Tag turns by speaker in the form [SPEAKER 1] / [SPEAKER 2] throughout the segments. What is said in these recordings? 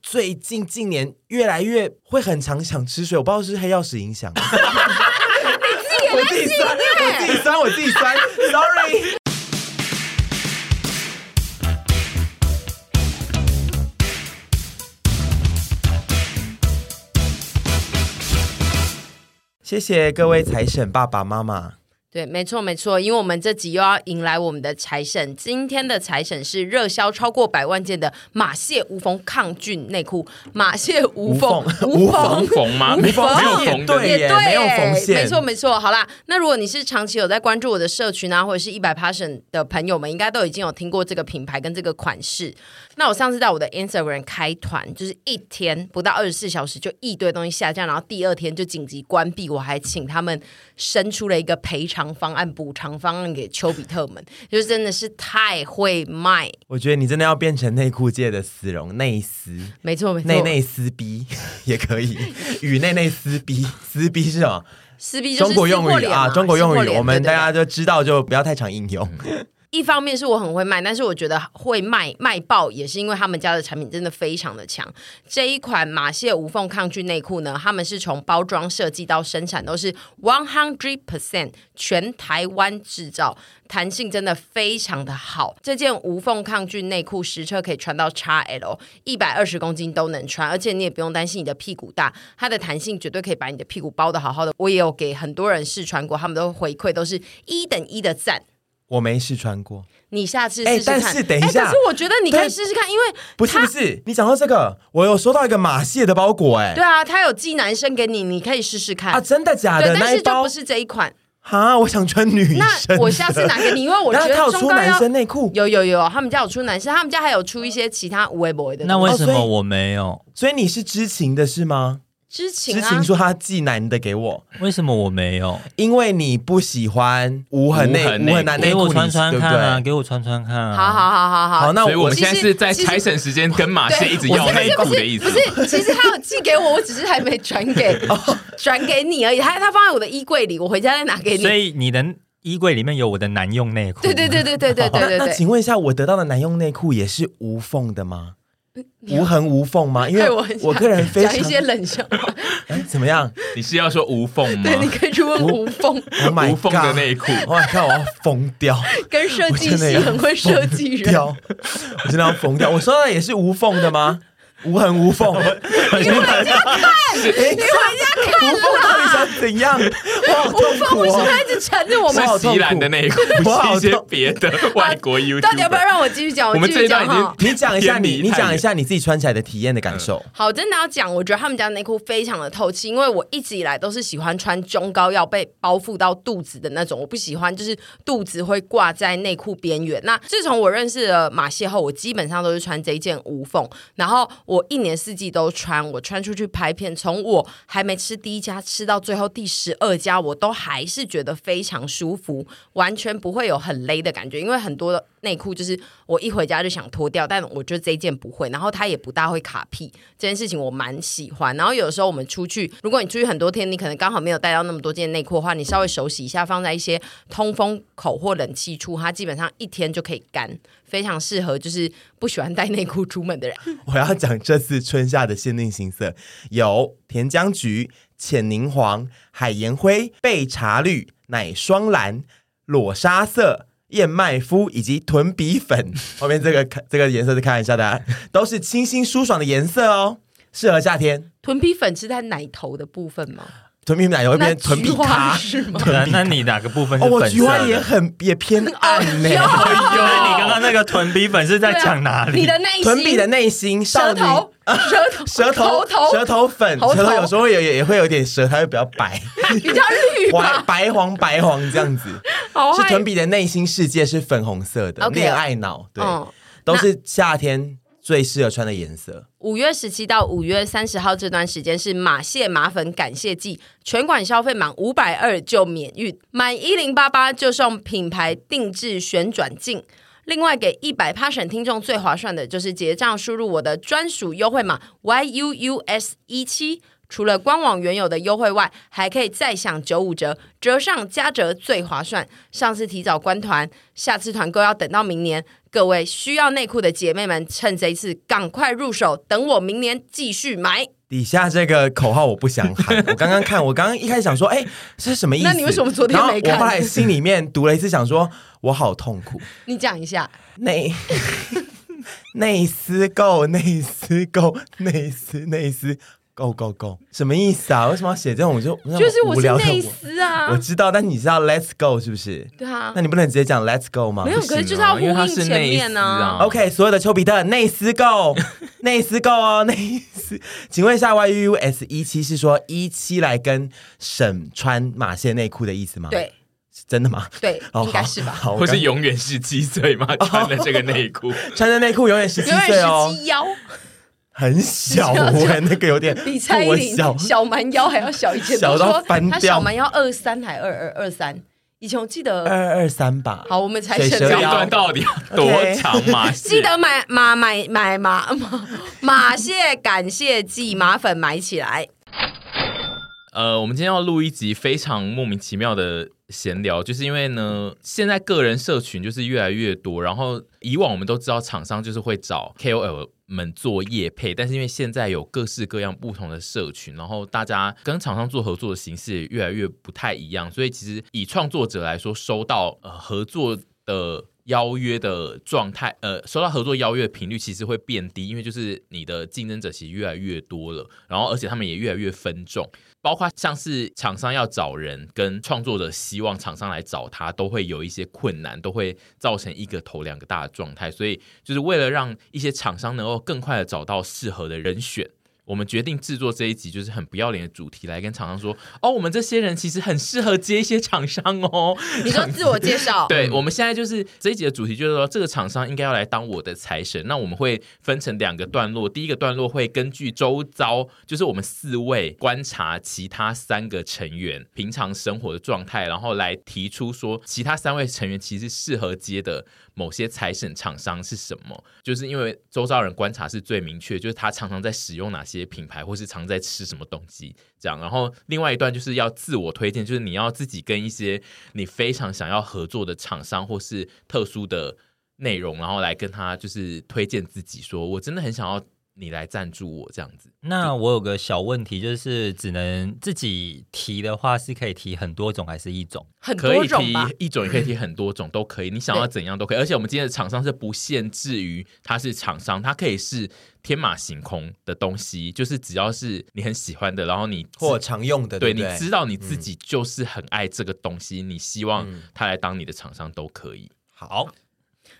[SPEAKER 1] 最近近年越来越会很常想吃水，我不知道是不是黑曜石影响。我自己酸，我自己酸，我自己酸，sorry。谢谢各位财神爸爸妈妈，
[SPEAKER 2] 对，没错没错，因为我们这集又要迎来我们的财神。今天的财神是热销超过百万件的马蟹无缝抗菌内裤，马蟹无缝
[SPEAKER 1] 无缝无
[SPEAKER 2] 缝
[SPEAKER 3] 缝 吗
[SPEAKER 2] 无
[SPEAKER 3] 没
[SPEAKER 2] 缝
[SPEAKER 3] 没有缝的
[SPEAKER 2] 啊
[SPEAKER 1] 对耶没有缝线
[SPEAKER 2] 没错没错。好啦，那如果你是长期有在关注我的社群啊，或者是一百 passion 的朋友们，应该都已经有听过这个品牌跟这个款式。那我上次在我的 Instagram 开团，就是一天不到二十四小时就一堆东西下架，然后第二天就紧急关闭，我还请他们伸出了一个赔偿方案、补偿方案给丘比特们， 就是真的是太会卖，
[SPEAKER 1] 我觉得你真的要变成内裤界的丝绒内丝。
[SPEAKER 2] 没错没错，
[SPEAKER 1] 内内撕逼也可以，与内内撕逼，撕逼是什么？
[SPEAKER 2] 撕逼就是
[SPEAKER 1] 中国用
[SPEAKER 2] 撕破
[SPEAKER 1] 语
[SPEAKER 2] 脸
[SPEAKER 1] 啊，
[SPEAKER 2] 嘛
[SPEAKER 1] 中国
[SPEAKER 2] 撕
[SPEAKER 1] 用
[SPEAKER 2] 破
[SPEAKER 1] 语，
[SPEAKER 2] 脸
[SPEAKER 1] 我们
[SPEAKER 2] 对
[SPEAKER 1] 大
[SPEAKER 2] 对嗯对
[SPEAKER 1] 家就知道，就不要太常应用。
[SPEAKER 2] 一方面是我很会卖，但是我觉得会卖卖爆也是因为他们家的产品真的非常的强。这一款马蟹无缝抗菌内裤呢，他们是从包装设计到生产都是 one hundred percent 全台湾制造，弹性真的非常的好。这件无缝抗菌内裤实测可以穿到 XL，一百二十公斤都能穿，而且你也不用担心你的屁股大，它的弹性绝对可以把你的屁股包的好好的。我也有给很多人试穿过，他们都回馈都是一等一的赞。
[SPEAKER 1] 我没试穿过，
[SPEAKER 2] 你下次
[SPEAKER 1] 哎
[SPEAKER 2] 试试看。
[SPEAKER 1] 但是等一下
[SPEAKER 2] 哎可是我觉得你可以试试看，因为
[SPEAKER 1] 不是不是，你讲到这个，我有收到一个马蟹的包裹、哎，
[SPEAKER 2] 对啊，他有寄男生给你，你可以试试看。
[SPEAKER 1] 啊，真的假
[SPEAKER 2] 对
[SPEAKER 1] 的？，那
[SPEAKER 2] 但
[SPEAKER 1] 一
[SPEAKER 2] 是就
[SPEAKER 1] 包
[SPEAKER 2] 不是这一款。
[SPEAKER 1] 啊，我想穿女生
[SPEAKER 2] 那
[SPEAKER 1] 的。
[SPEAKER 2] 我下次拿给你，因为 我
[SPEAKER 1] 然后
[SPEAKER 2] 觉得
[SPEAKER 1] 他有
[SPEAKER 2] 中
[SPEAKER 1] 出
[SPEAKER 2] 高
[SPEAKER 1] 男
[SPEAKER 2] 要
[SPEAKER 1] 生内裤，
[SPEAKER 2] 有有有，他们家有出男生，他们家还有出一些其他无微博的东西。
[SPEAKER 3] 那为
[SPEAKER 1] 哦
[SPEAKER 3] 什
[SPEAKER 1] 所
[SPEAKER 3] 么
[SPEAKER 1] 以
[SPEAKER 3] 我没有？
[SPEAKER 1] 所以你是知情的是吗？
[SPEAKER 2] 知情
[SPEAKER 1] 知
[SPEAKER 2] 啊，
[SPEAKER 1] 情说他寄男的给我，
[SPEAKER 3] 为什么我没有？
[SPEAKER 1] 因为你不喜欢无痕内
[SPEAKER 4] 无痕内
[SPEAKER 1] 无痕男 内
[SPEAKER 3] 给
[SPEAKER 1] 裤，
[SPEAKER 3] 我
[SPEAKER 1] 你
[SPEAKER 3] 穿穿
[SPEAKER 1] 对不
[SPEAKER 3] 看啊！
[SPEAKER 1] 对？
[SPEAKER 3] 给我穿穿看啊！
[SPEAKER 2] 好好好好好。
[SPEAKER 1] 好，那
[SPEAKER 4] 所以我
[SPEAKER 1] 我
[SPEAKER 4] 们
[SPEAKER 2] 其实
[SPEAKER 4] 现在是在财神时间跟马蟹一直要内裤的意思
[SPEAKER 2] 不。是，其实他有寄给我，我只是还没转 给
[SPEAKER 1] 哦
[SPEAKER 2] 转给你而已。他他放在我的衣柜里，我回家再拿给你
[SPEAKER 3] 所。以你的衣柜里面有我的男用内裤。
[SPEAKER 2] 对对对对对对对对
[SPEAKER 1] 那那
[SPEAKER 2] 对。
[SPEAKER 1] 请问一下，我得到的男用内裤也是无缝的吗？无痕无缝吗？因为
[SPEAKER 2] 害我很想
[SPEAKER 1] 我个人非
[SPEAKER 2] 讲一
[SPEAKER 1] 常
[SPEAKER 2] 些冷笑话，
[SPEAKER 1] 哎怎么样
[SPEAKER 4] 你是要说无缝吗
[SPEAKER 2] 对，？你可以去问吴峰。
[SPEAKER 1] ？Oh my
[SPEAKER 4] 无
[SPEAKER 1] god！
[SPEAKER 4] 缝的内裤
[SPEAKER 1] Oh my god！我要疯 掉，
[SPEAKER 2] 跟设计系很会设计人，
[SPEAKER 1] 掉，我真的要疯掉。我说的哎也是无缝的吗？ 无痕无缝，你回家看，你回家看，无缝到底想怎样？我好痛
[SPEAKER 2] 方
[SPEAKER 1] 苦
[SPEAKER 2] 为什么
[SPEAKER 1] 哦！
[SPEAKER 2] 一直缠着我们？
[SPEAKER 1] 好
[SPEAKER 4] 是
[SPEAKER 1] 痛苦
[SPEAKER 4] 西兰的内裤，
[SPEAKER 1] 我好
[SPEAKER 4] 不是一些
[SPEAKER 1] 痛
[SPEAKER 4] 别的外国 YouTube。
[SPEAKER 2] 到底要不要让我继续讲？
[SPEAKER 4] 我们
[SPEAKER 2] 继
[SPEAKER 4] 这
[SPEAKER 2] 续
[SPEAKER 4] 一段
[SPEAKER 2] 讲
[SPEAKER 4] 已经
[SPEAKER 2] 哈。
[SPEAKER 1] 你讲一下
[SPEAKER 4] 偏
[SPEAKER 1] 你，
[SPEAKER 4] 离
[SPEAKER 1] 你
[SPEAKER 4] 太远
[SPEAKER 1] 讲一下你自己穿起来的体验的感受。
[SPEAKER 2] 好，真的要讲，我觉得他们家的内裤非常的透气，因为我一直以来都是喜欢穿中高腰被包覆到肚子的那种，我不喜欢就是肚子会挂在内裤边缘。那自从我认识了马蟹后，我基本上都是穿这一件无缝，然后我一年四季都穿，我穿出去拍片，从我还没吃第一家吃到最后第十二家，我都还是觉得非常舒服，完全不会有很勒的感觉，因为很多的内裤就是我一回家就想脱掉，但我觉得这一件不会，然后它也不大会卡屁，这件事情我蛮喜欢。然后有时候我们出去，如果你出去很多天，你可能刚好没有带到那么多件内裤的话，你稍微手洗一下，放在一些通风口或冷气处，它基本上一天就可以干，非常适合就是不喜欢带内裤出门的 人。
[SPEAKER 1] 我要讲这次春夏的限定型色有甜浆橘、浅柠黄、海盐灰、贝茶绿、奶霜蓝、裸沙色。燕麦麸以及豚鼻粉，后面这个这个颜色是开玩笑的、啊，都是清新舒爽的颜色哦，适合夏天。
[SPEAKER 2] 臀皮粉是在奶头的部分吗？
[SPEAKER 1] 豚鼻奶油会变
[SPEAKER 2] 那
[SPEAKER 1] 成豚
[SPEAKER 2] 菊
[SPEAKER 1] 鼻
[SPEAKER 2] 花
[SPEAKER 1] 咖，
[SPEAKER 2] 是吗？
[SPEAKER 3] 对啊，那你哪个部分 是
[SPEAKER 1] 哦，我
[SPEAKER 3] 粉
[SPEAKER 1] 菊
[SPEAKER 3] 色
[SPEAKER 1] 花
[SPEAKER 3] 的？
[SPEAKER 1] 也很也偏暗呢、
[SPEAKER 3] 那你刚刚那个臀比粉是在讲哪
[SPEAKER 2] 哦对啊你
[SPEAKER 3] 里？
[SPEAKER 2] 的内心，
[SPEAKER 1] 臀比的内心，少
[SPEAKER 2] 舌
[SPEAKER 1] 女
[SPEAKER 2] 头、舌头、
[SPEAKER 1] 舌头
[SPEAKER 2] 头、头、
[SPEAKER 1] 舌头粉，
[SPEAKER 2] 头
[SPEAKER 1] 舌头
[SPEAKER 2] 头
[SPEAKER 1] 有时候也也也会有点舌，它会比较白。
[SPEAKER 2] 比较 绿
[SPEAKER 1] 白
[SPEAKER 2] 吧，
[SPEAKER 1] 白黄白黄这样 子，
[SPEAKER 2] 好
[SPEAKER 1] 是
[SPEAKER 2] 害
[SPEAKER 1] 屯比的内心世界是粉红色的，
[SPEAKER 2] OK
[SPEAKER 1] 恋爱脑对，
[SPEAKER 2] 嗯
[SPEAKER 1] 都是夏天最适合穿的颜色。
[SPEAKER 2] 五月十七到五月三十号这段时间是马蟹马粉感谢季，全馆消费满五百二就免运，满一零八八就送品牌定制旋转镜。另外，给一百 passion 听众最划算的就是结账输入我的专属优惠码 y u u s 一七。除了官网原有的优惠外，还可以再享九五折，折上加折最划算。上次提早关团，下次团购要等到明年。各位需要内裤的姐妹们，趁这一次赶快入手，等我明年继续买。
[SPEAKER 1] 底下这个口号我不想 喊，我刚刚看，我刚刚一开始想说，哎、这是什么意思？
[SPEAKER 2] 那你为什么昨天
[SPEAKER 1] 然后
[SPEAKER 2] 没看
[SPEAKER 1] 我后来心里面读了一次，想说，我好痛苦，
[SPEAKER 2] 你讲一下，
[SPEAKER 1] 内 内丝购，内丝购，内丝内丝购购购，什么意思啊？为什么要写这种就
[SPEAKER 2] 就是
[SPEAKER 1] 我无
[SPEAKER 2] 我是
[SPEAKER 1] 聊的
[SPEAKER 2] 内
[SPEAKER 1] 我？
[SPEAKER 2] 丝啊
[SPEAKER 1] 我，知道，但你知道 Let's go 是不是？
[SPEAKER 2] 对啊
[SPEAKER 1] 那，你不能直接讲 Let's go 吗？
[SPEAKER 2] 没有，
[SPEAKER 4] 不行
[SPEAKER 2] 可
[SPEAKER 4] 啊
[SPEAKER 2] 是就是要呼
[SPEAKER 4] 因为它
[SPEAKER 2] 应
[SPEAKER 4] 是
[SPEAKER 2] 前
[SPEAKER 4] 内
[SPEAKER 2] 面
[SPEAKER 4] 丝
[SPEAKER 2] 呢、
[SPEAKER 4] 啊
[SPEAKER 1] OK，所有的丘比特内丝 购，内丝购哦，内丝。请问一下，YUUS 一七是说一七来跟沈穿马线内裤的意思吗？，
[SPEAKER 2] 对
[SPEAKER 1] 是真的吗？
[SPEAKER 2] 对，
[SPEAKER 1] 哦，
[SPEAKER 2] 应该是吧？
[SPEAKER 1] 好，好
[SPEAKER 4] 或是
[SPEAKER 1] 我
[SPEAKER 4] 永远十七岁吗？
[SPEAKER 1] 哦
[SPEAKER 4] 穿了这个内裤，
[SPEAKER 1] 刚穿着内裤永远十七
[SPEAKER 2] 永
[SPEAKER 1] 岁
[SPEAKER 2] 远
[SPEAKER 1] 哦
[SPEAKER 2] 十，七腰，
[SPEAKER 1] 很小，
[SPEAKER 2] 17
[SPEAKER 1] 我那个有点
[SPEAKER 2] 比蔡依
[SPEAKER 1] 我
[SPEAKER 2] 林
[SPEAKER 1] 小。
[SPEAKER 2] 小蛮腰还要小一千，
[SPEAKER 1] 小
[SPEAKER 2] 都
[SPEAKER 1] 到
[SPEAKER 2] 说
[SPEAKER 1] 翻
[SPEAKER 2] 她
[SPEAKER 1] 掉
[SPEAKER 2] 小蛮腰二三还二二二三，以前我记得，
[SPEAKER 1] 二二三吧，
[SPEAKER 2] 好，我们才
[SPEAKER 1] 水
[SPEAKER 2] 省
[SPEAKER 1] 蛇
[SPEAKER 4] 这
[SPEAKER 2] 略
[SPEAKER 4] 一
[SPEAKER 1] 腰
[SPEAKER 4] 段到底要多长嘛？
[SPEAKER 2] 记得买马买买马马马蟹感谢季马粉买起来，
[SPEAKER 4] 呃，我们今天要录一集非常莫名其妙的闲聊，就是因为呢，现在个人社群就是越来越多，然后以往我们都知道厂商就是会找 KOL 们做业配，但是因为现在有各式各样不同的社群，然后大家跟厂商做合作的形式也越来越不太一样，所以其实以创作者来说，收到呃合作的。邀约的状态，呃，收到合作邀约的频率其实会变低，因为就是你的竞争者其实越来越多了，然后而且他们也越来越分众，包括像是厂商要找人，跟创作者希望厂商来找他，都会有一些困难，都会造成一个头两个大的状态。所以，就是为了让一些厂商能够更快的找到适合的人选。我们决定制作这一集，就是很不要脸的主题，来跟厂商说：哦，我们这些人其实很适合接一些厂商哦。
[SPEAKER 2] 你说自我介绍，
[SPEAKER 4] 对，我们现在就是这一集的主题，就是说这个厂商应该要来当我的财神。那我们会分成两个段落，第一个段落会根据周遭，就是我们四位观察其他三个成员平常生活的状态，然后来提出说其他三位成员其实适合接的某些财神厂商是什么。就是因为周遭人观察是最明确，就是他常常在使用哪些品牌，或是常在吃什么东西这样。然后另外一段就是要自我推荐，就是你要自己跟一些你非常想要合作的厂商或是特殊的内容，然后来跟他就是推荐自己说，我真的很想要你来赞助我这样子。
[SPEAKER 3] 那我有个小问题，就是只能自己提的话，是可以提很多种还是 一种？
[SPEAKER 2] 很
[SPEAKER 4] 可
[SPEAKER 2] 多
[SPEAKER 4] 以
[SPEAKER 2] 种
[SPEAKER 4] 提
[SPEAKER 2] 吧。
[SPEAKER 4] 一种，也可以提很多种，都可以。你想要怎样都可以。而且我们今天的厂商是不限制于它是厂商，它可以是天马行空的东西，就是只要是你很喜欢的，然后你知
[SPEAKER 1] 或常用的，
[SPEAKER 4] 对
[SPEAKER 1] 不
[SPEAKER 2] 啊
[SPEAKER 1] 嗯
[SPEAKER 4] 你知道你自己就是很爱这个东西，你希望它来当你的厂商都可以。
[SPEAKER 1] 好，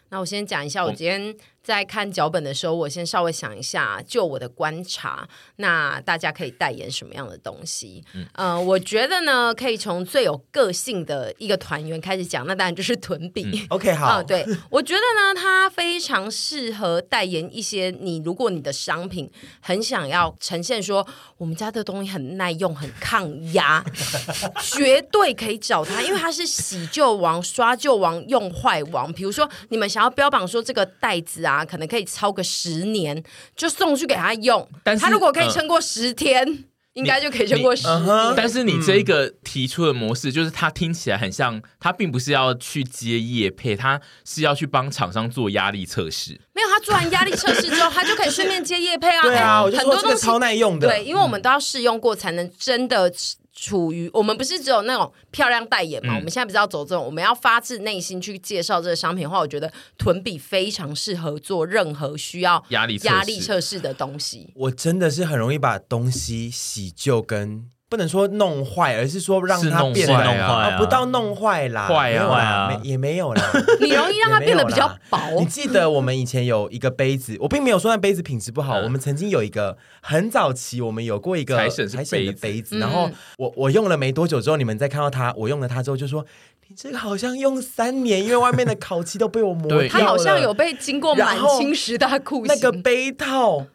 [SPEAKER 2] 那我先讲一下，我今天在看脚本的时候，我先稍微想一下，就我的观察，那大家可以代言什么样的东西？嗯、呃，我觉得呢，可以从最有个性的一个团员开始讲，那当然就是屯比。
[SPEAKER 1] OK，好，
[SPEAKER 2] 哦，对，我觉得呢，它非常适合代言一些你，如果你的商品很想要呈现说我们家的东西很耐用、很抗压， 绝对可以找它，因为它是洗旧王、刷旧王、用坏王。比如说，你们想要标榜说这个袋子啊，可能可以超个十年，就送去给他用。
[SPEAKER 4] 但是
[SPEAKER 2] 他如果可以
[SPEAKER 4] 嗯
[SPEAKER 2] 撑过十天，应该就可以撑过十
[SPEAKER 1] 嗯哼
[SPEAKER 2] 年。
[SPEAKER 4] 但是你这一个提出的模式，就是它听起来很像，它并不是要去接业配，它是要去帮厂商做压力测试。
[SPEAKER 2] 没有，他做完压力测试之后，他就可以顺便接业配啊。
[SPEAKER 1] 对啊，
[SPEAKER 2] 哎
[SPEAKER 1] 我就
[SPEAKER 2] 很
[SPEAKER 1] 说这
[SPEAKER 2] 多东
[SPEAKER 1] 个
[SPEAKER 2] 西
[SPEAKER 1] 超耐用的，
[SPEAKER 2] 对，因为我们都要试用过，才能真的处于我们不是只有那种漂亮代言嘛，
[SPEAKER 4] 嗯
[SPEAKER 2] 我们现在不是要走这种，我们要发自内心去介绍这个商品的话，我觉得臀比非常适合做任何需要
[SPEAKER 4] 压力测试
[SPEAKER 2] 压力测试的东西。
[SPEAKER 1] 我真的是很容易把东西洗旧跟。不能说弄坏，而是说让
[SPEAKER 4] 是
[SPEAKER 1] 它
[SPEAKER 4] 弄
[SPEAKER 1] 变
[SPEAKER 4] 坏
[SPEAKER 1] 得
[SPEAKER 4] 啊
[SPEAKER 1] 啊不到弄坏啦，
[SPEAKER 4] 坏
[SPEAKER 1] 没
[SPEAKER 4] 啊
[SPEAKER 1] 有啦
[SPEAKER 3] 坏啊
[SPEAKER 1] 没也没有啦，
[SPEAKER 2] 你容易让它变得比较薄
[SPEAKER 1] 也没有啦你记得我们以前有一个杯子，我并没有说那杯子品质不好，
[SPEAKER 4] 嗯
[SPEAKER 1] 我们曾经有一个很早期，我们有过一个
[SPEAKER 4] 财神是
[SPEAKER 1] 的
[SPEAKER 4] 杯子
[SPEAKER 1] 杯子，
[SPEAKER 2] 嗯
[SPEAKER 1] 然后我我用了没多久之后，你们再看到它，我用了它之后就说你这个好像用三年，因为外面的烤漆都 被我磨掉
[SPEAKER 4] 对
[SPEAKER 1] 了，
[SPEAKER 2] 它好像有被经过满
[SPEAKER 1] 然后
[SPEAKER 2] 清十大酷刑，
[SPEAKER 1] 那个杯套。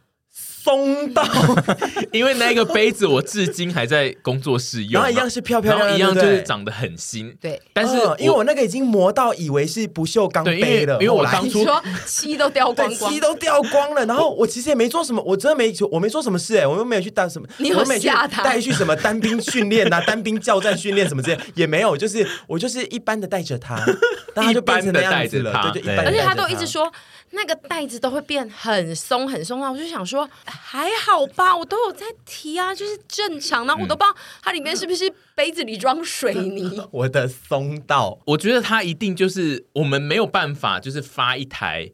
[SPEAKER 1] 松到，
[SPEAKER 4] 因为那个杯子我至今还在工作室用，
[SPEAKER 1] 然后一样是漂漂
[SPEAKER 4] 然
[SPEAKER 1] 亮亮，
[SPEAKER 4] 后一样就
[SPEAKER 1] 对不对
[SPEAKER 4] 是长得很新，
[SPEAKER 2] 对
[SPEAKER 4] 但是
[SPEAKER 1] 嗯因为我那个已经磨到以为是不锈钢
[SPEAKER 4] 对因为
[SPEAKER 1] 杯了，
[SPEAKER 4] 因为我
[SPEAKER 1] 后来
[SPEAKER 4] 当初
[SPEAKER 2] 你说漆都掉 光
[SPEAKER 1] 对，
[SPEAKER 2] 光
[SPEAKER 1] 漆，都掉光了。然后我其实也没做什么，我真的没我没做什么事哎、我又没有去当什么，
[SPEAKER 2] 你有
[SPEAKER 1] 我又没有去
[SPEAKER 2] 吓他
[SPEAKER 1] 带去什么单兵训练呐、单兵教战训练什么之类，也没有，就是我就是一般的带着他，但他就变成那样子
[SPEAKER 4] 一般
[SPEAKER 1] 了，
[SPEAKER 4] 哎地带着
[SPEAKER 1] 对，就
[SPEAKER 4] 他
[SPEAKER 1] 一般地带着。
[SPEAKER 2] 而且他都一直说那个袋子都会变很松很松啊，我就想说还好吧，我都有在提啊，就是正常的，我
[SPEAKER 4] 嗯
[SPEAKER 2] 都不知道它里面是不是杯子里装水 泥。
[SPEAKER 1] 我的松到。
[SPEAKER 4] 我觉得它一定就是我们没有办法，就是发一台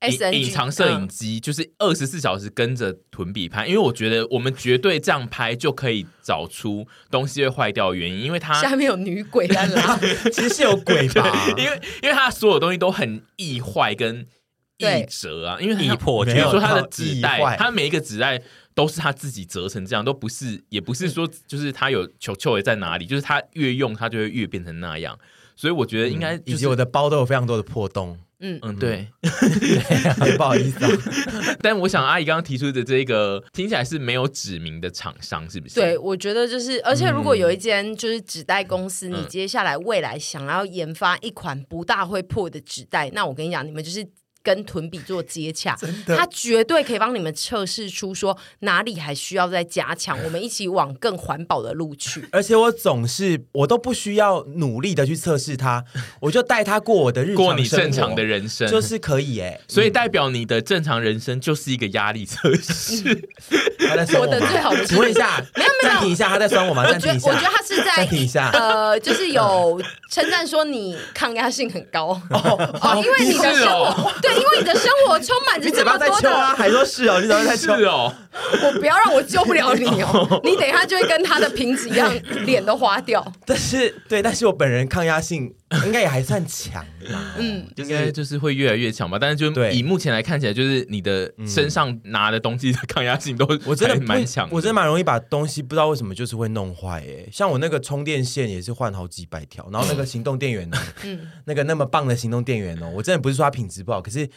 [SPEAKER 2] S N 嗯
[SPEAKER 4] 隐隐藏摄影机，就是二十四小时跟着屯比拍，因为我觉得我们绝对这样拍就可以找出东西会坏掉的原因，因为它
[SPEAKER 2] 嗯下面有女鬼在拉，
[SPEAKER 1] 其实是有鬼吧？
[SPEAKER 4] 因为因为它所有东西都很易坏跟易
[SPEAKER 2] 对嗯
[SPEAKER 4] 折啊，因为
[SPEAKER 3] 易
[SPEAKER 4] 它
[SPEAKER 3] 破
[SPEAKER 1] 没
[SPEAKER 4] 比
[SPEAKER 1] 有
[SPEAKER 4] 如说它的
[SPEAKER 1] 到
[SPEAKER 4] 纸
[SPEAKER 1] 易
[SPEAKER 4] 袋
[SPEAKER 1] 坏，
[SPEAKER 4] 它每一个纸袋都是它自己折成这样，都不是，也不是说就是它有球球也在哪里，就是它越用它就会越变成那样，嗯所以我觉得 应该
[SPEAKER 1] 嗯以
[SPEAKER 4] 就是
[SPEAKER 1] 及我的包都有非常多的破 洞，
[SPEAKER 2] 嗯，
[SPEAKER 4] 嗯对。
[SPEAKER 1] 也不好意思啊。
[SPEAKER 4] 但我想阿姨刚刚提出的这个听起来是没有指名的厂商，是不是？
[SPEAKER 2] 对，，我觉得就是，而且如果有一间就是纸袋公
[SPEAKER 1] 嗯
[SPEAKER 2] 司，你接下来未来想要研发一款不大会破的纸袋，那我跟你讲，你们就是。跟屯比做 接洽，他绝对可以帮你们测试出说哪里还需要再加强， 我们一起往更环保的路去。
[SPEAKER 1] 而且我总是我都不需要努力的去测试 它，我就带它过我的日常
[SPEAKER 4] 过你
[SPEAKER 1] 生活
[SPEAKER 4] 正常的人生，
[SPEAKER 1] 就是可以 哎、
[SPEAKER 4] 所以代表你的正常人生就是一个压力测 试。
[SPEAKER 1] 他在酸我吗
[SPEAKER 2] 我的最好的 是
[SPEAKER 1] 请问一下，
[SPEAKER 2] 没有没有
[SPEAKER 1] 暂停一下，他在酸我吗？
[SPEAKER 2] 我
[SPEAKER 1] 暂
[SPEAKER 2] 觉
[SPEAKER 1] 停
[SPEAKER 2] 得
[SPEAKER 1] 一
[SPEAKER 2] 我觉得
[SPEAKER 1] 下。
[SPEAKER 2] 他是在
[SPEAKER 1] 暂停一下
[SPEAKER 2] 呃，就是有称赞说你抗压性很高哦，因为你的
[SPEAKER 4] 是
[SPEAKER 2] 生
[SPEAKER 4] 哦
[SPEAKER 2] 活对，因为你的生活充满着
[SPEAKER 1] 你
[SPEAKER 2] 这
[SPEAKER 1] 嘴
[SPEAKER 2] 么
[SPEAKER 1] 巴在
[SPEAKER 2] 多
[SPEAKER 1] 抽
[SPEAKER 2] 的啊
[SPEAKER 1] 啊，还说是哦，你 嘴巴 在
[SPEAKER 4] 是
[SPEAKER 1] 抽。
[SPEAKER 4] 哦，
[SPEAKER 2] 我不要让我救不了你哦，你等一下就会跟他的瓶子一样，脸都花掉。
[SPEAKER 1] 但是对，但是我本人抗压性应该也还算强啦。嗯，
[SPEAKER 4] 应该就是会越来越强吧。但是就
[SPEAKER 1] 对
[SPEAKER 4] 以目前来看起来，就是你的身上拿的东西的抗压性都
[SPEAKER 1] 我真的
[SPEAKER 4] 还
[SPEAKER 1] 不
[SPEAKER 4] 蛮强的，
[SPEAKER 1] 我真的蛮容易把东西不知道为什么就是会弄坏哎、像我那个充电线也是换好几百条，然后那个行动电源呢，
[SPEAKER 2] 嗯
[SPEAKER 1] 那个那么棒的行动电源哦，我真的不是说它品质不好，可是。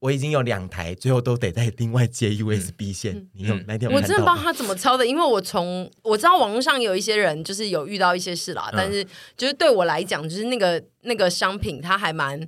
[SPEAKER 1] 我已经有两台，最后都得再另外接
[SPEAKER 4] 嗯
[SPEAKER 1] USB 线。你有那天有
[SPEAKER 2] 嗯我
[SPEAKER 1] 看
[SPEAKER 2] 真
[SPEAKER 1] 到
[SPEAKER 2] 的不知道
[SPEAKER 1] 吗
[SPEAKER 2] 他怎么抄的，因为我从我知道网络上有一些人就是有遇到一些事啦，但是就是对我来讲，就是那个那个商品它还蛮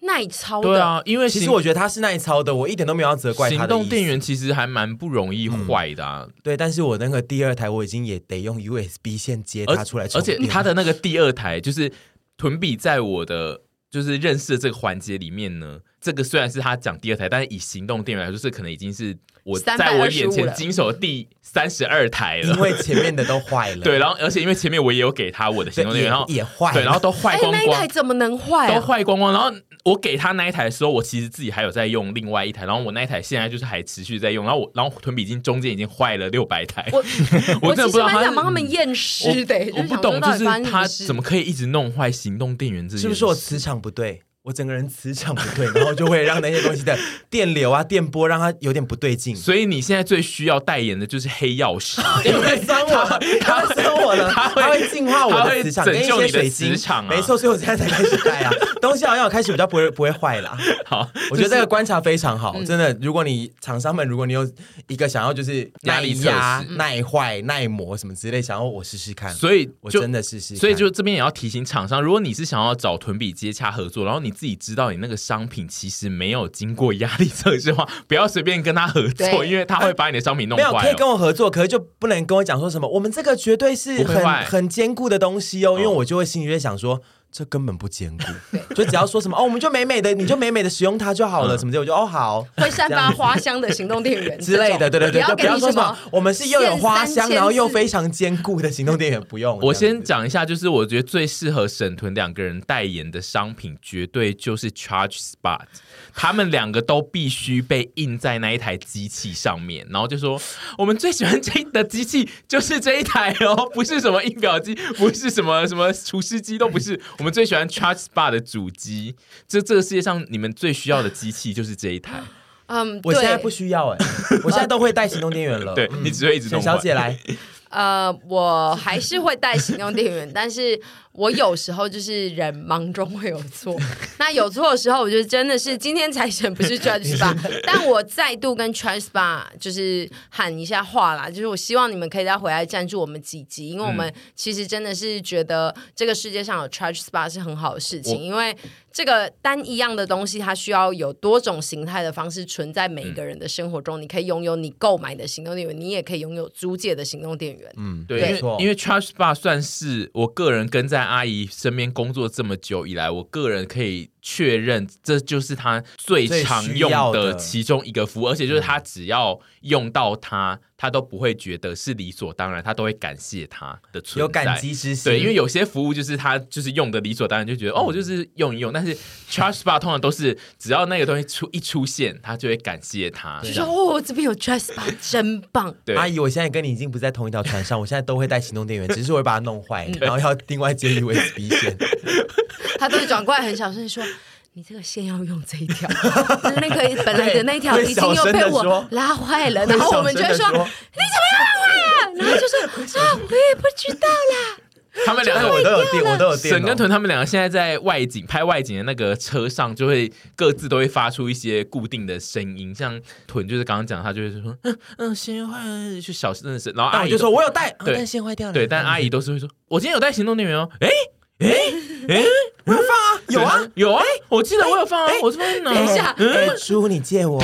[SPEAKER 2] 耐操的。
[SPEAKER 4] 对啊，因为
[SPEAKER 1] 其实
[SPEAKER 4] 行
[SPEAKER 1] 我觉得他是耐操的，我一点都没有要责怪他的
[SPEAKER 4] 行动
[SPEAKER 1] 意思嗯
[SPEAKER 4] 电源其实还蛮不容易坏的啊，
[SPEAKER 1] 对，但是我那个第二台我已经也得用 USB 线接
[SPEAKER 4] 而
[SPEAKER 1] 它出来充
[SPEAKER 4] 而且
[SPEAKER 1] 电，
[SPEAKER 4] 它的那个第二台就是屯比，在我的就是认识的这个环节里面呢，这个虽然是他讲第二台，但是以行动电源来说，这可能已经是我
[SPEAKER 2] 325
[SPEAKER 4] 在我眼前
[SPEAKER 2] 了
[SPEAKER 4] 经手的第三十二台
[SPEAKER 1] 因
[SPEAKER 4] 了。
[SPEAKER 1] 为前面的都坏了，
[SPEAKER 4] 对，然后而且因为前面我也有给他我的行动
[SPEAKER 1] 对也
[SPEAKER 4] 电源，然后
[SPEAKER 1] 也坏了
[SPEAKER 4] 对，然后都坏
[SPEAKER 2] 哎，
[SPEAKER 4] 光
[SPEAKER 2] 那一台
[SPEAKER 4] 光。
[SPEAKER 2] 怎么能坏、
[SPEAKER 4] 都
[SPEAKER 2] 啊？
[SPEAKER 4] 坏光光，然后我给他那一台的时候，我其实自己还有在用另外一台，然后我那一台现在就是还持续在用，然后我然后屯比已经中间已经坏了六百台，
[SPEAKER 2] 我
[SPEAKER 4] 我真的
[SPEAKER 2] 其
[SPEAKER 4] 不知
[SPEAKER 2] 实
[SPEAKER 4] 道
[SPEAKER 2] 蛮
[SPEAKER 4] 他
[SPEAKER 2] 想帮他们验尸的、就是
[SPEAKER 4] 我不
[SPEAKER 2] 想说
[SPEAKER 4] 懂，
[SPEAKER 2] 到
[SPEAKER 4] 就
[SPEAKER 2] 底
[SPEAKER 4] 是
[SPEAKER 2] 发生什
[SPEAKER 4] 他
[SPEAKER 2] 事
[SPEAKER 4] 怎么可以一直弄坏行动电源这件事？
[SPEAKER 1] 是不是我磁场不对？我整个人磁场不对，然后就会让那些东西 的电流啊、电波让它有点不对劲。
[SPEAKER 4] 所以你现在最需要代言的就是黑曜石，
[SPEAKER 1] 因为伤我，它会伤我了，
[SPEAKER 4] 它会
[SPEAKER 1] 它会净化我
[SPEAKER 4] 它会
[SPEAKER 1] 的磁场，跟一
[SPEAKER 4] 拯救
[SPEAKER 1] 些
[SPEAKER 4] 你的
[SPEAKER 1] 水晶
[SPEAKER 4] 磁场啊
[SPEAKER 1] 没错，所以我现在才开始 戴啊，东西好像我开始比较不会不会坏啦。
[SPEAKER 4] 好，嗯
[SPEAKER 1] 我觉得这个观察非常好，真的。如果你厂商们，如果你有一个想要就是
[SPEAKER 4] 压
[SPEAKER 1] 耐
[SPEAKER 4] 力
[SPEAKER 1] 压
[SPEAKER 4] 测、
[SPEAKER 1] 耐坏、耐磨什么之类，想要我试试看，
[SPEAKER 4] 所以
[SPEAKER 1] 我
[SPEAKER 4] 就
[SPEAKER 1] 真的试试看。
[SPEAKER 4] 所以就这边也要提醒厂商，如果你是想要找屯比接洽合作，然后你自己知道你那个商品其实没有经过压力测试的话，不要随便跟他合作，
[SPEAKER 2] 对
[SPEAKER 4] 因为他会把你的商品弄
[SPEAKER 1] 没有可
[SPEAKER 4] 坏
[SPEAKER 1] 以跟
[SPEAKER 4] 哦。
[SPEAKER 1] 我合作，可是就不能跟我讲说什么，我们这个绝对是
[SPEAKER 4] 不会
[SPEAKER 1] 很
[SPEAKER 4] 坏
[SPEAKER 1] 很坚固的东西哦，因为
[SPEAKER 4] 嗯
[SPEAKER 1] 我就会心里就会想说。这根本不坚固，就只要说什么哦，我们就美美的，你就美美的使用它就好了，
[SPEAKER 4] 嗯
[SPEAKER 1] 什么之类，我就哦好
[SPEAKER 2] 会散发花香的行动电源
[SPEAKER 1] 之类的，对对对，就
[SPEAKER 2] 不
[SPEAKER 1] 不要
[SPEAKER 2] 要
[SPEAKER 1] 说
[SPEAKER 2] 跟你
[SPEAKER 1] 什么我们是又有花
[SPEAKER 2] 限三
[SPEAKER 1] 香，
[SPEAKER 2] 千
[SPEAKER 1] 然后又
[SPEAKER 2] 次
[SPEAKER 1] 非常坚固的行动电源，不用。
[SPEAKER 4] 我
[SPEAKER 1] 这样
[SPEAKER 4] 先
[SPEAKER 1] 子
[SPEAKER 4] 讲一下，就是我觉得最适合沈屯两个人代言的商品，绝对就是 Charge Spot。他们两个都必须被印在那一台机器上面，然后就说我们最喜欢这的机器就是这一台哦，不是什么印表机，不是什么什么除湿机，都不是，我们最喜欢 Charge Spot 的主机。这这个世界上你们最需要的机器就是这一台，
[SPEAKER 2] 嗯，
[SPEAKER 1] 我现在
[SPEAKER 2] 对
[SPEAKER 1] 不需要哎、我现在都会带行动电源了。
[SPEAKER 4] 对
[SPEAKER 1] 嗯
[SPEAKER 4] 你只会一直弄
[SPEAKER 1] 沈小
[SPEAKER 4] 坏
[SPEAKER 1] 姐来，
[SPEAKER 2] 呃，我还是会带行动电源，但是我有时候就是人忙中会有错， 那有错的时候，我就真的是今天才选不是 Judge Spa，但我再度跟 Trans Spa 就是喊一下话啦，就是我希望你们可以再回来赞助我们几集，因为我
[SPEAKER 1] 嗯
[SPEAKER 2] 们其实真的是觉得这个世界上有 Trans Spa 是很好的事情，
[SPEAKER 4] 我
[SPEAKER 2] 因为这个单一样的东西，它需要有多种形态的方式存在
[SPEAKER 1] 嗯
[SPEAKER 2] 每一个人的生活中。你可以拥有你购买的行动电源，你也可以拥有租借的行动电源。
[SPEAKER 1] 嗯，
[SPEAKER 4] 对，
[SPEAKER 1] 没
[SPEAKER 4] 因为
[SPEAKER 1] 错
[SPEAKER 4] 因为 Trash Bar 算是我个人跟在阿姨身边工作这么久以来，我个人可以确认，这就是她最
[SPEAKER 1] 最
[SPEAKER 4] 常
[SPEAKER 1] 需
[SPEAKER 4] 用
[SPEAKER 1] 要的嗯
[SPEAKER 4] 的其中一个服务，而且就是她只要用到它，她都不会觉得是理所当然，她都会感谢它的存在。
[SPEAKER 1] 有感激之心，嗯
[SPEAKER 4] 对，因为有些服务就是他就是用的理所当然，就觉得哦，我就是用一用。但是 Charge Spa 通常都是只要那个东西出一出现，他就会感谢他。
[SPEAKER 2] 就
[SPEAKER 4] 这
[SPEAKER 2] 说
[SPEAKER 4] 样
[SPEAKER 1] 啊
[SPEAKER 2] 哦，这边有 Dress Bar，真棒。
[SPEAKER 4] 对
[SPEAKER 1] 阿姨，我现在跟你已经不在同一条船上，我现在都会带行动电 源，只是我会把它弄坏，
[SPEAKER 4] 嗯
[SPEAKER 1] 然后要另外接 USB 线。
[SPEAKER 2] 他都会转过来很小声地说：“你这个线要用这一条，那个本来的那条已经又被我拉坏了。”然后我们就会说：“
[SPEAKER 1] 会小声地说
[SPEAKER 2] 你怎么又拉坏了？”啊然后就说：“啊，我也不知道啦。
[SPEAKER 4] 他们两
[SPEAKER 1] 但
[SPEAKER 4] 个
[SPEAKER 1] 我都有电，我都有电哦。
[SPEAKER 4] 沈跟屯他们两个现在在外景拍外景的那个车上，就会各自都会发出一些固定的声音，像屯就是刚刚讲，他就会说嗯嗯，先坏了就小声的声，然后
[SPEAKER 1] 但
[SPEAKER 4] 阿
[SPEAKER 1] 我
[SPEAKER 4] 姨
[SPEAKER 1] 就说
[SPEAKER 4] 都
[SPEAKER 1] 我有带，啊
[SPEAKER 4] 对
[SPEAKER 1] 但线坏掉了。
[SPEAKER 4] 对，但阿 姨都是会说，我今天有带行动电源哦，哎
[SPEAKER 1] 我有放啊，有啊。
[SPEAKER 4] 有啊，我记得我有放啊，我这边呢，
[SPEAKER 2] 等一下
[SPEAKER 1] 哎，猪，你借我。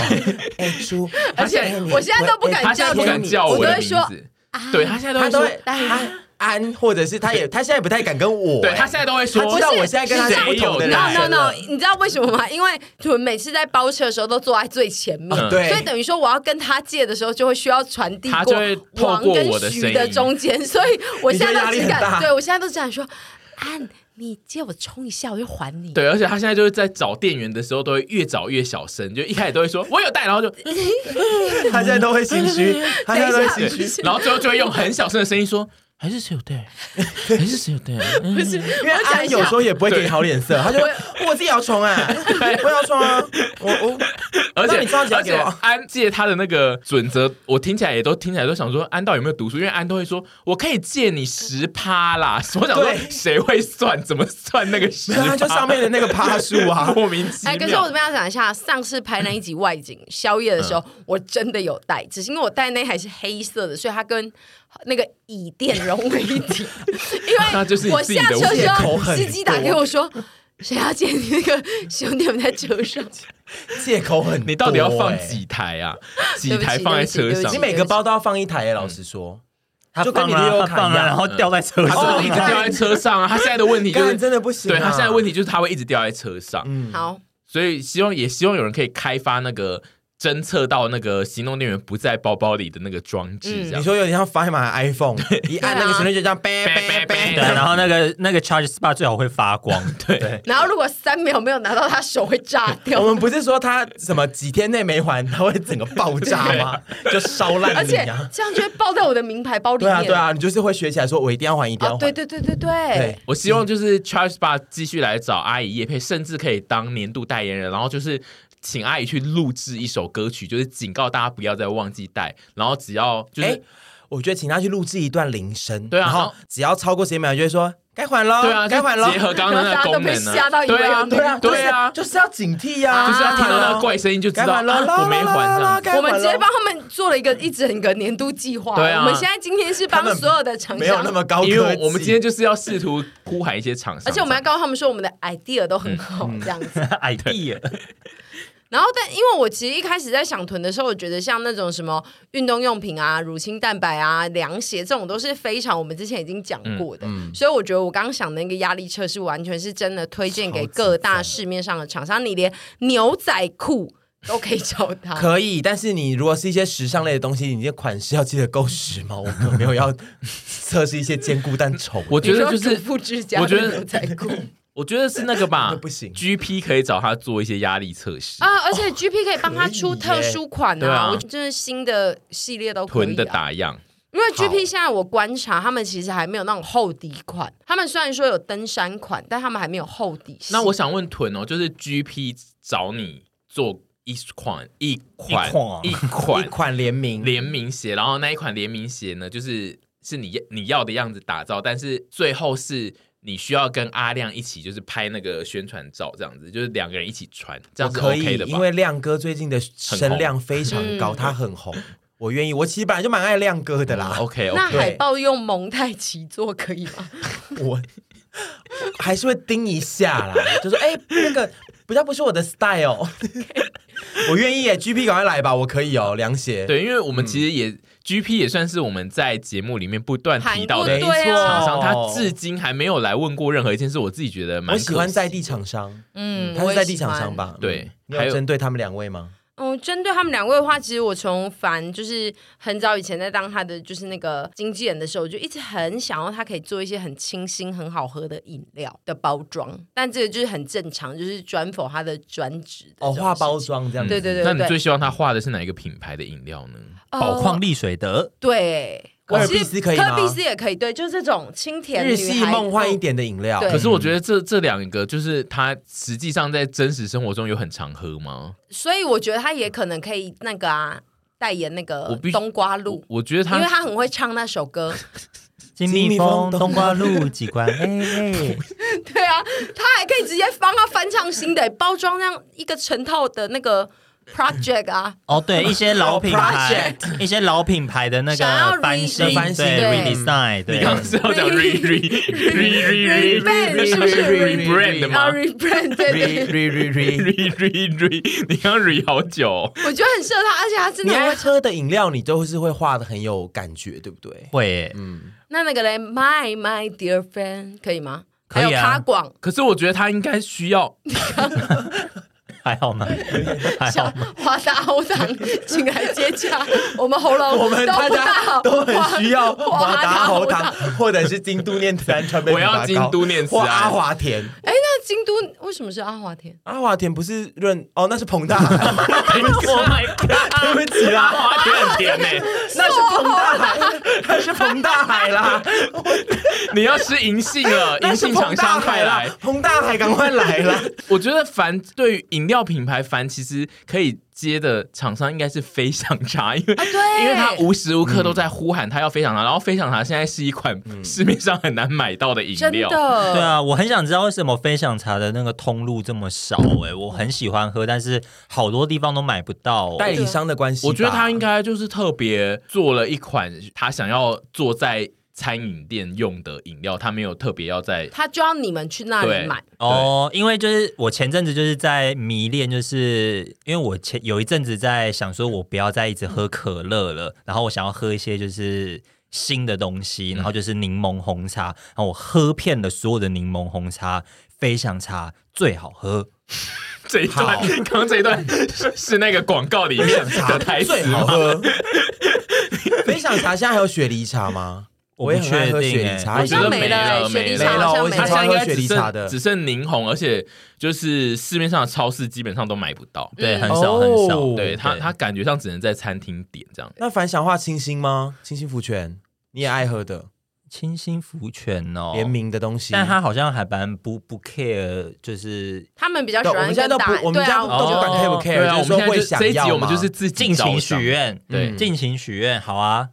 [SPEAKER 1] 哎， 猪，
[SPEAKER 2] 而且
[SPEAKER 1] 哎你
[SPEAKER 2] 我现在都不敢
[SPEAKER 4] 他现在不敢叫
[SPEAKER 2] 我
[SPEAKER 4] 我的
[SPEAKER 2] 都会
[SPEAKER 4] 名
[SPEAKER 2] 说
[SPEAKER 4] 字，
[SPEAKER 2] 啊
[SPEAKER 4] 对他现在
[SPEAKER 1] 他
[SPEAKER 4] 都
[SPEAKER 1] 都
[SPEAKER 4] 会说
[SPEAKER 1] 会。安安，或者是他也，他现在不太敢跟我。
[SPEAKER 4] 对
[SPEAKER 1] 哎
[SPEAKER 4] 他现在都会说，
[SPEAKER 1] 他知道我现在跟他是
[SPEAKER 4] 谁
[SPEAKER 1] 不同的
[SPEAKER 4] 有啊
[SPEAKER 1] 人。
[SPEAKER 2] ”No
[SPEAKER 4] 带
[SPEAKER 2] No No，你知道为什么吗？因为屯每次在包车的时候都坐在最前面，
[SPEAKER 4] 嗯
[SPEAKER 1] 对
[SPEAKER 2] 所以等于说我要跟他借的时候，就会需要传递
[SPEAKER 4] 他就
[SPEAKER 2] 过
[SPEAKER 4] 会透
[SPEAKER 2] 王
[SPEAKER 4] 过
[SPEAKER 2] 跟
[SPEAKER 4] 我的声
[SPEAKER 2] 徐
[SPEAKER 4] 音
[SPEAKER 2] 的中间，所以我现在
[SPEAKER 1] 你觉得压力
[SPEAKER 2] 都
[SPEAKER 1] 很
[SPEAKER 2] 只敢，
[SPEAKER 1] 大
[SPEAKER 2] 对我现在都只敢说：“安，你借我充一下，我就还你。”
[SPEAKER 4] 对，而且他现在就是在找店员的时候，都会越找越小声，就一开始都会说“我有带”，然后就，
[SPEAKER 1] 他现在都会心虚，他现在都会心虚。
[SPEAKER 4] 然后最后就会用很小声的声音说“还是谁有 带，还是谁有带”，嗯
[SPEAKER 2] 不是，
[SPEAKER 1] 因为
[SPEAKER 2] 我想
[SPEAKER 1] 安
[SPEAKER 2] 一
[SPEAKER 1] 有
[SPEAKER 2] 下
[SPEAKER 1] 时，候也不会给你好脸色，他就会我自己要冲 啊，我要冲啊，我我
[SPEAKER 4] 而且
[SPEAKER 1] 那你上次要
[SPEAKER 4] 而
[SPEAKER 1] 给
[SPEAKER 4] 且
[SPEAKER 1] 我
[SPEAKER 4] 安借他的那个准则，我听起来也都听起来都想说安到底有没有读书，因为安都会说“我可以借你十趴啦”，我想说
[SPEAKER 1] 对
[SPEAKER 4] 谁会算，怎么算那个十
[SPEAKER 1] 没有，
[SPEAKER 4] 趴？，
[SPEAKER 1] 他就上面的那个趴数啊
[SPEAKER 4] 莫名其
[SPEAKER 2] 哎，
[SPEAKER 4] 妙。
[SPEAKER 2] 可是我这边要讲一下，上次拍那一集外景宵夜的时候，
[SPEAKER 1] 嗯
[SPEAKER 2] 我真的有带，只是因为我带那还是黑色的，所以它跟那个椅垫融为一 体。
[SPEAKER 4] 那就是
[SPEAKER 2] 因为我
[SPEAKER 4] 你自己
[SPEAKER 2] 下
[SPEAKER 4] 的
[SPEAKER 2] 车的时
[SPEAKER 1] 借口
[SPEAKER 2] 候，
[SPEAKER 1] 很
[SPEAKER 2] 司机打给我说。谁要借你那个兄弟们在车上？
[SPEAKER 1] 借口很多。
[SPEAKER 4] 你到底要放
[SPEAKER 1] 哎
[SPEAKER 4] 几台啊？几
[SPEAKER 2] 对不起
[SPEAKER 4] 台放在
[SPEAKER 2] 对
[SPEAKER 4] 车
[SPEAKER 2] 不起对不
[SPEAKER 4] 上
[SPEAKER 2] 起
[SPEAKER 1] 你？每个包都要放一台耶，老实说，
[SPEAKER 3] 他
[SPEAKER 1] 就
[SPEAKER 3] 放
[SPEAKER 1] 跟你
[SPEAKER 3] 了
[SPEAKER 1] 的
[SPEAKER 3] 啊，
[SPEAKER 1] 悠游
[SPEAKER 3] 他
[SPEAKER 1] 卡
[SPEAKER 3] 放
[SPEAKER 1] 一
[SPEAKER 3] 了，
[SPEAKER 1] 样
[SPEAKER 3] 然后掉在车
[SPEAKER 4] 他
[SPEAKER 1] 哦
[SPEAKER 4] 真的
[SPEAKER 3] 上
[SPEAKER 4] 一
[SPEAKER 1] 你
[SPEAKER 4] 直
[SPEAKER 1] 看
[SPEAKER 4] 掉在车上啊！他现在的问题就
[SPEAKER 1] 干
[SPEAKER 4] 是，
[SPEAKER 1] 真的不行啊。
[SPEAKER 4] 对他现在的问题就是他会一直掉在车上，
[SPEAKER 1] 嗯，
[SPEAKER 2] 好，
[SPEAKER 4] 所以希望也希望有人可以开发那个侦测到那个行动电源不在包包里的那个装
[SPEAKER 2] 嗯
[SPEAKER 4] 置，这
[SPEAKER 1] 你
[SPEAKER 4] 样。
[SPEAKER 1] 说有点像发买 iPhone，一按那个旋律就这样，叭叭
[SPEAKER 3] 对，
[SPEAKER 1] 叭。
[SPEAKER 3] 然后那个那个 charge spa 最好会发 光，对，
[SPEAKER 2] 然后如果三秒没有拿到，他手会炸
[SPEAKER 1] 我
[SPEAKER 2] 掉。
[SPEAKER 1] 们不是说他什么几天内没还，他会整个爆炸吗？就烧
[SPEAKER 2] 而
[SPEAKER 1] 烂你
[SPEAKER 2] 且
[SPEAKER 1] 啊！
[SPEAKER 2] 这样就会爆在我的名牌包里
[SPEAKER 1] 对啊，
[SPEAKER 2] 面。
[SPEAKER 1] 对啊，你就是会学起来说，我一定要还，一定要
[SPEAKER 2] 哦，
[SPEAKER 1] 还。
[SPEAKER 2] 对对对对
[SPEAKER 1] 对
[SPEAKER 2] 对，
[SPEAKER 4] 我希望就是 Charge Bar 继续来找阿姨叶佩，甚至可以当年度代言人，然后就是请阿姨去录制一首歌曲，就是警告大家不要再忘记带，然后只要就是、
[SPEAKER 1] 哎，我觉得请他去录制一段铃声，
[SPEAKER 4] 对啊
[SPEAKER 1] 然
[SPEAKER 4] 然
[SPEAKER 1] 后
[SPEAKER 4] 后
[SPEAKER 1] 只要超过时间秒，就会说该还喽，
[SPEAKER 2] 哦
[SPEAKER 4] 对啊，
[SPEAKER 1] 该还
[SPEAKER 4] 就
[SPEAKER 1] 喽，
[SPEAKER 4] 结合刚刚那个功能呢、
[SPEAKER 2] 然后大家都被吓到以为
[SPEAKER 4] 对啊，
[SPEAKER 2] 有
[SPEAKER 1] 对啊，
[SPEAKER 4] 对啊，
[SPEAKER 1] 就是就是要警惕呀，
[SPEAKER 4] 就是要听到那
[SPEAKER 1] 啊
[SPEAKER 4] 个怪声音就知
[SPEAKER 1] 该
[SPEAKER 4] 道、
[SPEAKER 1] 还喽，
[SPEAKER 4] 啊、我没还这样子。
[SPEAKER 1] 该还
[SPEAKER 2] 我们直接
[SPEAKER 1] 喽
[SPEAKER 2] 帮他们做了一个一整个年度计划。
[SPEAKER 4] 对啊
[SPEAKER 2] 我们现在今天是帮
[SPEAKER 1] 他们
[SPEAKER 2] 所有的厂
[SPEAKER 1] 没有
[SPEAKER 2] 商
[SPEAKER 1] 那，么高科技，
[SPEAKER 4] 因为我们今天就是要试图呼喊一些厂商，
[SPEAKER 2] 而且我们要告诉他们说我们的 idea 都
[SPEAKER 4] 嗯
[SPEAKER 2] 很好，这样子。
[SPEAKER 3] 矮地，
[SPEAKER 2] 然后，但因为我其实一开始在想囤的时候，我觉得像那种什么运动用品啊、乳清蛋白啊、凉鞋这种都是非常我们之前已经讲过的，
[SPEAKER 4] 嗯
[SPEAKER 2] 所以我觉得我刚刚想的那个压力测试完全是真的推荐给各大市面上的厂商，你连牛仔裤都可以找他。
[SPEAKER 1] 可以，但是你如果是一些时尚类的东西，你的款式要记得够时髦。我们可没有要测试一些坚固但丑的，
[SPEAKER 4] 我觉得就
[SPEAKER 2] 你
[SPEAKER 4] 是
[SPEAKER 2] 说主，妇之家
[SPEAKER 4] 我觉
[SPEAKER 2] 的
[SPEAKER 4] 得
[SPEAKER 2] 牛仔裤
[SPEAKER 4] 我觉得是那个 吧，
[SPEAKER 1] 那不行
[SPEAKER 4] GP 可以找他做一些压力测试，
[SPEAKER 2] 啊，而且 GP 可以帮他出特殊款
[SPEAKER 4] 对啊
[SPEAKER 2] 我就是新的系列都可以、啊。
[SPEAKER 4] 臀的打样，
[SPEAKER 2] 因为
[SPEAKER 1] 好
[SPEAKER 2] GP 现在我观察，他们其实还没有那种厚底款。他们虽然说有登山款，但他们还没有厚底系。
[SPEAKER 4] 那我想问臀哦，就是 GP 找你做一款一款
[SPEAKER 3] 一款
[SPEAKER 4] 一
[SPEAKER 1] 一
[SPEAKER 4] 款
[SPEAKER 1] 款联名，
[SPEAKER 4] 联名鞋，然后那一款联名鞋呢，就是是你你要的样子打造，但是最后是你需要跟阿亮一起，就是拍那个宣传照，这样子，就是两个人一起传，这
[SPEAKER 1] 我
[SPEAKER 4] 样是
[SPEAKER 1] 可
[SPEAKER 4] OK
[SPEAKER 1] 以
[SPEAKER 4] 的，吧？
[SPEAKER 1] 因为亮哥最近的声量非常高，
[SPEAKER 2] 嗯
[SPEAKER 1] 他很红，嗯我愿意。我其实本来就蛮爱亮哥的啦，
[SPEAKER 4] OK
[SPEAKER 2] 那
[SPEAKER 4] OK，
[SPEAKER 1] 对
[SPEAKER 2] 海报用蒙太奇做可以吗？
[SPEAKER 1] 我 还是会盯一下啦，就说哎、那个比较不是我的 style，我愿意耶，GP 赶快来吧，我可以哦，凉鞋。
[SPEAKER 4] 对，因为我们其实也、GP 也算是我们在节目里面不断提到
[SPEAKER 2] 韩
[SPEAKER 4] 的
[SPEAKER 1] 没
[SPEAKER 2] 国
[SPEAKER 1] 错，
[SPEAKER 2] 对啊
[SPEAKER 4] 厂商，他至今还没有来问过任何一件事，我自己觉得蛮
[SPEAKER 1] 我
[SPEAKER 4] 可惜
[SPEAKER 1] 喜欢在地厂商，
[SPEAKER 2] 嗯，
[SPEAKER 1] 他
[SPEAKER 2] 我
[SPEAKER 1] 是在
[SPEAKER 2] 也
[SPEAKER 1] 地
[SPEAKER 2] 喜欢
[SPEAKER 1] 厂商？吧？
[SPEAKER 4] 对
[SPEAKER 1] 嗯你
[SPEAKER 4] 还
[SPEAKER 1] 有
[SPEAKER 4] 有
[SPEAKER 1] 针对他们两位吗？
[SPEAKER 2] 嗯，针对他们两位的话，其实我从凡就是很早以前在当他的就是那个经纪人的时候，我就一直很想要他可以做一些很清新、很好喝的饮料的包装，但这个就是很正常，就是专否他的专职的
[SPEAKER 1] 哦，
[SPEAKER 2] 这种
[SPEAKER 1] 画
[SPEAKER 2] 事
[SPEAKER 1] 包
[SPEAKER 2] 情
[SPEAKER 1] 装这样子，
[SPEAKER 2] 对对对
[SPEAKER 4] 那你最希望他画的是哪一个品牌的饮料呢？
[SPEAKER 1] 哦
[SPEAKER 3] 宝
[SPEAKER 2] 呃
[SPEAKER 3] 矿力水德，
[SPEAKER 2] 对，
[SPEAKER 1] 科尔
[SPEAKER 2] 我其实
[SPEAKER 1] 必斯可以
[SPEAKER 2] 科
[SPEAKER 1] 吗
[SPEAKER 2] 尔必斯也可以，对，就是这种清甜
[SPEAKER 1] 日
[SPEAKER 2] 女
[SPEAKER 1] 系
[SPEAKER 2] 孩
[SPEAKER 1] 梦幻一。点的饮料，
[SPEAKER 2] 对
[SPEAKER 4] 可是我觉得这这两个就是他实际上在真实生活中有很常喝
[SPEAKER 2] 嗯
[SPEAKER 4] 吗？
[SPEAKER 2] 所以我觉得他也可能可以那个啊，代言那
[SPEAKER 4] 我
[SPEAKER 2] 个
[SPEAKER 4] 必须
[SPEAKER 2] 冬瓜
[SPEAKER 4] 我
[SPEAKER 2] 露，
[SPEAKER 4] 我觉得
[SPEAKER 2] 因为
[SPEAKER 4] 他
[SPEAKER 2] 他很会唱那首歌。
[SPEAKER 3] 金
[SPEAKER 1] 蜜
[SPEAKER 3] 蜜
[SPEAKER 1] 蜂
[SPEAKER 3] 蜂
[SPEAKER 1] 冬
[SPEAKER 3] 冬瓜露几 罐，哎哎，
[SPEAKER 2] 对啊，他还可以直接帮他翻唱新的包装，让一个成套的那个 project 啊。
[SPEAKER 3] 哦对，一些老品牌，一些老品牌的那
[SPEAKER 2] 想要
[SPEAKER 3] 个翻
[SPEAKER 2] re-
[SPEAKER 3] 新，
[SPEAKER 1] 翻新
[SPEAKER 3] 对
[SPEAKER 2] 对
[SPEAKER 3] redesign，对
[SPEAKER 4] 你 刚刚是要讲 re re re re
[SPEAKER 2] rebrand 是不是
[SPEAKER 4] rebrand
[SPEAKER 2] 啊
[SPEAKER 4] 吗？
[SPEAKER 2] ，rebrand 对对对，
[SPEAKER 4] re re re，你刚刚 re 好久哦、
[SPEAKER 2] 我觉得很适合他，而且他真
[SPEAKER 1] 你
[SPEAKER 2] 的
[SPEAKER 1] 爱
[SPEAKER 2] 会。
[SPEAKER 1] 喝的饮料，你都是会画的很有感觉，对不 对？嗯
[SPEAKER 3] 会哎
[SPEAKER 2] 那那个嘞，My My Dear Friend 可以吗？
[SPEAKER 3] 可以啊
[SPEAKER 2] 还有卡广，
[SPEAKER 4] 可是我觉得他应该需 要
[SPEAKER 3] 还好吗？还好
[SPEAKER 2] 像
[SPEAKER 3] 吗？
[SPEAKER 2] 华大喉糖，请来接洽。我们喉咙
[SPEAKER 1] 我们
[SPEAKER 2] 都
[SPEAKER 1] 大
[SPEAKER 2] 不大
[SPEAKER 1] 家
[SPEAKER 2] 好，
[SPEAKER 1] 都很需要
[SPEAKER 2] 华
[SPEAKER 1] 华达
[SPEAKER 2] 喉
[SPEAKER 1] 喉糖。，或者是京都念慈庵川贝枇杷膏
[SPEAKER 4] 我要京都念慈
[SPEAKER 1] 或
[SPEAKER 4] 庵
[SPEAKER 1] 阿华田。
[SPEAKER 2] 哎，那京都为什么是阿华田？
[SPEAKER 1] 阿华田不是润哦，那是彭大海，
[SPEAKER 3] Oh my god！
[SPEAKER 1] 对不起啦，
[SPEAKER 2] 啊
[SPEAKER 4] 花觉很甜呢、欸
[SPEAKER 1] 那是彭大海，那是彭大海啦，
[SPEAKER 4] 你要吃银杏了，
[SPEAKER 1] 那
[SPEAKER 4] 银
[SPEAKER 1] 是
[SPEAKER 4] 杏
[SPEAKER 1] 彭
[SPEAKER 4] 厂
[SPEAKER 1] 大
[SPEAKER 4] 商
[SPEAKER 1] 海
[SPEAKER 4] 快来
[SPEAKER 1] 啦！，彭大海赶快来啦！
[SPEAKER 4] 我觉得凡对于饮料品牌，凡其实可以接的厂商应该是飞享茶，因为、
[SPEAKER 2] 啊，对，
[SPEAKER 4] 因为他无时无刻都在呼喊他要飞享茶，然后飞享茶现在是一款市面上很难买到的饮
[SPEAKER 2] 真
[SPEAKER 4] 料。
[SPEAKER 2] 的
[SPEAKER 3] 对啊，我很想知道为什么飞享茶的那个通路这么少哎、我很喜欢喝，但是好多地方都买不到、哦。
[SPEAKER 1] 代理商的关系吧，
[SPEAKER 4] 我觉得他应该就是特别做了一款他想要做在餐饮店用的饮料，他没有特别要在
[SPEAKER 2] 他就要你们去那里
[SPEAKER 4] 对
[SPEAKER 2] 买。
[SPEAKER 3] 哦，因为就是我前阵子就是在迷恋，就是因为我前有一阵子在想说，我不要再一直喝可乐了，然后我想要喝一些就是新的东西，然后就是柠檬红茶，然后我喝遍了所有的柠檬红茶，飞享茶最好喝。
[SPEAKER 4] 这一段
[SPEAKER 1] 好，
[SPEAKER 4] 刚刚这一段是那个广告里面的台词
[SPEAKER 1] 最好
[SPEAKER 4] 吗？
[SPEAKER 1] 喝。飞享茶现在还有雪梨茶吗？我
[SPEAKER 3] 不
[SPEAKER 1] 也很爱
[SPEAKER 3] 确
[SPEAKER 1] 喝
[SPEAKER 3] 定
[SPEAKER 1] 雪
[SPEAKER 3] 哎
[SPEAKER 1] 梨茶，
[SPEAKER 4] 我觉得
[SPEAKER 2] 好像没
[SPEAKER 4] 了，
[SPEAKER 2] 了哎雪
[SPEAKER 4] 没
[SPEAKER 2] 梨
[SPEAKER 1] 茶好像没了
[SPEAKER 4] 了，它现在应
[SPEAKER 1] 我以前超爱
[SPEAKER 4] 该只
[SPEAKER 1] 喝雪梨茶的
[SPEAKER 4] 剩只剩柠红，而且就是市面上的超市基本上都买不到。
[SPEAKER 3] 对，
[SPEAKER 2] 嗯
[SPEAKER 3] 很少很少。
[SPEAKER 1] 哦
[SPEAKER 4] 哦对他，他感觉上只能在餐厅点这样。
[SPEAKER 1] 那反想画清新吗？清新福泉，你也爱喝的
[SPEAKER 3] 清新福泉哦，
[SPEAKER 1] 联名的东西，
[SPEAKER 3] 但他好像还蛮不不 care，就是
[SPEAKER 2] 他们比较喜
[SPEAKER 1] 对，
[SPEAKER 2] 欢
[SPEAKER 1] 我们现在都
[SPEAKER 2] 跟大
[SPEAKER 1] 不，我们
[SPEAKER 2] 对
[SPEAKER 1] 家
[SPEAKER 2] 啊
[SPEAKER 1] 都不
[SPEAKER 3] 们
[SPEAKER 1] 管
[SPEAKER 3] 就
[SPEAKER 1] care 不 care，
[SPEAKER 4] 对啊，
[SPEAKER 1] 就
[SPEAKER 4] 我
[SPEAKER 1] 是说
[SPEAKER 4] 们现在
[SPEAKER 1] 会
[SPEAKER 4] 就
[SPEAKER 1] 想
[SPEAKER 4] 这一集
[SPEAKER 1] 要
[SPEAKER 4] 我们就
[SPEAKER 1] 吗
[SPEAKER 4] 是自己
[SPEAKER 3] 尽情
[SPEAKER 4] 找上
[SPEAKER 3] 许。愿，
[SPEAKER 4] 对
[SPEAKER 3] 嗯尽情许愿，好啊。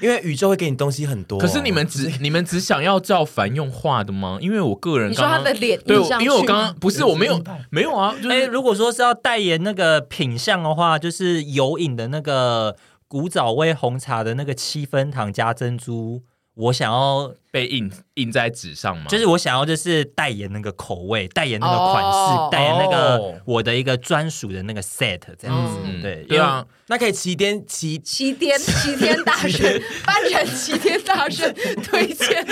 [SPEAKER 1] 因为宇宙会给你东西很多。
[SPEAKER 4] 可是你们 只你们只想要照凡用画的吗？因为我个人
[SPEAKER 2] 你说
[SPEAKER 4] 刚
[SPEAKER 2] 他
[SPEAKER 4] 刚
[SPEAKER 2] 的脸
[SPEAKER 4] 对，
[SPEAKER 2] 印上去
[SPEAKER 4] 因为我刚刚不是我没有没有啊，就
[SPEAKER 3] 哎、
[SPEAKER 4] 是
[SPEAKER 3] 如果说是要代言那个品相的话，就是有饮的那个古早味红茶的那个七分糖加珍珠，我想要，
[SPEAKER 4] 被印印在纸上嘛。
[SPEAKER 3] 就是我想要，就是代言那个口味，代言那个款式，
[SPEAKER 2] 哦
[SPEAKER 3] 代言那
[SPEAKER 1] 哦
[SPEAKER 3] 个我的一个专属的那个 set 这样子，
[SPEAKER 4] 嗯
[SPEAKER 3] 对，
[SPEAKER 4] 对啊，
[SPEAKER 1] 那可以骑电骑
[SPEAKER 2] 齐天齐天大圣，班人齐天大圣推荐，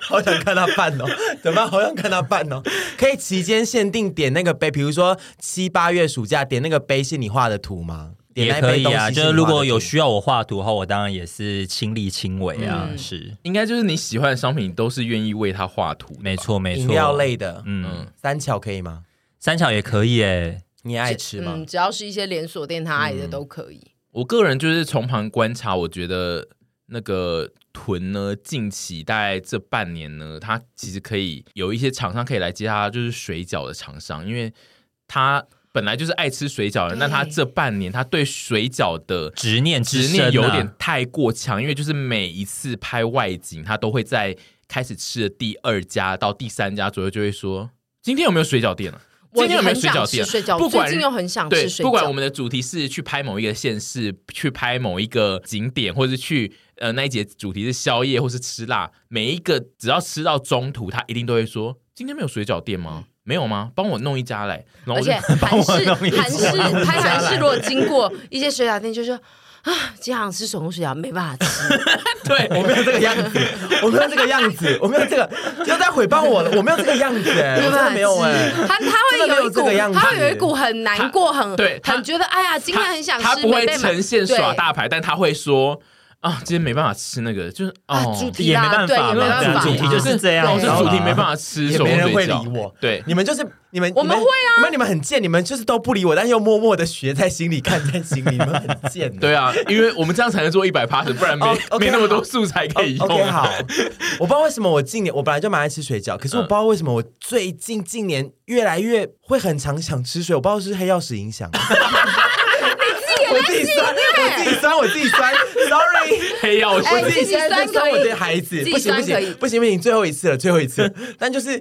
[SPEAKER 1] 好想看他办哦，怎么办？好想看他办 哦！可以期间限定点那个杯，比如说七八月暑假点那个杯是你画的图吗？
[SPEAKER 3] 因为。
[SPEAKER 1] 点那
[SPEAKER 3] 也
[SPEAKER 1] 一杯
[SPEAKER 3] 可以
[SPEAKER 1] 东西
[SPEAKER 3] 啊，
[SPEAKER 1] 你
[SPEAKER 3] 就
[SPEAKER 1] 画
[SPEAKER 3] 是
[SPEAKER 1] 的
[SPEAKER 3] 如果有
[SPEAKER 1] 图
[SPEAKER 3] 需要我画图的话，我当然也是亲力亲为啊，
[SPEAKER 2] 嗯
[SPEAKER 3] 是
[SPEAKER 4] 应该就是你喜欢的商品都是愿意为他画图的吧，
[SPEAKER 3] 没错没错，
[SPEAKER 1] 饮料类的，嗯，
[SPEAKER 3] 嗯，
[SPEAKER 1] 三巧可以吗？
[SPEAKER 3] 三巧也可以诶、
[SPEAKER 1] 你爱吃吗
[SPEAKER 2] 嗯，？只要是一些连锁店，他爱的都可以。
[SPEAKER 4] 我个人就是从旁观察，我觉得那个豚呢，近期大概这半年呢，它其实可以有一些厂商可以来接它，就是水饺的厂商，因为它本来就是爱吃水饺的，
[SPEAKER 2] 对
[SPEAKER 4] 那它这半年它对水饺的
[SPEAKER 3] 执念之
[SPEAKER 4] 执
[SPEAKER 3] 深、啊、
[SPEAKER 4] 念有点太过强，因为就是每一次拍外景，它都会在开始吃的第二家到第三家左右，就会说今天有没有水饺店啊？
[SPEAKER 2] 我
[SPEAKER 4] 今天有没有
[SPEAKER 2] 很
[SPEAKER 4] 水
[SPEAKER 2] 想
[SPEAKER 4] 饺
[SPEAKER 2] 吃
[SPEAKER 4] 店啊？
[SPEAKER 2] 水饺，
[SPEAKER 4] 不管
[SPEAKER 2] 最近又很想
[SPEAKER 4] 对
[SPEAKER 2] 吃，水饺。
[SPEAKER 4] 不管我们的主题是去拍某一个县市，去拍某一个景点，或者是去呃那一节主题是宵夜或是吃辣，每一个只要吃到中途，他一定都会说：“今天没有水饺店吗？没有吗？帮我弄一家来。”然
[SPEAKER 2] 嗯而
[SPEAKER 4] 后我就
[SPEAKER 2] 且 韩式
[SPEAKER 3] 弄一
[SPEAKER 2] 韩
[SPEAKER 3] 桌
[SPEAKER 2] 式拍韩式，如果经过一些水饺店，就说啊，今天好像吃手工水饺，没办法吃。
[SPEAKER 4] 对，
[SPEAKER 1] 我没有这个样子， 我没有这个样子，我没有这个，又在诽谤我了，我没有这个样 子、哎，我
[SPEAKER 2] 没
[SPEAKER 1] 真
[SPEAKER 2] 办法
[SPEAKER 1] 的没有哎、
[SPEAKER 2] 他他会
[SPEAKER 1] 真的没
[SPEAKER 2] 有
[SPEAKER 1] 有
[SPEAKER 2] 一
[SPEAKER 1] 这
[SPEAKER 2] 股
[SPEAKER 1] 个样，子
[SPEAKER 2] 他会有一股很难过，很
[SPEAKER 4] 对他
[SPEAKER 2] 很觉得哎呀，今天很想吃，
[SPEAKER 4] 他，他不会
[SPEAKER 2] 没被买
[SPEAKER 4] 呈现耍
[SPEAKER 2] 对
[SPEAKER 4] 大牌，但他会说啊，今天没办法吃那个，就是
[SPEAKER 2] 啊
[SPEAKER 4] 哦，
[SPEAKER 2] 主题
[SPEAKER 3] 也没办
[SPEAKER 2] 对
[SPEAKER 3] 法
[SPEAKER 2] 也没
[SPEAKER 3] 嘛，
[SPEAKER 2] 办
[SPEAKER 3] 对啊
[SPEAKER 2] 法
[SPEAKER 3] 主题就是这样，
[SPEAKER 4] 老
[SPEAKER 2] 对
[SPEAKER 3] 你
[SPEAKER 4] 师
[SPEAKER 3] 知道
[SPEAKER 4] 主
[SPEAKER 3] 吗
[SPEAKER 4] 题 没办法吃，
[SPEAKER 1] 啊也
[SPEAKER 4] 手工
[SPEAKER 1] 没人会
[SPEAKER 4] 水
[SPEAKER 1] 理
[SPEAKER 4] 饺
[SPEAKER 1] 我。
[SPEAKER 4] 对，
[SPEAKER 1] 你们就是你们，
[SPEAKER 2] 我们会
[SPEAKER 1] 啊，你们你们很贱，你们就是都不理我，但又默默的学在心里，看在心里，你们很贱、欸
[SPEAKER 4] 对啊，因为我们这样才能做一百 pass，不然没、
[SPEAKER 1] 哦，OK，
[SPEAKER 4] 没那么多
[SPEAKER 1] 好
[SPEAKER 4] 素材可以用。啊
[SPEAKER 1] o k 好，我不知道为什么我近年我本来就蛮爱吃水饺，
[SPEAKER 4] 嗯
[SPEAKER 1] 可是我不知道为什么我最近近年越来越会很常想吃水，我不知道是不是黑曜石影响。我自己酸，我自己酸，我自己酸，sorry。
[SPEAKER 4] 黑曜石
[SPEAKER 2] 哎
[SPEAKER 1] 我自己现在在酸我的孩子
[SPEAKER 2] 自，己
[SPEAKER 1] 不行
[SPEAKER 2] 酸
[SPEAKER 1] 不
[SPEAKER 2] 可以
[SPEAKER 1] 行不行不行，最后一次了，最后一次。但就是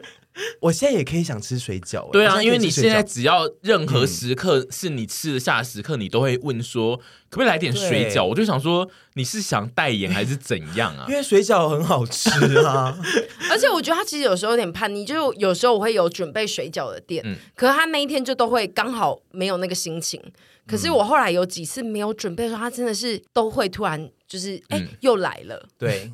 [SPEAKER 1] 我现在也可以想吃水饺，
[SPEAKER 4] 对
[SPEAKER 1] 我
[SPEAKER 4] 啊，因为
[SPEAKER 1] 可
[SPEAKER 4] 你
[SPEAKER 1] 以吃
[SPEAKER 4] 现
[SPEAKER 1] 水
[SPEAKER 4] 在
[SPEAKER 1] 饺
[SPEAKER 4] 只要任何时刻是你吃得下的时刻，你都会问说可不可以来点水
[SPEAKER 1] 对
[SPEAKER 4] 饺。我就想说你是想代言还是怎样 啊
[SPEAKER 1] 因？为水饺很好吃 啊，
[SPEAKER 2] 而且我觉得他其实有时候有点叛逆，就是有时候我会有准备水饺的店，
[SPEAKER 4] 嗯
[SPEAKER 2] 可是他那一天就都会刚好没有那个心情。可是我后来有几次没有准备的时候，他真的是都会突然就是哎、
[SPEAKER 4] 嗯
[SPEAKER 2] 又来了，
[SPEAKER 1] 对，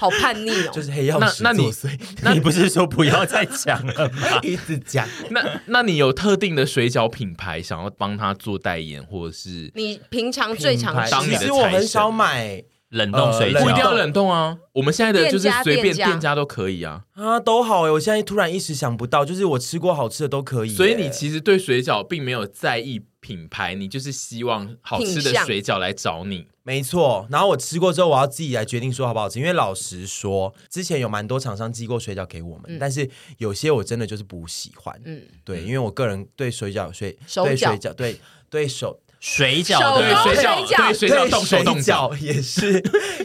[SPEAKER 2] 好叛逆哦。
[SPEAKER 1] 就是黑曜石
[SPEAKER 4] 那那你
[SPEAKER 1] 作祟，
[SPEAKER 3] 你不是说不要再讲了 吗？
[SPEAKER 1] 一直讲。
[SPEAKER 4] 那那你有特定的水饺品牌想要帮他做代言，或者是
[SPEAKER 2] 你平常最常吃
[SPEAKER 4] 当你
[SPEAKER 1] 其
[SPEAKER 4] 的
[SPEAKER 1] 实我很少买
[SPEAKER 3] 冷冻水
[SPEAKER 1] 呃
[SPEAKER 4] 不一定要
[SPEAKER 3] 饺，
[SPEAKER 4] 冷冻啊？我们现在的就是
[SPEAKER 2] 店家
[SPEAKER 4] 随便
[SPEAKER 2] 店家
[SPEAKER 4] 店家都可以啊。
[SPEAKER 1] 啊，都好哎、我现在突然一时想不到，就是我吃过好吃的都可以耶、欸
[SPEAKER 4] 所以你其实对水饺并没有在意品牌，你就是希望好吃的
[SPEAKER 2] 品相
[SPEAKER 4] 水饺来找你。
[SPEAKER 1] 没错。然后我吃过之后，我要自己来决定说好不好吃。因为老实说，之前有蛮多厂商寄过水饺给我们，
[SPEAKER 4] 嗯
[SPEAKER 1] 但是有些我真的就是不喜欢。嗯
[SPEAKER 2] 嗯，
[SPEAKER 1] 对，因为我个人对水饺、水
[SPEAKER 2] 手
[SPEAKER 1] 对
[SPEAKER 2] 饺
[SPEAKER 1] 水饺、对对手
[SPEAKER 3] 水饺
[SPEAKER 2] 手
[SPEAKER 4] 对
[SPEAKER 2] 工哦
[SPEAKER 4] 水
[SPEAKER 2] 水
[SPEAKER 4] 饺，对
[SPEAKER 2] 饺
[SPEAKER 4] 水饺动手
[SPEAKER 1] 对
[SPEAKER 4] 动
[SPEAKER 1] 水
[SPEAKER 4] 脚。
[SPEAKER 1] 饺也是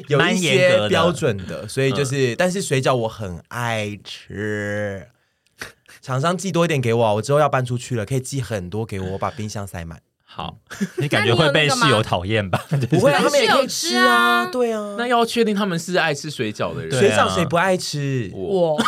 [SPEAKER 1] 有一
[SPEAKER 3] 蛮严格
[SPEAKER 1] 些
[SPEAKER 3] 的
[SPEAKER 1] 标准的，所以
[SPEAKER 4] 嗯
[SPEAKER 1] 就是，但是水饺我很爱吃。厂商寄多一点给我啊，我之后要搬出去了，可以寄很多给我，我把冰箱塞满。
[SPEAKER 4] 好，
[SPEAKER 3] 你感觉会被室友讨厌吧？
[SPEAKER 1] 不 会啊，
[SPEAKER 2] 但
[SPEAKER 1] 他们也
[SPEAKER 2] 是有
[SPEAKER 1] 可以
[SPEAKER 2] 吃
[SPEAKER 1] 吃啊，
[SPEAKER 2] 啊
[SPEAKER 1] 对啊。
[SPEAKER 4] 那要确定他们是爱吃水饺的人。
[SPEAKER 3] 对
[SPEAKER 1] 水饺谁不爱吃？
[SPEAKER 4] 我
[SPEAKER 2] 我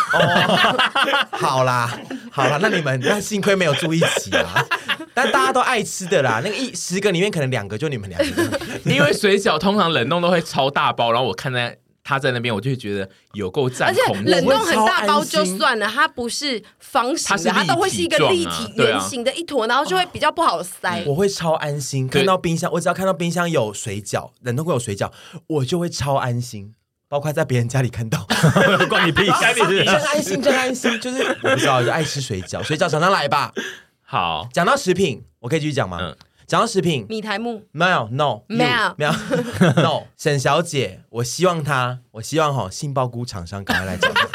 [SPEAKER 1] 好啦，好啦，那你们那幸亏没有住一起 啊。但大家都爱吃的啦，那个一十个里面可能两个就你们两个。
[SPEAKER 4] 因为水饺通常冷冻都会超大包，然后我看在他在那边，我就会觉得有够
[SPEAKER 2] 而
[SPEAKER 4] 占
[SPEAKER 2] 且
[SPEAKER 4] 空
[SPEAKER 2] 冷
[SPEAKER 4] 间。
[SPEAKER 2] 冻很大包就算了，它不是方形的，它
[SPEAKER 4] 它是立体状啊
[SPEAKER 2] 都会是一个立体
[SPEAKER 4] 对
[SPEAKER 2] 圆
[SPEAKER 4] 啊
[SPEAKER 2] 形的一坨，然后就会比较不好塞。
[SPEAKER 1] 我会超安心，
[SPEAKER 4] 对
[SPEAKER 1] 看到冰箱，我只要看到冰箱有水饺，冷冻柜有水饺，我就会超安心。包括在别人家里看 到，
[SPEAKER 3] 关你屁
[SPEAKER 1] 安心，
[SPEAKER 3] 事！
[SPEAKER 1] 真安心，真安心，就是我不知道，就爱吃水饺，水饺常常来吧。
[SPEAKER 4] 好，
[SPEAKER 1] 讲到食品，我可以继续讲吗？
[SPEAKER 4] 嗯
[SPEAKER 1] 讲到食品，
[SPEAKER 2] 米苔木
[SPEAKER 1] 没有，no，
[SPEAKER 2] 没有
[SPEAKER 1] 没有 ，no。沈小姐，我希望她，我希望哈，杏鲍菇厂商赶快来找她，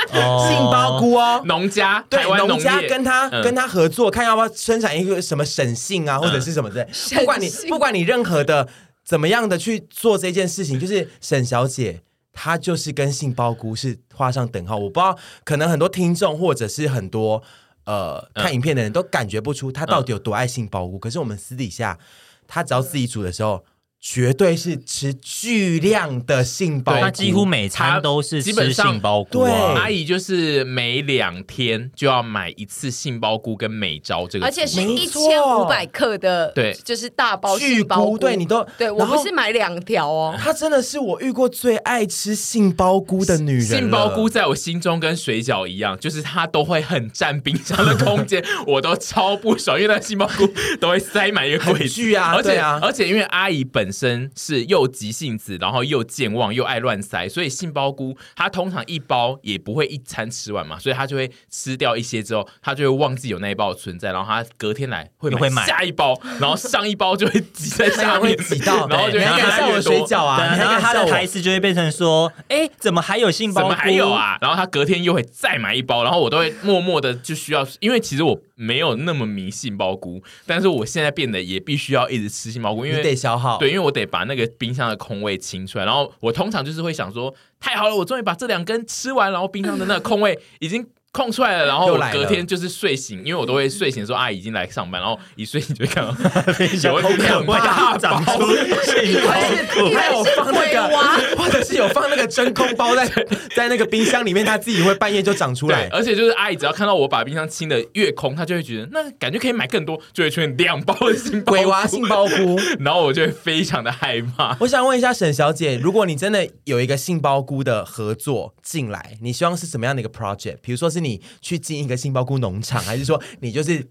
[SPEAKER 1] 杏鲍菇哦。
[SPEAKER 4] 农家
[SPEAKER 1] 对
[SPEAKER 4] 台，湾
[SPEAKER 1] 农家
[SPEAKER 4] 业
[SPEAKER 1] 跟他
[SPEAKER 4] 嗯
[SPEAKER 1] 跟他合作，看要不要生产一个什么省杏啊，或者是什么之类。不管你
[SPEAKER 2] 省杏
[SPEAKER 1] 不管你任何的怎么样的去做这件事情，就是沈小姐。她就是跟杏鲍菇是画上等号，我不知道，可能很多听众或者是很多呃
[SPEAKER 4] 嗯
[SPEAKER 1] 看影片的人都感觉不出她到底有多爱杏鲍菇。可是我们私底下，她只要自己煮的时候，绝对是吃巨量的杏鲍菇，
[SPEAKER 3] 他几乎每餐都是
[SPEAKER 4] 基本
[SPEAKER 3] 吃
[SPEAKER 4] 上
[SPEAKER 3] 杏鲍菇啊
[SPEAKER 4] 阿，姨就是每两天就要买一次杏鲍菇跟美招这个，
[SPEAKER 2] 而且是
[SPEAKER 1] 没
[SPEAKER 2] 一
[SPEAKER 1] 错
[SPEAKER 2] 千五百克的，
[SPEAKER 4] 对
[SPEAKER 2] 就是大包
[SPEAKER 1] 巨
[SPEAKER 2] 杏鲍
[SPEAKER 1] 菇，对你都
[SPEAKER 2] 对我
[SPEAKER 1] 然后
[SPEAKER 2] 不是买两 条哦，
[SPEAKER 1] 她真的是我遇过最爱吃杏鲍菇的女人了。
[SPEAKER 4] 杏鲍菇在我心中跟水饺一样，就是它都会很占冰箱的 空间，我都超不爽，因为那杏鲍菇都会塞满一个
[SPEAKER 1] 很
[SPEAKER 4] 柜
[SPEAKER 1] 巨
[SPEAKER 4] 子
[SPEAKER 1] 啊
[SPEAKER 4] 而且
[SPEAKER 1] 对啊
[SPEAKER 4] 而且因为阿姨本身是又急性子，然后又健忘又爱乱塞，所以杏鲍菇她通常一包也不会一餐吃完嘛，所以她就会吃掉一些之后，她就会忘记有那一包的存在，然后她隔天来会
[SPEAKER 3] 又会买
[SPEAKER 4] 下一包，然后上一包就会挤在 下面，
[SPEAKER 1] 会挤到，
[SPEAKER 4] 然后就
[SPEAKER 1] 你
[SPEAKER 4] 会
[SPEAKER 1] 还
[SPEAKER 4] 越
[SPEAKER 1] 敢
[SPEAKER 4] 来
[SPEAKER 1] 笑
[SPEAKER 4] 越
[SPEAKER 1] 我
[SPEAKER 4] 多
[SPEAKER 1] 水饺
[SPEAKER 3] 对
[SPEAKER 1] 啊？
[SPEAKER 3] 啊
[SPEAKER 1] 你还
[SPEAKER 3] 然后
[SPEAKER 1] 敢
[SPEAKER 3] 他
[SPEAKER 1] 笑我
[SPEAKER 3] 的台？词就会变成说：“哎，怎么还有杏
[SPEAKER 4] 怎
[SPEAKER 3] 鲍
[SPEAKER 4] 么
[SPEAKER 3] 菇？
[SPEAKER 4] 还有？啊？然后他隔天又会再买一包，然后我都会默默的就需要，因为其实我没有那么迷信包菇，但是我现在变得也必须要一直吃杏鲍菇，因
[SPEAKER 1] 你得
[SPEAKER 4] 为
[SPEAKER 1] 消耗，
[SPEAKER 4] 对，因为为我得把那个冰箱的空位清出来。然后我通常就是会想说，太好了，我终于把这两根吃完，然后冰箱的那个空位已经。空出来了，然后
[SPEAKER 1] 又
[SPEAKER 4] 我
[SPEAKER 1] 来了
[SPEAKER 4] 隔天就是睡醒，因为我都会睡醒说啊，已经来上班，然后一睡醒就啊会看 到有 两大包
[SPEAKER 3] 长，出
[SPEAKER 2] 以
[SPEAKER 3] 性
[SPEAKER 2] 为是以
[SPEAKER 1] 还有
[SPEAKER 2] 为是
[SPEAKER 1] 放那
[SPEAKER 2] 鬼娃，
[SPEAKER 1] 个， 或者是有放那个真空包 在在那个冰箱里面，它自己会半夜就长出
[SPEAKER 4] 对，
[SPEAKER 1] 来。
[SPEAKER 4] 而且就是阿姨只要看到我把冰箱清的越空，她就会觉得那感觉可以买更多，就会出现两包的杏鲍菇
[SPEAKER 1] 鬼娃杏鲍菇，
[SPEAKER 4] 然后我就会非常的害怕。
[SPEAKER 1] 我想问一下沈小姐，如果你真的有一个杏鲍菇的合作进来，你希望是什么样的一个 project？比如说是你去进一个杏鲍菇农场，还是说你就是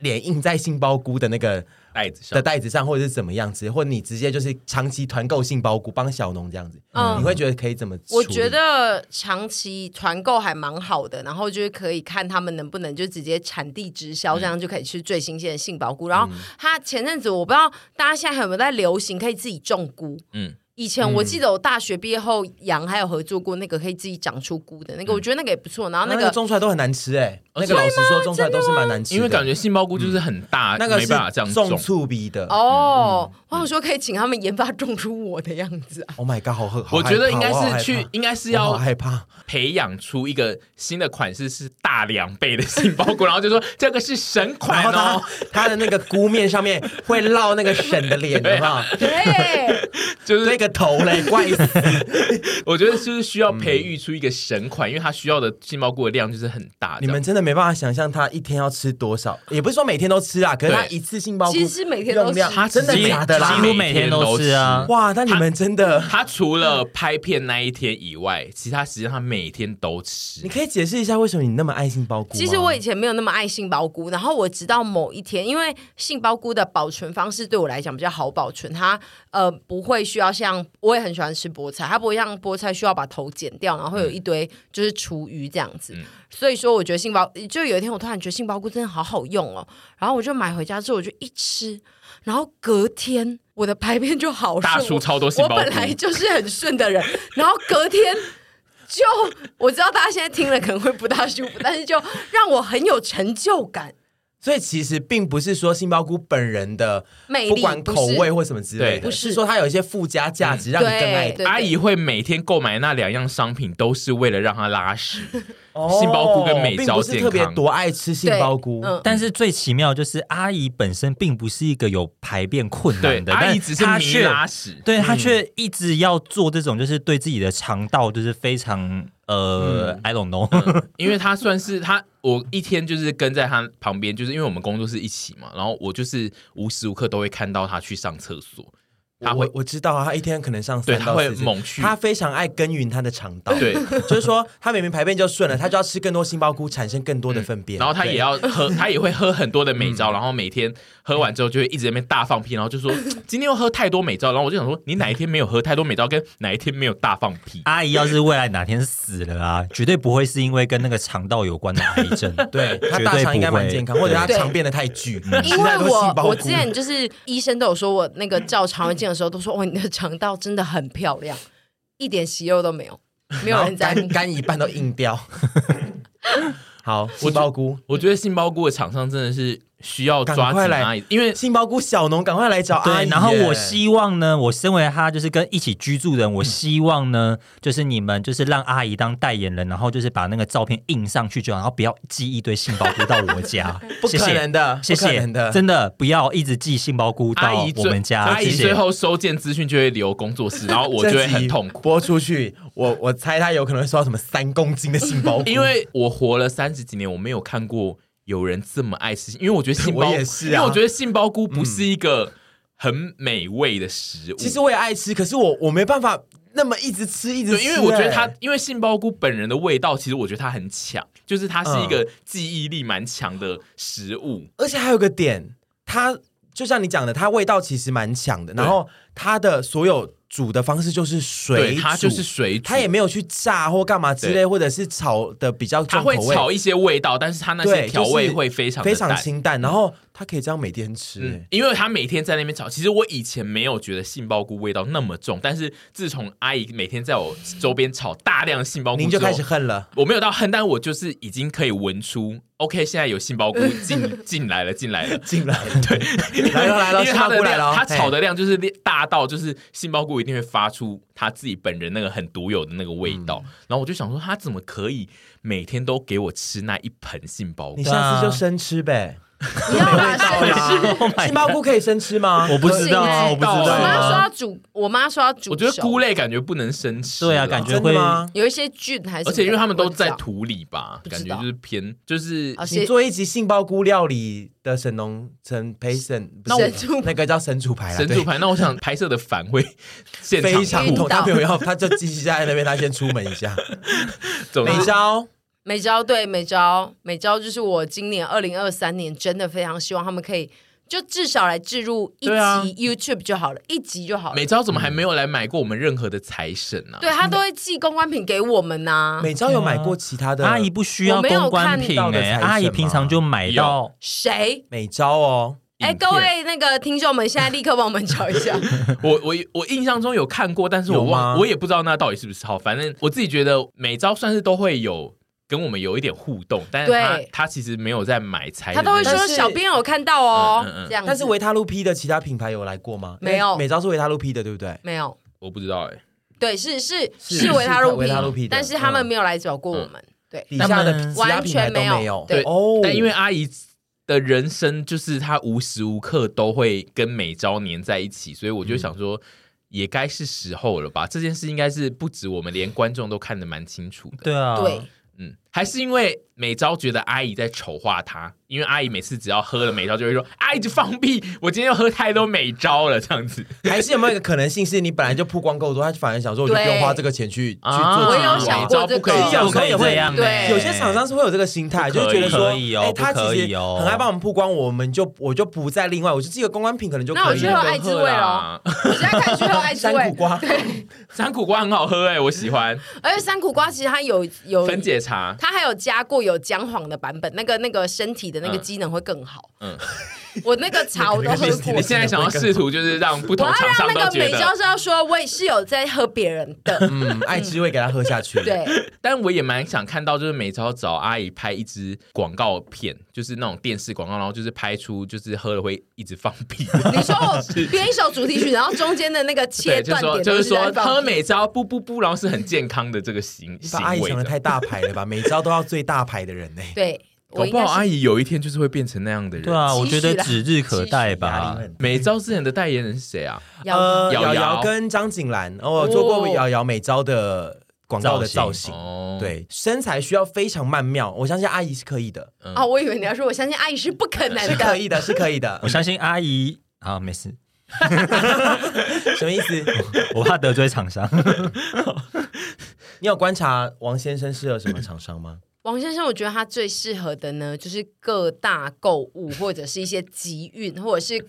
[SPEAKER 1] 脸印在杏鲍菇的那个
[SPEAKER 4] 袋子
[SPEAKER 1] 的
[SPEAKER 4] 上，
[SPEAKER 1] 袋子上，或者是怎么样子，或者你直接就是长期团购杏鲍菇帮小农这样子，
[SPEAKER 2] 嗯
[SPEAKER 1] 你会觉得可以怎么？
[SPEAKER 2] 我觉。得长期团购还蛮好的，然后就是可以看他们能不能就直接产地直销，这样就可以吃最新鲜的杏鲍菇。然后它前阵子我不知道大家现在还有没有在流行可以自己种菇，
[SPEAKER 4] 嗯
[SPEAKER 2] 嗯。以前我记得我大学毕业后，杨还有合作过那个可以自己长出菇的那个，我觉得那个也不错。然后
[SPEAKER 1] 那
[SPEAKER 2] 嗯啊那
[SPEAKER 1] 个
[SPEAKER 2] 个
[SPEAKER 1] 种出来都很难吃哎、那个老实说种出来都是蛮难吃的，
[SPEAKER 4] 因为感觉杏鲍菇就是很大，
[SPEAKER 1] 嗯那个
[SPEAKER 4] 没
[SPEAKER 1] 是
[SPEAKER 4] 办法这样
[SPEAKER 1] 种
[SPEAKER 4] 种。
[SPEAKER 1] 醋鼻的。
[SPEAKER 2] 哦，我想说可以请他们研发种出我的样子啊，
[SPEAKER 1] Oh my god，好喝！好
[SPEAKER 4] 我觉得应该
[SPEAKER 1] 害怕
[SPEAKER 4] 是去，，应该是
[SPEAKER 1] 我好
[SPEAKER 4] 要
[SPEAKER 1] 害怕。
[SPEAKER 4] 培养出一个新的款式，是大两倍的杏鲍 菇，然后就说这个是神
[SPEAKER 1] 然
[SPEAKER 4] 款
[SPEAKER 1] 后
[SPEAKER 4] 哦
[SPEAKER 1] 它。它的那个菇面上面会烙那个沈的脸，
[SPEAKER 4] 对
[SPEAKER 1] 的
[SPEAKER 4] 啊
[SPEAKER 1] 话，
[SPEAKER 2] 对，
[SPEAKER 4] 就
[SPEAKER 1] 那
[SPEAKER 4] 是
[SPEAKER 1] 个头嘞，怪死！
[SPEAKER 4] 我觉得就是需要培育出一个神款，因为它需要的杏鲍菇的量就是很大。
[SPEAKER 1] 嗯你们真的没办法想象他一天要吃多少，也不是说每天都吃啊，可是他
[SPEAKER 4] 对
[SPEAKER 1] 一次性包菇
[SPEAKER 2] 其实每天都
[SPEAKER 1] 用
[SPEAKER 2] 吃
[SPEAKER 1] 量，
[SPEAKER 4] 他
[SPEAKER 1] 真的
[SPEAKER 4] 直接
[SPEAKER 1] 假的啦
[SPEAKER 4] 他
[SPEAKER 3] 几？乎每天都是啊
[SPEAKER 4] 每天都吃。
[SPEAKER 1] 哇，那你们真的，
[SPEAKER 4] 他除了拍片那一天以外，其他时间他每天都吃
[SPEAKER 1] 你。可以解释一下为什么你那么爱杏鲍菇吗？
[SPEAKER 2] 其实我以前没有那么爱杏鲍菇，然后我直到某一天，因为杏鲍菇的保存方式对我来讲比较好保存，它呃不会需要像我也很喜欢吃菠菜，它不会像菠菜需要把头剪掉，然后会有一堆就是厨余这样子。
[SPEAKER 4] 嗯
[SPEAKER 2] 所以说，我觉得杏鲍就有一天我突然觉得杏鲍菇真的好好用哦，然后我就买回家之后我就一吃，然后隔天我的排便就好顺，
[SPEAKER 4] 大叔
[SPEAKER 2] 我
[SPEAKER 4] 超多杏鲍
[SPEAKER 2] 我
[SPEAKER 4] 菇
[SPEAKER 2] 本来就是很顺的人，然后隔天就我知道大家现在听了可能会不大舒服，但是就让我很有成就感。
[SPEAKER 1] 所以其实并不是说杏鲍菇本人的
[SPEAKER 2] 魅力
[SPEAKER 1] 不管口味或什么之类的，
[SPEAKER 4] 不
[SPEAKER 2] 是
[SPEAKER 1] 是说它有一些附加价值让你更爱
[SPEAKER 2] 对
[SPEAKER 4] 阿姨会每天购买那两样商品，都是为了让他拉屎。
[SPEAKER 1] 哦
[SPEAKER 4] 杏鲍菇跟美
[SPEAKER 1] 并
[SPEAKER 4] 招
[SPEAKER 1] 不是
[SPEAKER 4] 健
[SPEAKER 1] 特别
[SPEAKER 4] 康
[SPEAKER 1] 多爱吃杏鲍菇，
[SPEAKER 2] 对嗯
[SPEAKER 3] 但是最奇妙就是阿姨本身并不是一个有排便困
[SPEAKER 4] 对
[SPEAKER 3] 难，的，
[SPEAKER 4] 阿姨
[SPEAKER 3] 但
[SPEAKER 4] 只是
[SPEAKER 3] 她
[SPEAKER 4] 迷
[SPEAKER 3] 却
[SPEAKER 4] 拉 屎。
[SPEAKER 3] 对
[SPEAKER 1] 嗯
[SPEAKER 3] 她却一直要做这种，就是对自己的肠道就是非常呃、i
[SPEAKER 1] 嗯
[SPEAKER 3] don't know，
[SPEAKER 4] 嗯因为他算是他，我一天就是跟在他旁边，就是因为我们工作室一起嘛，然后我就是无时无刻都会看到他去上厕所，他
[SPEAKER 1] 我
[SPEAKER 4] 会
[SPEAKER 1] 我知道啊，他一天可能上
[SPEAKER 4] 对
[SPEAKER 1] 三
[SPEAKER 4] 他
[SPEAKER 1] 到
[SPEAKER 4] 会
[SPEAKER 1] 四次，
[SPEAKER 4] 猛去，
[SPEAKER 1] 他非常爱耕耘他的肠道，
[SPEAKER 4] 对，
[SPEAKER 1] 就是说他明明排便就顺了，他就要吃更多杏鲍菇，产生更多的粪便，
[SPEAKER 4] 然后他
[SPEAKER 1] 对
[SPEAKER 4] 也要喝，他也会喝很多的美招，然后每天喝完之后就会一直在那边大放屁，然后就说今天又喝太多美招，然后我就想说你哪一天没有喝太多美招，跟哪一天没有大放屁，
[SPEAKER 3] 阿姨要是未来哪天死了啊，绝对不会是因为跟那个肠道有关的癌症，
[SPEAKER 1] 对他
[SPEAKER 3] 绝
[SPEAKER 1] 大
[SPEAKER 3] 对
[SPEAKER 1] 肠应该
[SPEAKER 3] 不会
[SPEAKER 1] 蛮健康，或者他
[SPEAKER 2] 对
[SPEAKER 1] 肠变得太巨，
[SPEAKER 2] 因为
[SPEAKER 1] 吃太多
[SPEAKER 2] 我
[SPEAKER 1] 杏鲍菇
[SPEAKER 2] 我之前就是医生都有说我那个照肠胃镜的时候都说，哇，你的肠道真的很漂亮，一点息肉都没有，没有
[SPEAKER 1] 然后
[SPEAKER 2] 人在乎
[SPEAKER 1] 干。干一半都硬 掉。好，杏鲍菇，
[SPEAKER 4] 我觉得杏鲍菇的厂商真的是需要抓
[SPEAKER 1] 赶
[SPEAKER 4] 紧
[SPEAKER 1] 快来
[SPEAKER 4] 阿姨，因为
[SPEAKER 1] 杏鲍菇小农赶快来找阿
[SPEAKER 3] 对，
[SPEAKER 1] 姨耶。，
[SPEAKER 3] 然后我希望呢，我身为他就是跟一起居住的人，我希望呢，就是你们就是让阿姨当代言人，然后就是把那个照片印上去就好，然后不要寄一堆杏鲍菇到我家
[SPEAKER 1] 不
[SPEAKER 3] 谢
[SPEAKER 1] 可能
[SPEAKER 3] 谢。
[SPEAKER 1] 的，
[SPEAKER 3] 谢
[SPEAKER 1] 不可
[SPEAKER 3] 谢
[SPEAKER 1] 能的，，
[SPEAKER 3] 真的不要一直寄杏鲍菇
[SPEAKER 4] 阿
[SPEAKER 3] 到
[SPEAKER 4] 姨
[SPEAKER 3] 我
[SPEAKER 4] 最
[SPEAKER 3] 们家。
[SPEAKER 4] 阿
[SPEAKER 3] 谢
[SPEAKER 4] 姨最
[SPEAKER 3] 谢。
[SPEAKER 4] 后收件资讯就会留工作室，然后我 就会很痛苦。
[SPEAKER 1] 苦。播出去，我我猜他有可能会收到什么三公斤的杏鲍菇，
[SPEAKER 4] 因为我活了三十几年，我没有看过有人这么爱吃，因为我觉得杏鲍，
[SPEAKER 1] 我也是啊嗯
[SPEAKER 4] 因为我觉得杏鲍菇不是一个很美味的食物。
[SPEAKER 1] 其实我也爱吃，可是我我没办法那么一直吃一直吃、
[SPEAKER 4] 对，因为我觉得它
[SPEAKER 1] 哎，
[SPEAKER 4] 因为杏鲍菇本人的味道，其实我觉得它很强，就是它是
[SPEAKER 1] 嗯
[SPEAKER 4] 一个记忆力蛮强的食物。
[SPEAKER 1] 而且还有个点，它就像你讲的，它味道其实蛮强的，
[SPEAKER 4] 对
[SPEAKER 1] 然后它的所有煮的方式就是
[SPEAKER 4] 对，
[SPEAKER 1] 水煮，
[SPEAKER 4] 它就是水煮，
[SPEAKER 1] 它也没有去炸或干嘛之类，或者是炒的比较
[SPEAKER 4] 它
[SPEAKER 1] 重
[SPEAKER 4] 会
[SPEAKER 1] 口味，
[SPEAKER 4] 炒一些味道，但是它那些
[SPEAKER 1] 对，
[SPEAKER 4] 调味
[SPEAKER 1] 就是
[SPEAKER 4] 会非常的
[SPEAKER 1] 非常
[SPEAKER 4] 淡
[SPEAKER 1] 清淡，然后它可以这样每天吃、欸
[SPEAKER 4] 嗯，因为他每天在那边炒，其实我以前没有觉得杏鲍菇味道那么重，但是自从阿姨每天在我周边炒大量杏鲍菇之
[SPEAKER 1] 您
[SPEAKER 4] 后，
[SPEAKER 1] 就开始恨了。
[SPEAKER 4] 我没有到恨，但我就是已经可以闻出，OK，现在有杏 鲍菇进进来了，进来了。
[SPEAKER 1] 进来，对，来了来了，
[SPEAKER 4] 因为
[SPEAKER 1] 杏
[SPEAKER 4] 它
[SPEAKER 1] 鲍
[SPEAKER 4] 的
[SPEAKER 1] 菇来
[SPEAKER 4] 量，
[SPEAKER 1] 了，哦
[SPEAKER 4] 它炒的量就是大吓到，就是杏鲍菇一定会发出他自己本人那个很独有的那个味道。
[SPEAKER 1] 嗯
[SPEAKER 4] 然后我就想说，他怎么可以每天都给我吃那一盆杏鲍菇
[SPEAKER 1] 你？下次就生吃 呗。
[SPEAKER 2] 不要啦，生吃。
[SPEAKER 4] 啊
[SPEAKER 3] Oh my god
[SPEAKER 1] 杏鲍菇可以生吃 吗？
[SPEAKER 3] 我不知道
[SPEAKER 2] 不行
[SPEAKER 3] 啊，
[SPEAKER 2] 欸
[SPEAKER 3] 我不知
[SPEAKER 2] 我
[SPEAKER 3] 道
[SPEAKER 2] 妈说
[SPEAKER 3] 啊。
[SPEAKER 2] 要煮，我妈说要煮熟，
[SPEAKER 4] 我觉得菇类感觉不能生吃啦，
[SPEAKER 3] 对啊，感觉
[SPEAKER 1] 真的
[SPEAKER 3] 会
[SPEAKER 1] 吗？
[SPEAKER 2] 有一些菌还是，
[SPEAKER 4] 而且因为他们都在，土里吧，
[SPEAKER 2] 不
[SPEAKER 4] 感
[SPEAKER 2] 知
[SPEAKER 4] 觉
[SPEAKER 2] 道啊
[SPEAKER 4] 就是偏就是
[SPEAKER 2] 而
[SPEAKER 1] 你
[SPEAKER 2] 且
[SPEAKER 1] 做一集杏鲍菇料理的神农陈陪神，不
[SPEAKER 2] 神
[SPEAKER 1] 是
[SPEAKER 2] 主
[SPEAKER 1] 那个叫神主牌啊，
[SPEAKER 4] 神
[SPEAKER 1] 对
[SPEAKER 4] 主牌。那我想拍摄的反 会现场
[SPEAKER 1] 非常痛，
[SPEAKER 2] 晕倒
[SPEAKER 1] 他没有要，他就继续在那边，他先出门一 下。
[SPEAKER 4] 走
[SPEAKER 1] 美招，
[SPEAKER 2] 美招对美招，美招就是我今年二零二三年真的非常希望他们可以。就至少来置入一集
[SPEAKER 4] 对啊
[SPEAKER 2] YouTube 就好了，一集就好了
[SPEAKER 4] 美。招怎
[SPEAKER 1] 嗯
[SPEAKER 4] 么还没有来买过我们任何的财神啊？
[SPEAKER 2] 对他都会寄公关品给我们呐、
[SPEAKER 1] 美招有买过其他的
[SPEAKER 3] 阿姨不需要
[SPEAKER 2] 我没有
[SPEAKER 3] 公关
[SPEAKER 2] 看
[SPEAKER 3] 品
[SPEAKER 1] 到的
[SPEAKER 3] 哎，
[SPEAKER 1] 财神
[SPEAKER 3] 阿姨平常就买到
[SPEAKER 2] 谁？
[SPEAKER 1] 美招哦，
[SPEAKER 2] 哎，
[SPEAKER 4] 影片
[SPEAKER 2] 各位那个听众们，现在立刻帮我们找一 下。
[SPEAKER 4] 我我我印象中有看过，但是我
[SPEAKER 1] 有吗
[SPEAKER 4] 忘我也不知道那到底是不是好。反正我自己觉得每招算是都会有跟我们有一点互动，但是他
[SPEAKER 2] 对
[SPEAKER 4] 他其实没有在买财
[SPEAKER 2] 他
[SPEAKER 4] 神的
[SPEAKER 2] 都
[SPEAKER 4] 那
[SPEAKER 2] 会
[SPEAKER 4] 个，
[SPEAKER 2] 说
[SPEAKER 1] 但是
[SPEAKER 2] 小编有看到哦，
[SPEAKER 4] 嗯嗯嗯
[SPEAKER 2] 这样子。
[SPEAKER 1] 但是维他露 P 的其他品牌有来过吗？
[SPEAKER 2] 没有
[SPEAKER 1] 因为美招是维他露 P 的，对不对？
[SPEAKER 2] 没有，
[SPEAKER 4] 我不知道哎、
[SPEAKER 2] 对，是是
[SPEAKER 1] 是
[SPEAKER 2] 是维他
[SPEAKER 1] 是维他露
[SPEAKER 2] 露
[SPEAKER 1] 皮
[SPEAKER 2] 皮，
[SPEAKER 1] 的嗯
[SPEAKER 2] 但是他们没有来找过我们。对，
[SPEAKER 1] 底下的
[SPEAKER 3] 他们
[SPEAKER 1] 其他品牌都
[SPEAKER 2] 完
[SPEAKER 1] 没
[SPEAKER 2] 全没
[SPEAKER 1] 有
[SPEAKER 2] 有。
[SPEAKER 4] 对
[SPEAKER 1] 哦，
[SPEAKER 4] 但因为阿姨的人生就是她无时无刻都会跟每招粘在一起，所以我就
[SPEAKER 2] 嗯
[SPEAKER 4] 想说。也该是时候了吧？这件事应该是不止我们，连观众都看得蛮清楚的。
[SPEAKER 3] 对啊，
[SPEAKER 2] 对，
[SPEAKER 4] 嗯，还是因为美招觉得阿姨在丑化她，因为阿姨每次只要喝了美招，就会说啊，一直放屁，我今天又喝太多美招了，这样子。
[SPEAKER 1] 还是有没有一个可能性是你本来就曝光够多，他反而想说我就不用
[SPEAKER 2] 对
[SPEAKER 1] 花这个钱去去
[SPEAKER 4] 啊
[SPEAKER 1] 做
[SPEAKER 2] 我
[SPEAKER 1] 自己
[SPEAKER 2] 有
[SPEAKER 1] 的
[SPEAKER 2] 想
[SPEAKER 1] 美
[SPEAKER 2] 过
[SPEAKER 1] 妆
[SPEAKER 2] 这
[SPEAKER 4] 不可以
[SPEAKER 2] 个
[SPEAKER 1] 其实有时候也
[SPEAKER 3] 不可以
[SPEAKER 1] 会
[SPEAKER 3] 这样
[SPEAKER 2] 对
[SPEAKER 1] 有些厂商是会有这个心态，
[SPEAKER 4] 不
[SPEAKER 1] 就是
[SPEAKER 4] 可以
[SPEAKER 1] 觉得说，
[SPEAKER 3] 不可以哦
[SPEAKER 1] 哎，他
[SPEAKER 3] 不可
[SPEAKER 1] 其
[SPEAKER 3] 以
[SPEAKER 1] 实
[SPEAKER 3] 哦
[SPEAKER 1] 很爱帮我们曝光，我们就我就不再另外，我就这个公关品可能就
[SPEAKER 2] 那我
[SPEAKER 1] 可以
[SPEAKER 2] 觉得
[SPEAKER 1] 了。
[SPEAKER 2] 爱滋味哦咯， 我现在开始去 喝爱滋
[SPEAKER 1] 山苦
[SPEAKER 2] 味，
[SPEAKER 1] 瓜，
[SPEAKER 4] 山苦瓜很好喝哎、我喜 欢
[SPEAKER 2] 而且山苦瓜其实它有有
[SPEAKER 4] 分解茶。
[SPEAKER 2] 它还有加过有姜黄的版本，那个那个身体的那个
[SPEAKER 4] 嗯
[SPEAKER 2] 机能会更好。
[SPEAKER 4] 嗯
[SPEAKER 2] 嗯， 我那个茶我都喝
[SPEAKER 1] 你
[SPEAKER 2] 过
[SPEAKER 4] 你。现在想要试图就是让不
[SPEAKER 2] 我
[SPEAKER 4] 同
[SPEAKER 2] 要
[SPEAKER 4] 厂
[SPEAKER 2] 让
[SPEAKER 4] 商
[SPEAKER 2] 那
[SPEAKER 4] 都
[SPEAKER 2] 个
[SPEAKER 4] 觉
[SPEAKER 2] 美
[SPEAKER 4] 得，
[SPEAKER 2] 娇是要说，我也是有在喝别人 的，
[SPEAKER 1] 嗯，爱滋味给他喝下去。，
[SPEAKER 2] 对，
[SPEAKER 4] 但我也蛮想看到，就是美招找阿姨拍一支广告片，就是那种电视广告，然后就是拍出就是喝了会一直放屁。
[SPEAKER 2] 你说我编一首主题曲，然后中间的那个 切
[SPEAKER 4] 对，就是
[SPEAKER 2] 断
[SPEAKER 4] 说
[SPEAKER 2] 点
[SPEAKER 4] 就
[SPEAKER 2] 都
[SPEAKER 4] 是
[SPEAKER 2] 在
[SPEAKER 4] 说
[SPEAKER 2] 放
[SPEAKER 4] 喝美招不不不，然后是很健康的这个行
[SPEAKER 1] 把
[SPEAKER 4] 行
[SPEAKER 1] 阿姨
[SPEAKER 4] 为
[SPEAKER 1] 想的
[SPEAKER 4] 的。
[SPEAKER 1] 太大牌了吧？ 每招都要最大牌的人呢。
[SPEAKER 2] 对，
[SPEAKER 4] 搞
[SPEAKER 2] 我应
[SPEAKER 4] 不
[SPEAKER 2] 该
[SPEAKER 4] 好阿
[SPEAKER 2] 是
[SPEAKER 4] 姨有一天就是会变成那样的人。
[SPEAKER 3] 对啊，
[SPEAKER 2] 期许啦
[SPEAKER 3] 我觉得指日可待
[SPEAKER 1] 压
[SPEAKER 3] 吧
[SPEAKER 1] 力。很。
[SPEAKER 4] 美招之前的代言人是谁啊？
[SPEAKER 2] 要
[SPEAKER 1] 呃，
[SPEAKER 4] 瑶瑶
[SPEAKER 1] 瑶瑶跟张景兰，哦我做过瑶瑶每招的广告的造型。
[SPEAKER 4] 哦，，
[SPEAKER 1] 对，身材需要非常曼妙，我相信阿姨是可以的，
[SPEAKER 2] 哦，我以为你要说，我相信阿姨是不可能
[SPEAKER 1] 是可
[SPEAKER 2] 的。
[SPEAKER 1] 以的，是可以 的
[SPEAKER 3] 我。相信阿姨啊，没事，
[SPEAKER 1] 什么意思？
[SPEAKER 3] 我怕得罪厂商。
[SPEAKER 1] 你有观察王先生适合什么厂商吗？
[SPEAKER 2] 王先生，我觉得他最适合的呢，就是各大购物或者是一些集运，或者是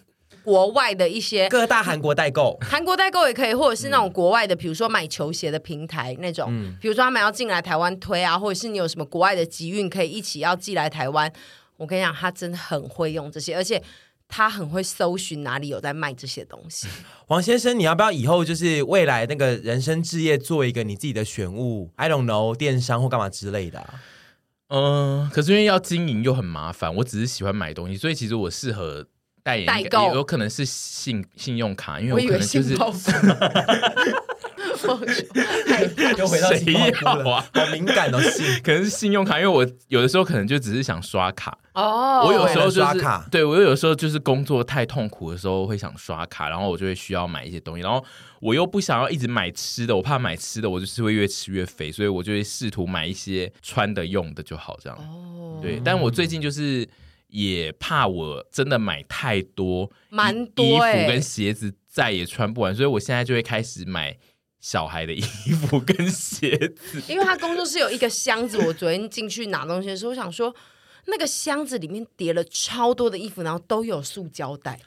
[SPEAKER 2] 国外的一些
[SPEAKER 1] 各大韩国代购，
[SPEAKER 2] 韩国代购也可以，或者是那
[SPEAKER 4] 嗯
[SPEAKER 2] 种国外的，比如说买球鞋的平台那种，比如说他们要进来台湾推啊，或者是你有什么国外的集运可以一起要寄来台湾。我跟你讲，他真的很会用这些，而且他很会搜寻哪里有在卖这些东西。
[SPEAKER 1] 王先生，你要不要以后就是未来那个人生置业做一个你自己的选物？I don't know，电商或干嘛之类的 啊、
[SPEAKER 4] 嗯，可是因为要经营又很麻烦，我只是喜欢买东西，所以其实我适合代言，
[SPEAKER 2] 代购
[SPEAKER 4] 也有可能是信信用卡，因为
[SPEAKER 2] 我
[SPEAKER 4] 我
[SPEAKER 2] 以
[SPEAKER 4] 可
[SPEAKER 2] 为
[SPEAKER 4] 能就是
[SPEAKER 2] 是包袱。我
[SPEAKER 1] 又回到
[SPEAKER 4] 谁
[SPEAKER 1] 情况
[SPEAKER 4] 要
[SPEAKER 1] 了，
[SPEAKER 4] 啊
[SPEAKER 1] 好敏感哦，性。
[SPEAKER 4] 可能是信用卡，因为我有的时候可能就只是想刷卡，
[SPEAKER 2] 哦，
[SPEAKER 4] 我有时候就是
[SPEAKER 1] 刷卡
[SPEAKER 4] 对我有时候就是工作太痛苦的时候会想刷卡，然后我就会需要买一些东西，然后我又不想要一直买吃的，我怕买吃的我就是会越吃越肥，所以我就会试图买一些穿的用的就好这样。
[SPEAKER 2] 哦
[SPEAKER 4] 对，但我最近就是也怕我真的买太多，
[SPEAKER 2] 蛮
[SPEAKER 4] 衣
[SPEAKER 2] 多
[SPEAKER 4] 衣
[SPEAKER 2] 欸
[SPEAKER 4] 服跟鞋子再也穿不完，所以我现在就会开始买小孩的衣服跟鞋子。
[SPEAKER 2] 因为他工作室有一个箱子，我昨天进去拿东西的时候，我想说那个箱子里面叠了超多的衣服，然后都有塑胶袋。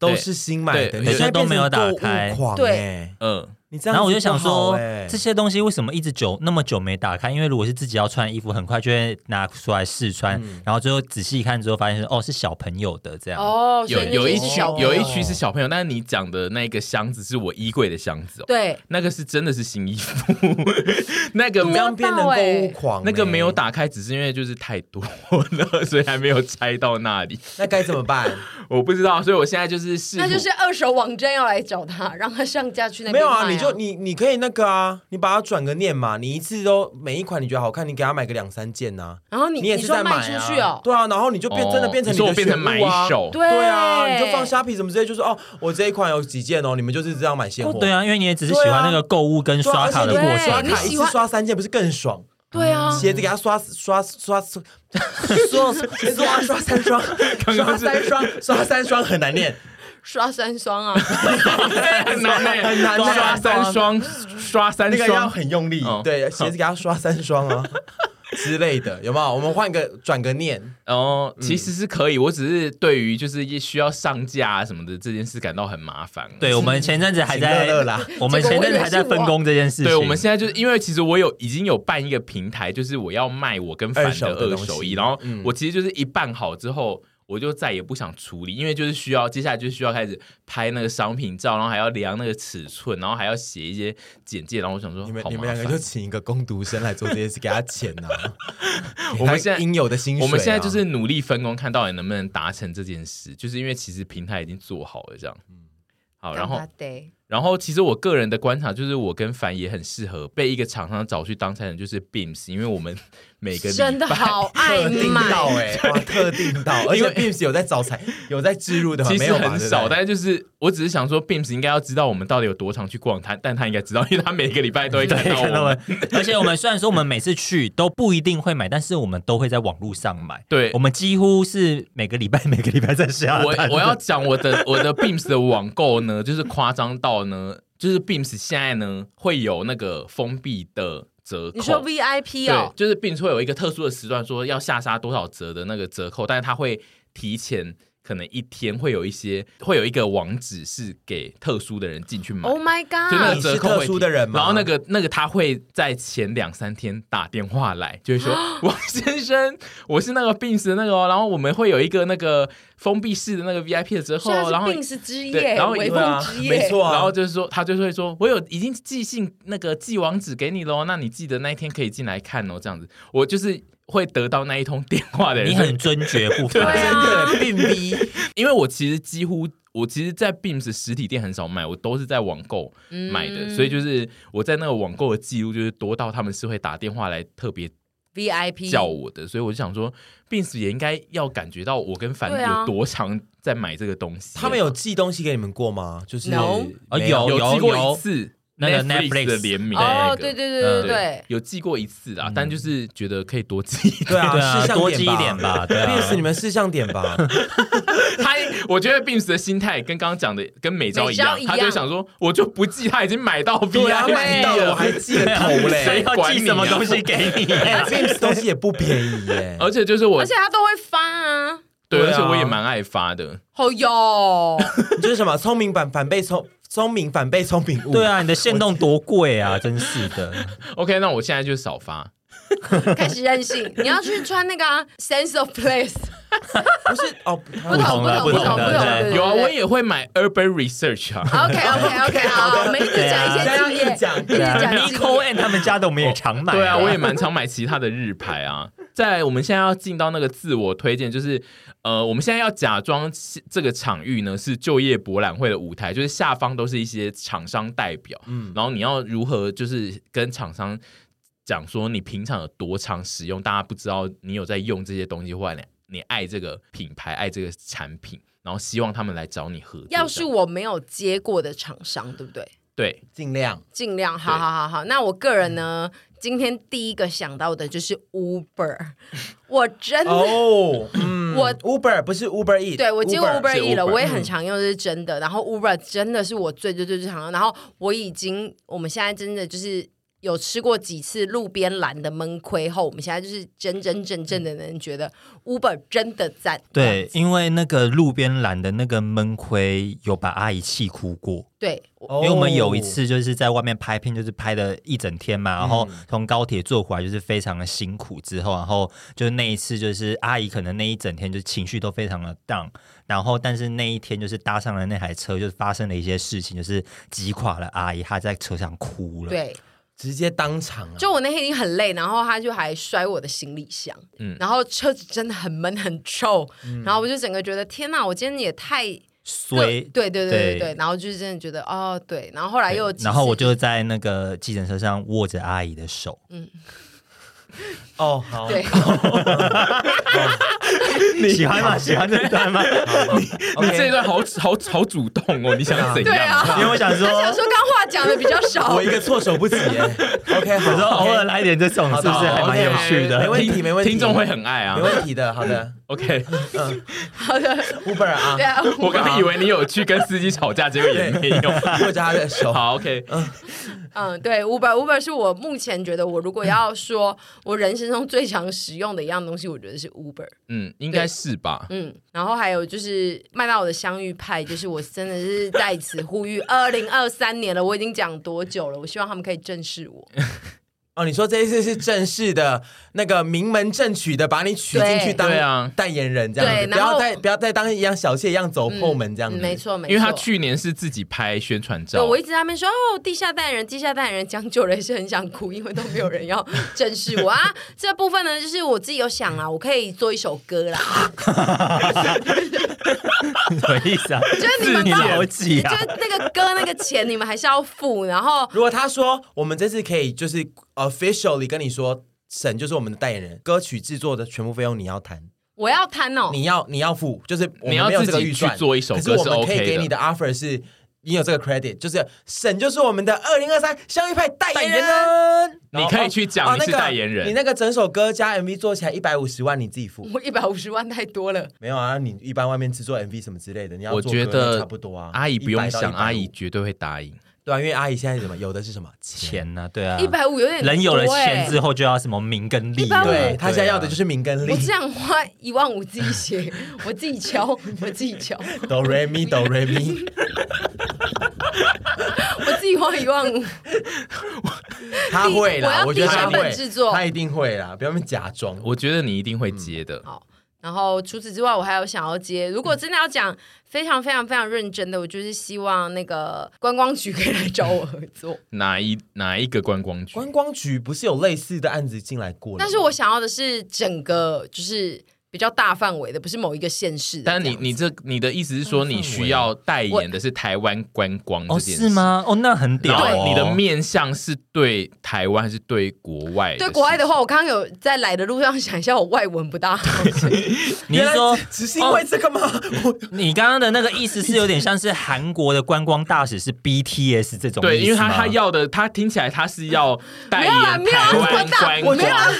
[SPEAKER 1] 都是新买的，
[SPEAKER 4] 对
[SPEAKER 1] 你现在
[SPEAKER 3] 对都没有打开
[SPEAKER 1] 变成购物狂
[SPEAKER 2] 对
[SPEAKER 1] 欸
[SPEAKER 4] 嗯，
[SPEAKER 1] 你这样、
[SPEAKER 3] 然后我就想说，这
[SPEAKER 1] 这
[SPEAKER 3] 些东西为什么一直久那么久没打开？因为如果是自己要穿的衣服，很快就会拿出来试穿，
[SPEAKER 1] 嗯
[SPEAKER 3] 然后最后仔细看之后发现，哦，是小朋友的这样。
[SPEAKER 2] 哦，
[SPEAKER 4] 有
[SPEAKER 2] 所以那
[SPEAKER 4] 有一
[SPEAKER 2] 些
[SPEAKER 4] 区
[SPEAKER 2] 是小朋友
[SPEAKER 4] 有一区是小朋友，但是你讲的那个箱子是我衣柜的箱子哦，
[SPEAKER 2] 对，
[SPEAKER 4] 那个是真的是新衣服， 那个
[SPEAKER 1] 这
[SPEAKER 4] 没有
[SPEAKER 1] 样变成购物狂、欸
[SPEAKER 4] 那个没有
[SPEAKER 1] 打，
[SPEAKER 4] 打开，只是因为就是太多了，所以还没有拆到那里。
[SPEAKER 1] 那该怎么办？
[SPEAKER 4] 我不知道，所以我现在就是试图
[SPEAKER 2] 那就是二手网站要来找他，让他上架去那
[SPEAKER 1] 没
[SPEAKER 2] 边
[SPEAKER 1] 有
[SPEAKER 2] 卖
[SPEAKER 1] 啊，你就你你可以那个啊，你把它转个念嘛，你一次都每一款你觉得好看，你给他买个两三件啊呐、
[SPEAKER 2] 然后你
[SPEAKER 1] 也
[SPEAKER 2] 你
[SPEAKER 1] 是
[SPEAKER 2] 说
[SPEAKER 1] 在买
[SPEAKER 2] 卖
[SPEAKER 1] 啊，
[SPEAKER 2] 出去哦，
[SPEAKER 1] 对啊，然后你就变、真的变成
[SPEAKER 4] 哦
[SPEAKER 1] 你
[SPEAKER 4] 你说
[SPEAKER 1] 的
[SPEAKER 4] 我变成
[SPEAKER 1] 选物
[SPEAKER 4] 买
[SPEAKER 1] 啊
[SPEAKER 4] 手，
[SPEAKER 2] 对
[SPEAKER 1] 对啊，你就放虾皮什么之类，就是哦，我这一款有几件哦，你们就是这样买现货。
[SPEAKER 3] 对啊，因为你也只是喜欢那个购物跟
[SPEAKER 1] 对啊，
[SPEAKER 3] 刷
[SPEAKER 1] 而且
[SPEAKER 3] 卡的
[SPEAKER 1] 你
[SPEAKER 3] 过
[SPEAKER 2] 对
[SPEAKER 1] 刷
[SPEAKER 3] 程
[SPEAKER 2] 你
[SPEAKER 1] 卡
[SPEAKER 3] 啊。
[SPEAKER 1] 一
[SPEAKER 2] 喜
[SPEAKER 1] 次
[SPEAKER 2] 欢
[SPEAKER 1] 刷三件，不是更爽？
[SPEAKER 2] 对啊，
[SPEAKER 1] 鞋子给他刷刷 刷刷，刷鞋子给他刷三双，刷三双，刷三双很难念，
[SPEAKER 2] 刷三双啊，
[SPEAKER 4] 很难欸
[SPEAKER 1] 很难欸
[SPEAKER 4] 刷三双，刷三
[SPEAKER 1] 那个要
[SPEAKER 4] 双，
[SPEAKER 1] 很用力
[SPEAKER 4] 哦，
[SPEAKER 1] 对，鞋子给他刷三双啊之类的，有没有？我们换个转个念，
[SPEAKER 4] 哦，其实是可以，我只是对于就是需要上架啊什么的这件事感到很麻烦。啊
[SPEAKER 3] 对，我们前阵子还在
[SPEAKER 1] 请乐乐啦，
[SPEAKER 3] 我们前阵子还在分工这件事情。
[SPEAKER 4] 对，我们现在就是因为其实我有已经有办一个平台，就是我要卖我跟
[SPEAKER 1] 二
[SPEAKER 4] 凡
[SPEAKER 1] 手
[SPEAKER 4] 的
[SPEAKER 1] 的
[SPEAKER 4] 二
[SPEAKER 1] 东
[SPEAKER 4] 手
[SPEAKER 1] 西
[SPEAKER 4] 衣，然后
[SPEAKER 1] 嗯
[SPEAKER 4] 我其实就是一办好之后。我就再也不想处理，因为就是需要接下来就需要开始拍那个商品照，然后还要量那个尺寸，然后还要写一些简介，然后我想说，
[SPEAKER 1] 你们
[SPEAKER 4] 好
[SPEAKER 1] 你们
[SPEAKER 4] 麻
[SPEAKER 1] 两个
[SPEAKER 4] 烦
[SPEAKER 1] 就请一个工读生来做这件事，给他钱 呐，
[SPEAKER 4] 我们现
[SPEAKER 1] 给他
[SPEAKER 4] 在
[SPEAKER 1] 应有的薪水啊，
[SPEAKER 4] 我们现在就是努力分工，看到底能不能达成这件事，就是因为其实平台已经做好了这样。
[SPEAKER 1] 嗯
[SPEAKER 4] 好，然后
[SPEAKER 2] 干嘛得
[SPEAKER 4] 然后其实我个人的观察就是，我跟凡也很适合被一个厂商找去当差人，就是 Beams，因为我们每个礼
[SPEAKER 2] 真的
[SPEAKER 4] 拜
[SPEAKER 2] 好爱
[SPEAKER 1] 特定到
[SPEAKER 2] 买，
[SPEAKER 1] 哎， 哇，特定到，而
[SPEAKER 4] 欸因
[SPEAKER 1] 且
[SPEAKER 4] 为
[SPEAKER 1] Beams 有在找财，有在置入的吗，
[SPEAKER 4] 其
[SPEAKER 1] 没
[SPEAKER 4] 实
[SPEAKER 1] 有吧
[SPEAKER 4] 很
[SPEAKER 1] 对不对
[SPEAKER 4] 少，但是就是我只是想说，Beams 应该要知道我们到底有多常去逛他，但他应该知道，因为他每个礼拜都会看
[SPEAKER 3] 对，
[SPEAKER 4] 到
[SPEAKER 3] 看到
[SPEAKER 4] 我
[SPEAKER 3] 我
[SPEAKER 4] 们。
[SPEAKER 3] 们，而且我们虽然说我们每次去都不一定会买，但是我们都会在网络上买。
[SPEAKER 4] 对
[SPEAKER 3] 我，们几乎是每个礼拜每个礼拜在下
[SPEAKER 4] 我
[SPEAKER 3] 单。
[SPEAKER 4] 我要讲我的我的 Beams 的网购呢，就是夸张到呢，就是 Beams 现在呢会有那个封闭的折扣。
[SPEAKER 2] 你说 VIP
[SPEAKER 4] 对
[SPEAKER 2] 哦，，
[SPEAKER 4] 就是 Beams 会有一个特殊的时段，说要下杀多少折的那个折扣，但是它会提前可能一天会有一些会有一个网址是给特殊的人进去买。
[SPEAKER 2] Oh my
[SPEAKER 4] 就那
[SPEAKER 2] god！
[SPEAKER 4] 个
[SPEAKER 1] 你
[SPEAKER 4] 折扣
[SPEAKER 1] 是特
[SPEAKER 4] 会
[SPEAKER 1] 殊的人吗
[SPEAKER 4] 然后那个那个他会在前两三天打电话来，就会 说王先生，我是那个 Beams 的那个、哦，然后我们会有一个那个封闭式的那个 VIP 的折扣
[SPEAKER 2] 所以
[SPEAKER 4] 哦，然
[SPEAKER 2] 它
[SPEAKER 4] 后
[SPEAKER 2] 是病是之
[SPEAKER 4] 对
[SPEAKER 2] 夜，
[SPEAKER 4] 然后
[SPEAKER 2] 微
[SPEAKER 4] 以
[SPEAKER 1] 对
[SPEAKER 2] 风
[SPEAKER 1] 啊
[SPEAKER 2] 之
[SPEAKER 1] 没
[SPEAKER 2] 夜，
[SPEAKER 1] 错啊，
[SPEAKER 4] 然后就是说，他就是会说，我有已经寄信那个寄网址给你喽，那你记得那一天可以进来看哦，这样子，我就是会得到那一通电话的人。
[SPEAKER 3] 你很尊爵不凡，
[SPEAKER 2] 对啊
[SPEAKER 1] 真的病逼，
[SPEAKER 4] 因为我其实几乎我其实，在 Beams 实体店很少买，我都是在网购
[SPEAKER 2] 嗯
[SPEAKER 4] 买的，所以就是我在那个网购的记录就是多到他们是会打电话来特别
[SPEAKER 2] 嗯 VIP
[SPEAKER 4] 叫我的，所以我就想说，Beams 也应该要感觉到我跟凡
[SPEAKER 2] 对啊
[SPEAKER 4] 有多常在买这个东西。
[SPEAKER 1] 他们有寄东西给你们过吗？就是
[SPEAKER 2] No
[SPEAKER 3] 啊
[SPEAKER 1] 没
[SPEAKER 3] 有
[SPEAKER 4] 有寄过
[SPEAKER 3] 有
[SPEAKER 4] 一次
[SPEAKER 3] 那个
[SPEAKER 4] Netflix 的
[SPEAKER 3] Netflix
[SPEAKER 4] 联名，
[SPEAKER 2] 哦，对对对
[SPEAKER 4] 嗯
[SPEAKER 2] 对对对，
[SPEAKER 4] 有寄过一次啦，但
[SPEAKER 1] 嗯
[SPEAKER 4] 就是觉得可以多寄。
[SPEAKER 1] 对
[SPEAKER 3] 对啊
[SPEAKER 1] 啊，事项
[SPEAKER 3] 多寄一点吧对啊
[SPEAKER 1] Beams 你们事项点 吧，
[SPEAKER 4] 他我觉得 Beams 的心态跟刚刚讲的跟美招一样
[SPEAKER 2] 美，
[SPEAKER 4] 他
[SPEAKER 2] 招一样
[SPEAKER 4] 就想说，我就不寄，他已经买到 VIP
[SPEAKER 1] 对啊，
[SPEAKER 4] 了，
[SPEAKER 1] 买到了我还寄个头
[SPEAKER 3] 啊 谁
[SPEAKER 1] 嘞
[SPEAKER 3] 要
[SPEAKER 4] 啊
[SPEAKER 3] 寄什么东西给你？
[SPEAKER 1] 哎，Beams 东西也不便宜 耶，
[SPEAKER 4] 而且就是我
[SPEAKER 2] 而且他都会发啊，
[SPEAKER 4] 对，
[SPEAKER 1] 对啊
[SPEAKER 4] 而且我也蛮爱发的，
[SPEAKER 2] 哦哟，
[SPEAKER 1] 你就是什么聪明反反被聪聪明反被聪明误，
[SPEAKER 3] 对，啊，你的限动多贵啊，真是的。
[SPEAKER 4] OK，那我现在就少发。
[SPEAKER 2] 开始任性，你要去穿那个啊 sense of place，
[SPEAKER 1] 不是哦，
[SPEAKER 2] 不
[SPEAKER 1] 不
[SPEAKER 2] 同
[SPEAKER 3] 同了
[SPEAKER 2] 同不
[SPEAKER 3] 不同
[SPEAKER 2] 不
[SPEAKER 3] 的
[SPEAKER 2] 同，
[SPEAKER 3] 对
[SPEAKER 2] 对
[SPEAKER 4] 有啊，我。也会买 Urban Research 啊。
[SPEAKER 2] OK OK OK，好，我们一直
[SPEAKER 3] 对啊
[SPEAKER 2] 讲一些经验，
[SPEAKER 1] 这样一直
[SPEAKER 2] 一直
[SPEAKER 1] 讲
[SPEAKER 2] 讲经
[SPEAKER 3] Nico
[SPEAKER 2] 验。
[SPEAKER 3] and 他们家的我们也常买，
[SPEAKER 4] 对啊，我也蛮常买其他的日牌啊。再来，我们现在要进到那个自我推荐，就是呃，我们现在要假装这个场域呢是就业博览会的舞台，就是下方都是一些厂商代表，嗯，然后你要如何就是跟厂商讲说你平常有多常使用，大家不知道你有在用这些东西，或者你你爱这个品牌，爱这个产品，然后希望他们来找你合作。
[SPEAKER 2] 要是我没有接过的厂商，对不对？
[SPEAKER 4] 对
[SPEAKER 1] 尽 量
[SPEAKER 2] 尽量，好好好好。那我个人呢，今天第一个想到的就是 Uber，我 真的、
[SPEAKER 1] 哦，嗯，
[SPEAKER 2] 我
[SPEAKER 1] Uber 不是 Uber 嗯 E，
[SPEAKER 2] 对我接过 Uber
[SPEAKER 4] 是
[SPEAKER 2] E 了，
[SPEAKER 4] Uber，
[SPEAKER 2] 我也很常用，这是真的。然后 Uber 真的是我最最最最常用，然后我已经我们现在真的就是有吃过几次路边拦的闷亏后，我们现在就是真真正正的能觉得 Uber 真的赞。
[SPEAKER 3] 对，因为那个路边拦的那个闷亏，有把阿姨气哭过。
[SPEAKER 2] 对，
[SPEAKER 1] 因
[SPEAKER 3] 因为我们
[SPEAKER 2] 哦
[SPEAKER 3] 有一
[SPEAKER 1] 哦
[SPEAKER 3] 次就是在外面拍片，就是拍了一整天嘛，然
[SPEAKER 2] 嗯
[SPEAKER 3] 后从高铁坐回来就是非常的辛苦。之后，然后就是那一次，就是阿姨可能那一整天就情绪都非常的 down，然后但是那一天就是搭上了那台车，就是发生了一些事情，就是击垮了阿姨，她在车上哭了。，
[SPEAKER 2] 对，
[SPEAKER 1] 直接当场啊，
[SPEAKER 2] 就我那天已经很累，然后他就还摔我的行李箱，
[SPEAKER 4] 嗯
[SPEAKER 2] 然后车子真的很闷很臭，然后我就整个觉得天哪，我今天也太
[SPEAKER 3] 衰。
[SPEAKER 2] 对对对对
[SPEAKER 3] 对
[SPEAKER 2] 对，然后就是真的觉得哦对，然后后来又有几
[SPEAKER 3] 然后
[SPEAKER 2] 次
[SPEAKER 3] 我就在那个计程车上握着阿姨的手，
[SPEAKER 2] 嗯
[SPEAKER 1] 哦好，
[SPEAKER 2] 对
[SPEAKER 3] 你 喜欢吗？喜欢这段 吗？
[SPEAKER 4] 你 这一段好好好主动哦，你 想怎
[SPEAKER 2] 对
[SPEAKER 4] 样？
[SPEAKER 2] 啊，
[SPEAKER 3] 因为我想说，
[SPEAKER 2] 想说刚话讲的比较少
[SPEAKER 1] 我一，个措手不及 耶，OK 好
[SPEAKER 3] 有时候偶尔来点这种，
[SPEAKER 1] 好
[SPEAKER 3] 是
[SPEAKER 1] 的
[SPEAKER 3] 不是还蛮有趣的？
[SPEAKER 1] 没问题没问题，
[SPEAKER 4] 听众会很爱啊
[SPEAKER 1] 没。问题的，好 的
[SPEAKER 4] OK，
[SPEAKER 2] 好的，
[SPEAKER 1] ，Uber 啊
[SPEAKER 2] 对，啊，
[SPEAKER 4] 我刚刚以为你有去跟司机吵架，结果也没有。
[SPEAKER 1] 握着他的手，
[SPEAKER 4] 好，OK，
[SPEAKER 2] 嗯，对，Uber Uber 是我目前觉得我如果要说我人生中最常使用的一样东西，我觉得是 Uber。
[SPEAKER 4] 嗯，应该是吧。
[SPEAKER 2] 嗯，然后还有就是麦当劳的香芋派，就是我真的是在此呼吁，二零二三年了，我已经讲多久了？我希望他们可以正视我。
[SPEAKER 1] 哦，你说这一次是正式的那个名门正娶的，把你娶进去
[SPEAKER 2] 对
[SPEAKER 1] 当
[SPEAKER 4] 对啊
[SPEAKER 1] 代言人这样
[SPEAKER 2] 对
[SPEAKER 1] 子，不
[SPEAKER 2] 然后
[SPEAKER 1] 要再不要再当一样小妾一样走后门这样子，
[SPEAKER 2] 嗯没错，没错，
[SPEAKER 4] 因为他去年是自己拍宣传
[SPEAKER 2] 对，
[SPEAKER 4] 照，
[SPEAKER 2] 我一直在那边说哦，地下代言人，地下代言人，讲久了也是很想哭，因为都没有人要正视我啊。 这部分呢，就是我自己有想啊，我可以做一首歌啦，
[SPEAKER 3] 什么意思啊？
[SPEAKER 2] 就是你
[SPEAKER 3] 自
[SPEAKER 2] 们
[SPEAKER 3] 己
[SPEAKER 2] 帮
[SPEAKER 3] 了
[SPEAKER 2] 我，
[SPEAKER 3] 解
[SPEAKER 2] 就
[SPEAKER 3] 啊
[SPEAKER 2] 是？那个歌那个钱你们还是要付，然后
[SPEAKER 1] 如果他说我们这次可以就是 officially 跟你说，沈就是我们的代言人，歌曲制作的全部费用你要谈，
[SPEAKER 2] 我要摊哦，
[SPEAKER 1] 你要你要付，就是我
[SPEAKER 4] 你
[SPEAKER 1] 们
[SPEAKER 4] 要
[SPEAKER 1] 没有
[SPEAKER 4] 自
[SPEAKER 1] 这个
[SPEAKER 4] 己
[SPEAKER 1] 预
[SPEAKER 4] 去
[SPEAKER 1] 算，
[SPEAKER 4] 做一首
[SPEAKER 1] 可
[SPEAKER 4] 歌
[SPEAKER 1] 是我们可
[SPEAKER 4] OK
[SPEAKER 1] 以给你的 offer 是。你有这个 credit，就是沈就是我们的二零二三香芋派代言人，
[SPEAKER 4] 你可以去
[SPEAKER 1] 哦
[SPEAKER 4] 讲你是代言
[SPEAKER 1] 那个你
[SPEAKER 4] 人。
[SPEAKER 1] 那个整首歌加 MV 做起来一百五十万，你自己付。
[SPEAKER 2] 我一百五十万太多了。
[SPEAKER 1] 没有啊，你一般外面制作 MV 什么之类的，你要
[SPEAKER 4] 我
[SPEAKER 1] 啊做
[SPEAKER 4] 觉
[SPEAKER 1] 歌
[SPEAKER 4] 得
[SPEAKER 1] 差不多啊。
[SPEAKER 4] 阿姨不用
[SPEAKER 1] 100到
[SPEAKER 4] 想，
[SPEAKER 1] 150
[SPEAKER 4] 阿姨绝对会答应。
[SPEAKER 1] 对啊，因为阿姨现在什么有的是什么钱，
[SPEAKER 3] 钱呢、对啊，
[SPEAKER 2] 一百五有点
[SPEAKER 3] 人有了
[SPEAKER 2] 多欸
[SPEAKER 3] 钱之后就要什么名跟利啊
[SPEAKER 2] 150
[SPEAKER 3] 了，
[SPEAKER 1] 对
[SPEAKER 2] 对
[SPEAKER 1] 她现在
[SPEAKER 4] 啊
[SPEAKER 1] 要的就是是名跟利
[SPEAKER 2] 我。只想花一万五自己 写，我自己敲，我自己敲，
[SPEAKER 1] 哆瑞 咪哆瑞咪，
[SPEAKER 2] 我自己花一万五。
[SPEAKER 1] 她会啦，
[SPEAKER 2] 我要
[SPEAKER 1] 我觉得
[SPEAKER 2] 低
[SPEAKER 1] 她
[SPEAKER 2] 成本
[SPEAKER 1] 会
[SPEAKER 2] 制作
[SPEAKER 1] 她一定会啦，不要那么假装。
[SPEAKER 4] 我觉得你一定会接的。
[SPEAKER 1] 嗯
[SPEAKER 2] 好，然后除此之外，我还有想要接，如果真的要讲非常非常非常认真的，我就是希望那个观光局可以来找我合 作。
[SPEAKER 4] 哪一哪一个观光局？
[SPEAKER 1] 观光局不是有类似的案子进来过了吗？
[SPEAKER 2] 但是我想要的是整个就是比较大范围的，不是某一个县市的这
[SPEAKER 4] 但
[SPEAKER 2] 样子。
[SPEAKER 4] 你你这你的意思是说，你需要代言的是台湾观光
[SPEAKER 3] 哦，
[SPEAKER 4] 这件
[SPEAKER 1] 嗯
[SPEAKER 4] 事、
[SPEAKER 3] 是？吗？哦，那很屌、
[SPEAKER 4] 然
[SPEAKER 3] 哦
[SPEAKER 4] 后，你的面向是对台湾还是对国外？
[SPEAKER 2] 对国外的
[SPEAKER 4] 话，
[SPEAKER 2] 话，我刚刚有在来的路上想一下，我外文不大 好，
[SPEAKER 3] 你是
[SPEAKER 1] 原来
[SPEAKER 3] 说
[SPEAKER 1] 只只是因为这个吗？
[SPEAKER 4] 哦
[SPEAKER 1] 我
[SPEAKER 3] 你刚刚的那个意思是有点像是韩国的观光大使是 BTS 这种意思吗，
[SPEAKER 4] 对，因为他他要的，他听起来他是要代言
[SPEAKER 2] 没有啊
[SPEAKER 4] 台
[SPEAKER 2] 没有啊
[SPEAKER 4] 湾观
[SPEAKER 1] 我
[SPEAKER 4] 光
[SPEAKER 1] 觉。得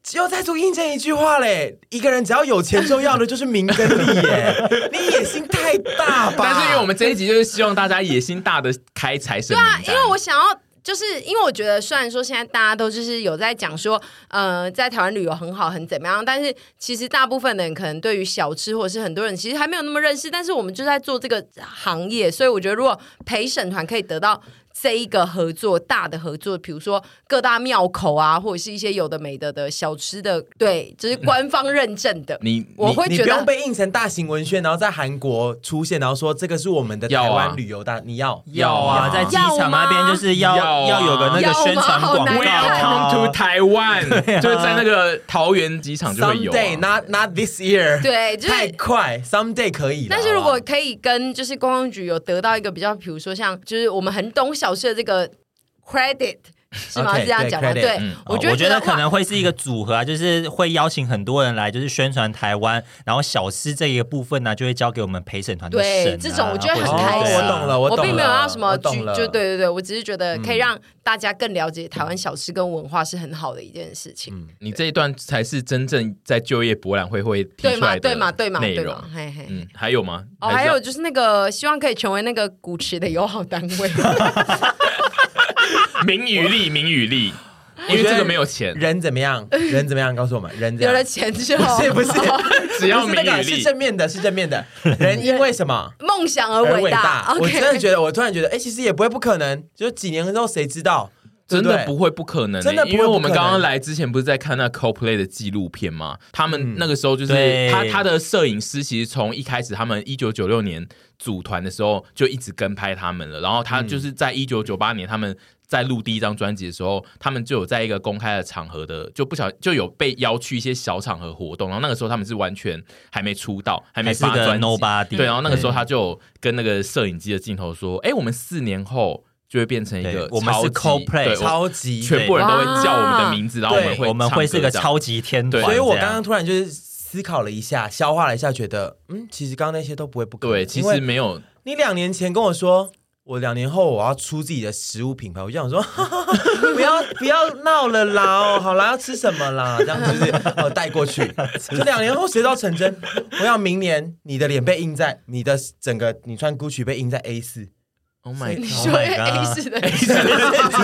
[SPEAKER 1] 只有再度印证一句话嘞，一个人只要有钱就要的就是名跟利 耶，你野心太大吧？
[SPEAKER 4] 但是因为我们这一集就是希望大家野心大的开财神
[SPEAKER 2] 对啊，
[SPEAKER 4] 名
[SPEAKER 2] 因
[SPEAKER 4] 单
[SPEAKER 2] 为我想要。就是因为我觉得，虽然说现在大家都就是有在讲说，呃，在台湾旅游很好，很怎么样，但是其实大部分的人可能对于小吃或者是很多人其实还没有那么认识，但是我们就在做这个行业，所以我觉得如果陪审团可以得到这一个合作大的合作，比如说各大庙口啊，或者是一些有的没的的小吃的，对，就是官方认证的，
[SPEAKER 4] 你
[SPEAKER 2] 我会
[SPEAKER 1] 你
[SPEAKER 2] 觉
[SPEAKER 1] 不
[SPEAKER 2] 得
[SPEAKER 1] 用被印成大型文宣，然后在韩国出现，然后说这个是我们的
[SPEAKER 4] 要啊
[SPEAKER 1] 台湾旅游大，你要
[SPEAKER 3] 要啊，在机场那边就是要
[SPEAKER 4] 要啊
[SPEAKER 3] 有个那个宣传广告、
[SPEAKER 4] Welcome
[SPEAKER 3] 啊、
[SPEAKER 4] to 台湾，就是在那个桃园机场就会有啊、
[SPEAKER 1] someday not not this year，，
[SPEAKER 2] 对，就是
[SPEAKER 1] 太快，someday 可以啦。
[SPEAKER 2] 但是如
[SPEAKER 1] 好
[SPEAKER 2] 果
[SPEAKER 1] 不好
[SPEAKER 2] 可以跟就是观光局有得到一个比较，比如说像就是我们很懂小吃的这个 credit 是吗？
[SPEAKER 1] OK，
[SPEAKER 2] 是这样讲吗？
[SPEAKER 1] 对，credit，
[SPEAKER 2] 对
[SPEAKER 4] 嗯，
[SPEAKER 2] 我就
[SPEAKER 3] 哦我
[SPEAKER 2] 会觉
[SPEAKER 3] 觉得
[SPEAKER 2] 得
[SPEAKER 3] 可
[SPEAKER 2] 哇，
[SPEAKER 3] 能会是一个组合啊，就是会邀请很多人来，就是宣传台湾，然后小吃这一个部分呢、啊就会交给我们陪审团去
[SPEAKER 2] 对
[SPEAKER 3] 审啊、
[SPEAKER 2] 这种我觉得很
[SPEAKER 3] 或者是
[SPEAKER 2] 开心
[SPEAKER 1] 哦我懂了，
[SPEAKER 2] 我
[SPEAKER 1] 懂了，
[SPEAKER 2] 并没有要什么
[SPEAKER 1] 我
[SPEAKER 2] 就
[SPEAKER 1] 懂了，
[SPEAKER 2] 就对对对，我只是觉得可以让大家更了解台湾小吃跟文化是很好的一件事情，
[SPEAKER 4] 你这一段才是真正在就业博览会会提
[SPEAKER 2] 对
[SPEAKER 4] 出
[SPEAKER 2] 嘛
[SPEAKER 4] 来的
[SPEAKER 2] 对嘛对嘛
[SPEAKER 4] 内
[SPEAKER 2] 对
[SPEAKER 4] 容
[SPEAKER 2] 嘛，。嘿嘿。
[SPEAKER 4] 嗯，还有吗？
[SPEAKER 2] 哦，
[SPEAKER 4] 是
[SPEAKER 2] 还
[SPEAKER 4] 要
[SPEAKER 2] 有就是那个，希望可以成为那个古驰的友好单位。
[SPEAKER 4] 名与利，名与利，因为
[SPEAKER 1] 我觉得
[SPEAKER 4] 这个没有钱，
[SPEAKER 1] 人怎么样？人怎么样？告诉我们，人怎
[SPEAKER 2] 有哦
[SPEAKER 1] 样
[SPEAKER 2] 了？钱之后
[SPEAKER 1] 不，是不是，
[SPEAKER 4] 只要
[SPEAKER 1] 不
[SPEAKER 4] 名
[SPEAKER 1] 是那
[SPEAKER 4] 与
[SPEAKER 1] 个是
[SPEAKER 4] 利。
[SPEAKER 1] 正面的，是正面的。人因为什么？
[SPEAKER 2] 梦想而
[SPEAKER 1] 而
[SPEAKER 2] 伟
[SPEAKER 1] 哎大，我真的
[SPEAKER 2] OK，
[SPEAKER 1] 觉得，我突然觉得，哎，其实也不会不可能，就几年之后谁知道，对
[SPEAKER 4] 真
[SPEAKER 1] 不
[SPEAKER 4] 的
[SPEAKER 1] 对
[SPEAKER 4] 不会不可能欸、
[SPEAKER 1] 真的不会
[SPEAKER 4] 因为我们
[SPEAKER 1] 不可能
[SPEAKER 4] 刚刚来之前不是在看那 CoPlay 的纪录片吗？他
[SPEAKER 1] 嗯
[SPEAKER 4] 们那个时候就是、
[SPEAKER 3] 对
[SPEAKER 4] 他他的摄影师，其实从一开始他们一九九六年组团的时候就一直跟拍他们了，然后他
[SPEAKER 1] 嗯
[SPEAKER 4] 就是在一九九八年他们。在录第一张专辑的时候，他们就有在一个公开的场合的，就不小就有被邀去一些小场合活动，然后那个时候他们是完全还没出道，还没
[SPEAKER 3] 还是
[SPEAKER 4] 发
[SPEAKER 3] 个
[SPEAKER 4] 专辑
[SPEAKER 3] nobody
[SPEAKER 4] 对，然后那个时候他就有跟那个摄影机的镜头说：“哎、我们四年后就会变成一个
[SPEAKER 3] 对我们
[SPEAKER 4] 超
[SPEAKER 3] 是
[SPEAKER 4] 级
[SPEAKER 3] Coldplay，
[SPEAKER 4] 对我
[SPEAKER 1] 超级
[SPEAKER 4] 全部人都会叫我们的名字，然后我们
[SPEAKER 1] 对
[SPEAKER 4] 会
[SPEAKER 3] 我们会是个
[SPEAKER 4] 唱歌
[SPEAKER 3] 超级天团。
[SPEAKER 4] 对
[SPEAKER 1] 所以我
[SPEAKER 3] 这样
[SPEAKER 1] 刚刚突然就是思考了一下，消化了一下，觉得嗯，其实刚刚那些都不会不
[SPEAKER 4] 这
[SPEAKER 1] 可
[SPEAKER 4] 样
[SPEAKER 1] 能。
[SPEAKER 4] 对，其
[SPEAKER 1] 因为
[SPEAKER 4] 实没有
[SPEAKER 1] 你两年前跟我说。我两年后我要出自己的食物品牌，我就想说， 哈哈哈不要不要闹了啦，哦，好啦，要吃什么啦，这样就是呃带过 去。就两年后谁知道成真？我想明年你的脸被印在你的整个你穿 Gucci 被印在 A 四，
[SPEAKER 4] ，Oh my
[SPEAKER 2] 你
[SPEAKER 4] god，
[SPEAKER 2] 说
[SPEAKER 3] Oh
[SPEAKER 1] 哎
[SPEAKER 3] my
[SPEAKER 2] A
[SPEAKER 3] God
[SPEAKER 2] 式的，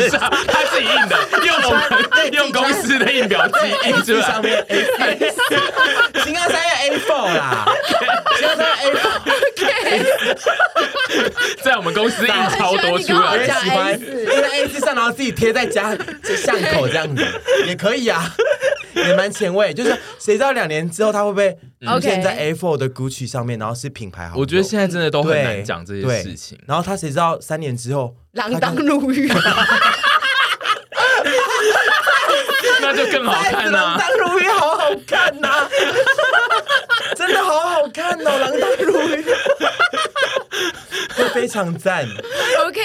[SPEAKER 4] 他自己印的，用我们用公司的印表机印出
[SPEAKER 1] 这上
[SPEAKER 4] 来。
[SPEAKER 1] 面 A 四，新高三要 A four 啦，新高三 A four，
[SPEAKER 4] 在我们公司印超多出
[SPEAKER 2] 我
[SPEAKER 1] 我也
[SPEAKER 4] 来
[SPEAKER 2] 觉。得
[SPEAKER 1] 喜欢印在 A 四上，然后自己贴在家这巷口这 样子也可以啊，也蛮前卫。就是谁知道两年之后他会不会出现在 A four 的 Gucci 上面，然后是品牌好友？
[SPEAKER 4] 我觉得现在真的都很
[SPEAKER 1] 对
[SPEAKER 4] 难讲这些
[SPEAKER 1] 对
[SPEAKER 4] 事情。
[SPEAKER 1] 然后他谁知道三年之后
[SPEAKER 2] 锒铛入狱，
[SPEAKER 4] 那就更好看啊
[SPEAKER 1] 哦狼
[SPEAKER 4] 啦、
[SPEAKER 1] 当如玉好好看呐、 真的好好看哦，狼当如玉， 会非常赞。
[SPEAKER 2] OK，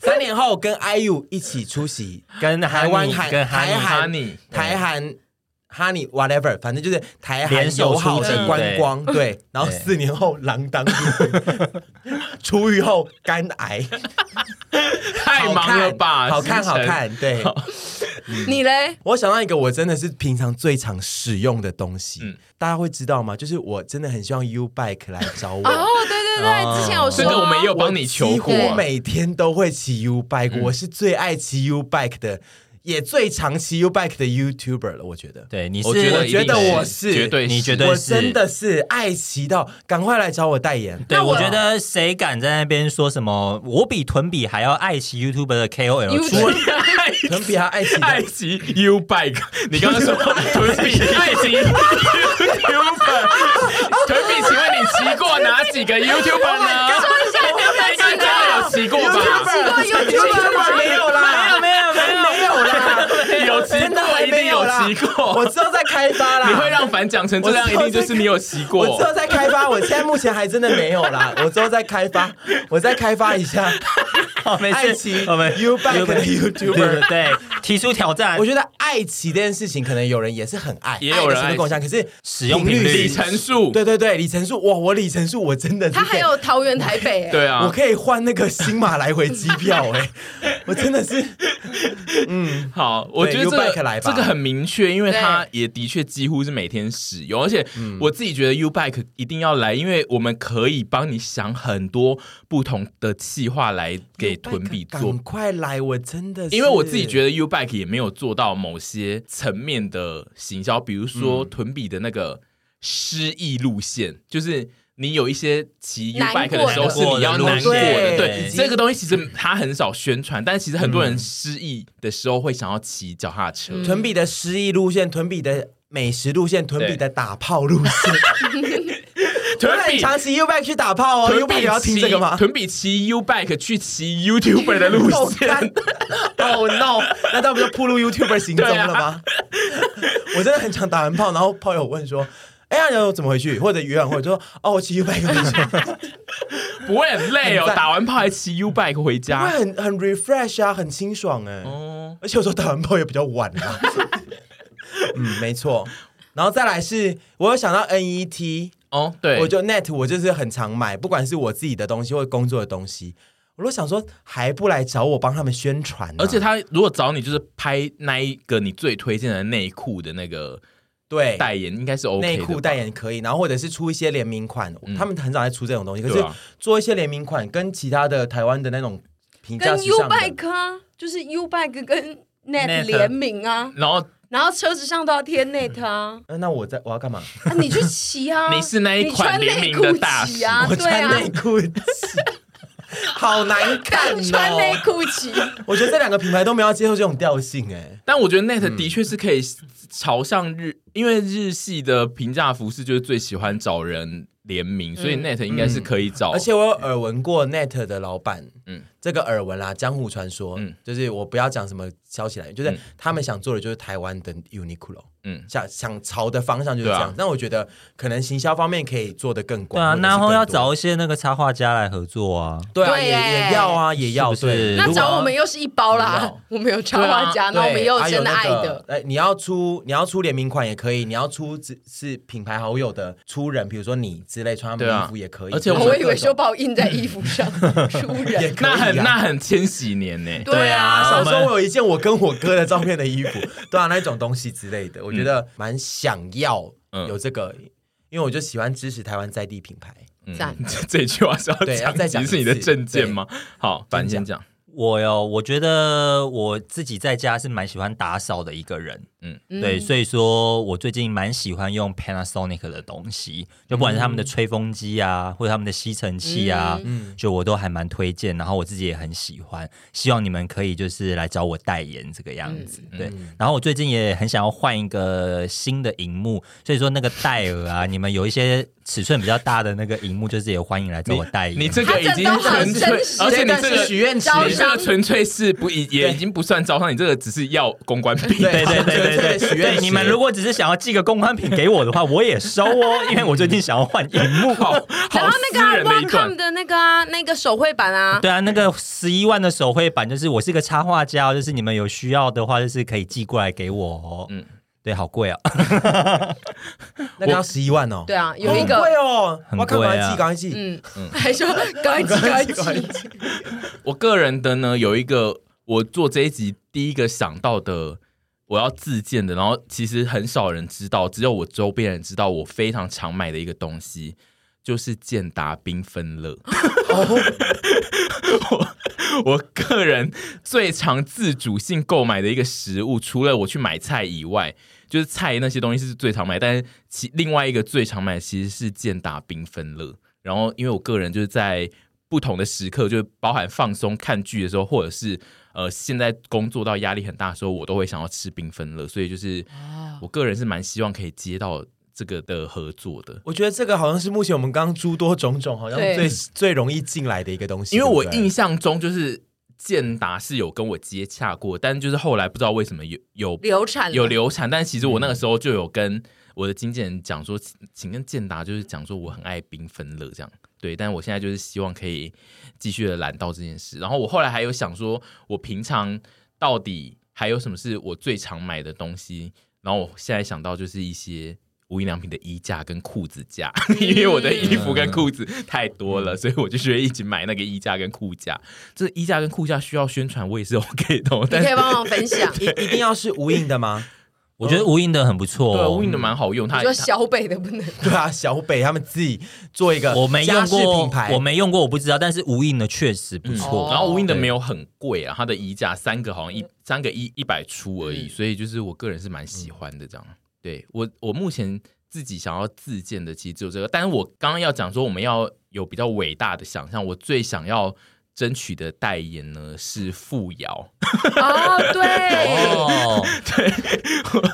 [SPEAKER 1] 三年后跟 IU 一起出席
[SPEAKER 3] 跟
[SPEAKER 1] 台湾
[SPEAKER 3] Honey-
[SPEAKER 1] 韩
[SPEAKER 3] 跟
[SPEAKER 1] 台
[SPEAKER 3] Honey-
[SPEAKER 1] 韩
[SPEAKER 4] Honey，
[SPEAKER 1] 台韩。Honey whatever，反正就是台
[SPEAKER 3] 联
[SPEAKER 1] 韩
[SPEAKER 3] 手
[SPEAKER 1] 友好
[SPEAKER 3] 出
[SPEAKER 1] 的
[SPEAKER 3] 击
[SPEAKER 1] 观光， 对。然后
[SPEAKER 3] 对
[SPEAKER 1] 四年后锒铛 入狱，出狱后肝癌，
[SPEAKER 4] 太忙了吧？
[SPEAKER 1] 好看
[SPEAKER 4] 思
[SPEAKER 1] 好
[SPEAKER 4] 辰
[SPEAKER 1] 看，好，看，对。
[SPEAKER 2] 你嘞？
[SPEAKER 1] 我想到一个我真的是平常最常使用的东西，
[SPEAKER 4] 嗯
[SPEAKER 1] 大家会知道吗？就是我真的很希望 U Bike 来 找我。
[SPEAKER 2] 哦，对对对，之前有
[SPEAKER 4] 这
[SPEAKER 2] 说
[SPEAKER 4] 个我们也有
[SPEAKER 2] 啊，
[SPEAKER 4] 帮你求
[SPEAKER 1] 几
[SPEAKER 4] 过、嗯
[SPEAKER 1] 乎
[SPEAKER 4] 啊。
[SPEAKER 1] 每天都会骑 U Bike，、我是最爱骑 U Bike 的，也最常骑 U Bike 的 YouTuber 了。我觉得，
[SPEAKER 3] 对，你是
[SPEAKER 4] 我觉得
[SPEAKER 1] 我
[SPEAKER 4] 一
[SPEAKER 1] 觉
[SPEAKER 4] 定
[SPEAKER 1] 得我是
[SPEAKER 4] 绝对
[SPEAKER 3] 你
[SPEAKER 4] 是
[SPEAKER 3] 绝对
[SPEAKER 1] 我
[SPEAKER 3] 是
[SPEAKER 1] 真的是爱骑到，赶快来找我代言。
[SPEAKER 3] 对，
[SPEAKER 2] 那我
[SPEAKER 3] 我觉得谁敢在那边说什么我比屯比还要爱奇 YouTube 的 KOL 出
[SPEAKER 2] YouTube
[SPEAKER 3] 来
[SPEAKER 4] 爱
[SPEAKER 1] 可能比他爱骑
[SPEAKER 4] 爱
[SPEAKER 1] 的，
[SPEAKER 4] 奇 U Bike，你刚刚说屯比爱奇 YouTuber，屯比，请问你骑过哪几个
[SPEAKER 2] 哦
[SPEAKER 4] YouTuber 呢？应该真的有骑过吧？
[SPEAKER 2] 奇怪 YouTuber
[SPEAKER 1] 没有啦，
[SPEAKER 3] 没有没
[SPEAKER 1] 没有
[SPEAKER 3] 有
[SPEAKER 1] 啦，
[SPEAKER 4] 有骑
[SPEAKER 1] 真的
[SPEAKER 4] 过，
[SPEAKER 1] 还
[SPEAKER 4] 一定
[SPEAKER 1] 没
[SPEAKER 4] 有
[SPEAKER 1] 啦。
[SPEAKER 4] 骑过
[SPEAKER 1] 我。之后再开发啦。
[SPEAKER 4] 你会让凡讲成这样，一定就是你有骑
[SPEAKER 1] 我之后
[SPEAKER 4] 过。
[SPEAKER 1] 再开发，我现在目前还真的没有啦，我之后再开发，我再开发一下。
[SPEAKER 3] 好，哦没
[SPEAKER 1] 爱
[SPEAKER 3] 事
[SPEAKER 1] 奇，
[SPEAKER 3] 我们
[SPEAKER 1] U Bike 的 YouTuber
[SPEAKER 3] 对对，提出挑战，
[SPEAKER 1] 我
[SPEAKER 3] 觉
[SPEAKER 1] 觉得爱骑这件事情，可能有人也是很爱，
[SPEAKER 4] 也有人
[SPEAKER 1] 爱的程度跟我相，可是
[SPEAKER 3] 使用频率
[SPEAKER 1] 是
[SPEAKER 4] 里程数，
[SPEAKER 1] 对对对，里程数，哇，我里程数我真的是
[SPEAKER 2] 他还有桃园台北，
[SPEAKER 1] 可
[SPEAKER 4] 对
[SPEAKER 1] 以。我
[SPEAKER 4] 啊，
[SPEAKER 1] 可以换那个新马来回机票哎、我真的是
[SPEAKER 4] 好，我觉得这
[SPEAKER 1] U
[SPEAKER 4] 个
[SPEAKER 1] Bike 来吧
[SPEAKER 4] 这个很明确，因为它也的确几乎是每天使用，而且我
[SPEAKER 1] 嗯
[SPEAKER 4] 自己觉得 U Bike 一定要来，因为我们可以帮你想很多不同的企划来给屯比做
[SPEAKER 1] 赶。快来，我真的是，
[SPEAKER 4] 因为我自己觉得 U Bike 也没有做到某些层面的行销，比如
[SPEAKER 1] 嗯
[SPEAKER 4] 说屯比的那个失忆路线，就是你有一些骑 U
[SPEAKER 2] 难过
[SPEAKER 4] Bike 的时候是你要
[SPEAKER 3] 的路
[SPEAKER 4] 难过的，
[SPEAKER 1] 线
[SPEAKER 4] 对
[SPEAKER 3] 对
[SPEAKER 4] 这个东西其实它很少宣传，但其实很多
[SPEAKER 1] 嗯
[SPEAKER 4] 人失忆的时候会想要骑脚踏车。
[SPEAKER 2] 嗯
[SPEAKER 1] 屯比的失忆路线，屯比的美食路线，屯比的打炮 路线，
[SPEAKER 4] 屯
[SPEAKER 1] 我很
[SPEAKER 4] 比
[SPEAKER 1] 常骑 U Bike 去打炮哦，U
[SPEAKER 4] 屯
[SPEAKER 1] Bike
[SPEAKER 4] 比
[SPEAKER 1] 也要听这个吗？
[SPEAKER 4] 屯比骑 U Bike 去骑 YouTuber 的路
[SPEAKER 1] 好
[SPEAKER 4] 线，
[SPEAKER 1] 干 Oh no！那他不就暴露 YouTuber 行踪了吗？
[SPEAKER 4] 啊
[SPEAKER 1] 我真的很常打完炮，然后炮友问说：“哎呀，我怎么回去？”或者约完会就说：“哦，我骑 U bike 回去。
[SPEAKER 4] 不会很累哦
[SPEAKER 1] 很，赞
[SPEAKER 4] 打完炮还骑 U Bike 回”
[SPEAKER 1] 会
[SPEAKER 4] 家。
[SPEAKER 1] 很很 refresh 啊，很清爽哎、
[SPEAKER 4] 哦，
[SPEAKER 1] 而且我说打完炮也比较晚 啊。嗯，没错。然后再来是，我有想到 NET，
[SPEAKER 4] 哦，对，
[SPEAKER 1] 我就 Net 我就是很常买，不管是我自己的东西或工作的东西，我都想说还不来找我帮他们宣传啊、
[SPEAKER 4] 而且他如果找你，就是拍那一个你最推荐的内裤的那个
[SPEAKER 1] 对
[SPEAKER 4] 代言，应该是 OK
[SPEAKER 1] 内
[SPEAKER 4] 的吧嗯
[SPEAKER 1] 裤代，言可以，然后或者是出一些联名款，他们很少在出这种东西。可
[SPEAKER 4] 对
[SPEAKER 1] 是
[SPEAKER 4] 啊
[SPEAKER 1] 做一些联名款，跟其他的台湾的那种评价
[SPEAKER 2] 跟
[SPEAKER 1] 时
[SPEAKER 2] U
[SPEAKER 1] 尚的
[SPEAKER 2] Bike 啊，就是 U Bike 跟 Net
[SPEAKER 3] Net
[SPEAKER 2] 联名啊，
[SPEAKER 4] 然后
[SPEAKER 2] 然后车子上都要贴 Net 啊，
[SPEAKER 1] 呃那我在我要干嘛？
[SPEAKER 2] 啊你去骑啊，
[SPEAKER 4] 你是那一款
[SPEAKER 2] 穿
[SPEAKER 4] 联
[SPEAKER 2] 内
[SPEAKER 4] 名
[SPEAKER 2] 裤
[SPEAKER 4] 的大
[SPEAKER 2] 骑啊，
[SPEAKER 1] 我
[SPEAKER 2] 对
[SPEAKER 1] 穿
[SPEAKER 2] 啊，
[SPEAKER 1] 内裤骑，好难看
[SPEAKER 2] 穿内
[SPEAKER 1] 哦！
[SPEAKER 2] 裤 骑，
[SPEAKER 1] 我觉得这两个品牌都没有要接受这种调性哎、
[SPEAKER 4] 但我觉得 Net 的确是可以朝向日，因为日系的平价服饰就是最喜欢找人联名，
[SPEAKER 2] 嗯
[SPEAKER 4] 所以 Net 应该是可以找。
[SPEAKER 1] 嗯而且我有耳闻过 Net 的老板，嗯
[SPEAKER 4] 嗯，
[SPEAKER 1] 这个耳闻啦，江湖传说，嗯
[SPEAKER 4] 嗯，
[SPEAKER 1] 就是我不要讲什么消息来源，就是
[SPEAKER 4] 嗯
[SPEAKER 1] 他们想做的就是台湾的 Uniqlo，嗯
[SPEAKER 4] 嗯，
[SPEAKER 1] 想想朝的方向就是这
[SPEAKER 4] 对啊
[SPEAKER 1] 样。但我觉得可能行销方面可以做的更
[SPEAKER 3] 对
[SPEAKER 1] 广，
[SPEAKER 3] 啊，
[SPEAKER 1] 或者是
[SPEAKER 3] 然后
[SPEAKER 1] 更
[SPEAKER 3] 要
[SPEAKER 1] 多
[SPEAKER 3] 找一些那个插画家来合作啊。
[SPEAKER 1] 对啊，
[SPEAKER 2] 对
[SPEAKER 1] 也也
[SPEAKER 2] 耶
[SPEAKER 1] 要啊，也要
[SPEAKER 3] 是不
[SPEAKER 1] 对。
[SPEAKER 3] 是
[SPEAKER 2] 那
[SPEAKER 3] 如果
[SPEAKER 2] 找我们又是一包啦
[SPEAKER 1] 要，
[SPEAKER 2] 我们有插画家，啊
[SPEAKER 4] 啊
[SPEAKER 2] 然后我们也
[SPEAKER 1] 啊
[SPEAKER 2] 有真的爱的，，
[SPEAKER 1] 哎、你要出你要出联名款也可以，你要出只是品牌好友的出人，比如说你之类穿他们
[SPEAKER 4] 对
[SPEAKER 1] 的
[SPEAKER 4] 啊
[SPEAKER 1] 衣服也可以。
[SPEAKER 4] 而且我们
[SPEAKER 2] 我
[SPEAKER 1] 就是
[SPEAKER 2] 以
[SPEAKER 1] 各
[SPEAKER 2] 为
[SPEAKER 1] 种
[SPEAKER 2] 就把我印在衣服 上，输
[SPEAKER 1] 也
[SPEAKER 2] 人，
[SPEAKER 1] 可以、
[SPEAKER 4] 那
[SPEAKER 1] 啊、
[SPEAKER 4] 很那很千禧 年呢、
[SPEAKER 2] 对
[SPEAKER 3] 啊
[SPEAKER 1] 小
[SPEAKER 2] 啊
[SPEAKER 1] 时，候我有一件我跟我哥的照片的衣服， 对啊，那种东西之类的，我觉得蛮想要
[SPEAKER 4] 嗯
[SPEAKER 1] 有这个，因为我就喜欢支持台湾在地品牌。
[SPEAKER 4] 嗯
[SPEAKER 2] 赞，
[SPEAKER 4] 这一句话是要
[SPEAKER 1] 对要
[SPEAKER 4] 讲，
[SPEAKER 1] 再讲一
[SPEAKER 4] 是你的
[SPEAKER 1] 次
[SPEAKER 4] 证件吗？好，反正先讲。
[SPEAKER 3] 我哟，我觉得我自己在家是蛮喜欢打扫的一个人，
[SPEAKER 4] 嗯，
[SPEAKER 2] 嗯
[SPEAKER 3] 对，所以说我最近蛮喜欢用 Panasonic 的东西，就不管是他们的吹风机啊，或者他们的吸尘器啊，
[SPEAKER 1] 嗯
[SPEAKER 3] 就我都还蛮推荐，然后我自己也很喜欢，希望你们可以就是来找我代言这个样子，对。
[SPEAKER 4] 嗯
[SPEAKER 3] 然后我最近也很想要换一个新的荧幕，所以说那个戴尔啊，你们有一些尺寸比较大的那个荧幕，就是也欢迎来找我代言。
[SPEAKER 4] 你这个已
[SPEAKER 2] 他这
[SPEAKER 4] 经
[SPEAKER 2] 都好
[SPEAKER 4] 纯粹
[SPEAKER 2] 真实，
[SPEAKER 4] 而且你
[SPEAKER 1] 但
[SPEAKER 4] 这
[SPEAKER 1] 是
[SPEAKER 4] 个
[SPEAKER 1] 许愿池，
[SPEAKER 2] 招
[SPEAKER 4] 你这个纯粹是不已也已经不算招商，你这个只是要公关品。
[SPEAKER 3] 对对对对
[SPEAKER 1] 许
[SPEAKER 3] 对
[SPEAKER 1] 愿
[SPEAKER 3] 对，
[SPEAKER 1] 池
[SPEAKER 3] 你们如果只是想要寄个公关品给我的话，我也收 哦，因为我最近想要换荧幕。
[SPEAKER 4] 好，
[SPEAKER 2] 然
[SPEAKER 4] 好
[SPEAKER 2] 后那个
[SPEAKER 4] 私人的一
[SPEAKER 2] Wacom
[SPEAKER 4] 段。
[SPEAKER 2] 的那个啊，那个手绘版啊，
[SPEAKER 3] 对啊，那个十一万的手绘版，就是我是个插画家哦，就是你们有需要的话，就是可以寄过来给我哦。嗯
[SPEAKER 4] 嗯，
[SPEAKER 3] 对，好贵啊！
[SPEAKER 1] 那个要十一万哦，
[SPEAKER 2] 对啊，有一
[SPEAKER 1] 好贵
[SPEAKER 2] 个，
[SPEAKER 1] 哦，
[SPEAKER 3] 很
[SPEAKER 1] 我
[SPEAKER 3] 贵
[SPEAKER 1] 赶快
[SPEAKER 3] 啊
[SPEAKER 1] 寄，赶快寄。
[SPEAKER 2] 嗯， 还 说赶紧赶紧，
[SPEAKER 4] 我个人的呢，有一个我做这一集第一个想到的，我要自荐的，然后其实很少人知道，只有我周边人知道，我非常常买的一个东西。就是健达缤纷乐， 我 个人最常自主性购买的一个食物，除了我去买菜以外，就是菜那些东西是最常买，但是其另外一个最常买的其实是健达缤纷乐。然后因为我个人就是在不同的时刻，就是包含放松、看剧的时候，或者是呃现在工作到压力很大的时候，我都会想要吃缤纷乐。所以就是我个人是蛮希望可以接到这个的合作的。
[SPEAKER 1] 我觉得这个好像是目前我们刚刚诸多种种，好像
[SPEAKER 2] 对
[SPEAKER 1] 最最容易进来的一个东西。
[SPEAKER 4] 因为我
[SPEAKER 1] 对不对
[SPEAKER 4] 印象中就是健达是有跟我接洽过，但就是后来不知道为什么有有
[SPEAKER 2] 流产了
[SPEAKER 4] 有流产，但其实我那个时候就有跟我的经纪人讲说，请请跟健达就是讲说我很爱缤纷乐这样。对，但我现在就是希望可以继续的揽到这件事。然后我后来还有想说，我平常到底还有什么是我最常买的东西？然后我现在想到就是一些无印良品的衣架跟裤子 架，因为我的衣服跟裤子太多了，所以我就觉得一直买那个衣架跟裤架。这衣架跟裤架需要宣传，我也是 OK 的哦。
[SPEAKER 2] 你
[SPEAKER 4] 但
[SPEAKER 2] 可以
[SPEAKER 4] 是
[SPEAKER 2] 帮我分 享，
[SPEAKER 1] 一一定要是无印的吗？
[SPEAKER 3] 我觉得无印的很不错、
[SPEAKER 4] 对啊，
[SPEAKER 3] 哦，
[SPEAKER 4] 无印的蛮好用，它
[SPEAKER 2] 你说小北的不 能，
[SPEAKER 1] 对啊，小北他们自己做一个
[SPEAKER 3] 我没用
[SPEAKER 1] 家饰
[SPEAKER 3] 过
[SPEAKER 1] 品牌，，
[SPEAKER 3] 我没用过，我不知道，但是无印的确实不
[SPEAKER 2] 哦
[SPEAKER 3] 错。
[SPEAKER 4] 然后无印的没有很贵啊，它的衣架三个好像一三个一一百出而已，所以就是我个人是蛮喜欢的这样。对我我目前自己想要自荐的其实只有这个，但是我刚刚要讲说我们要有比较伟大的想象，我最想要争取的代言呢是富瑶，
[SPEAKER 2] 哦，对，
[SPEAKER 3] 哦，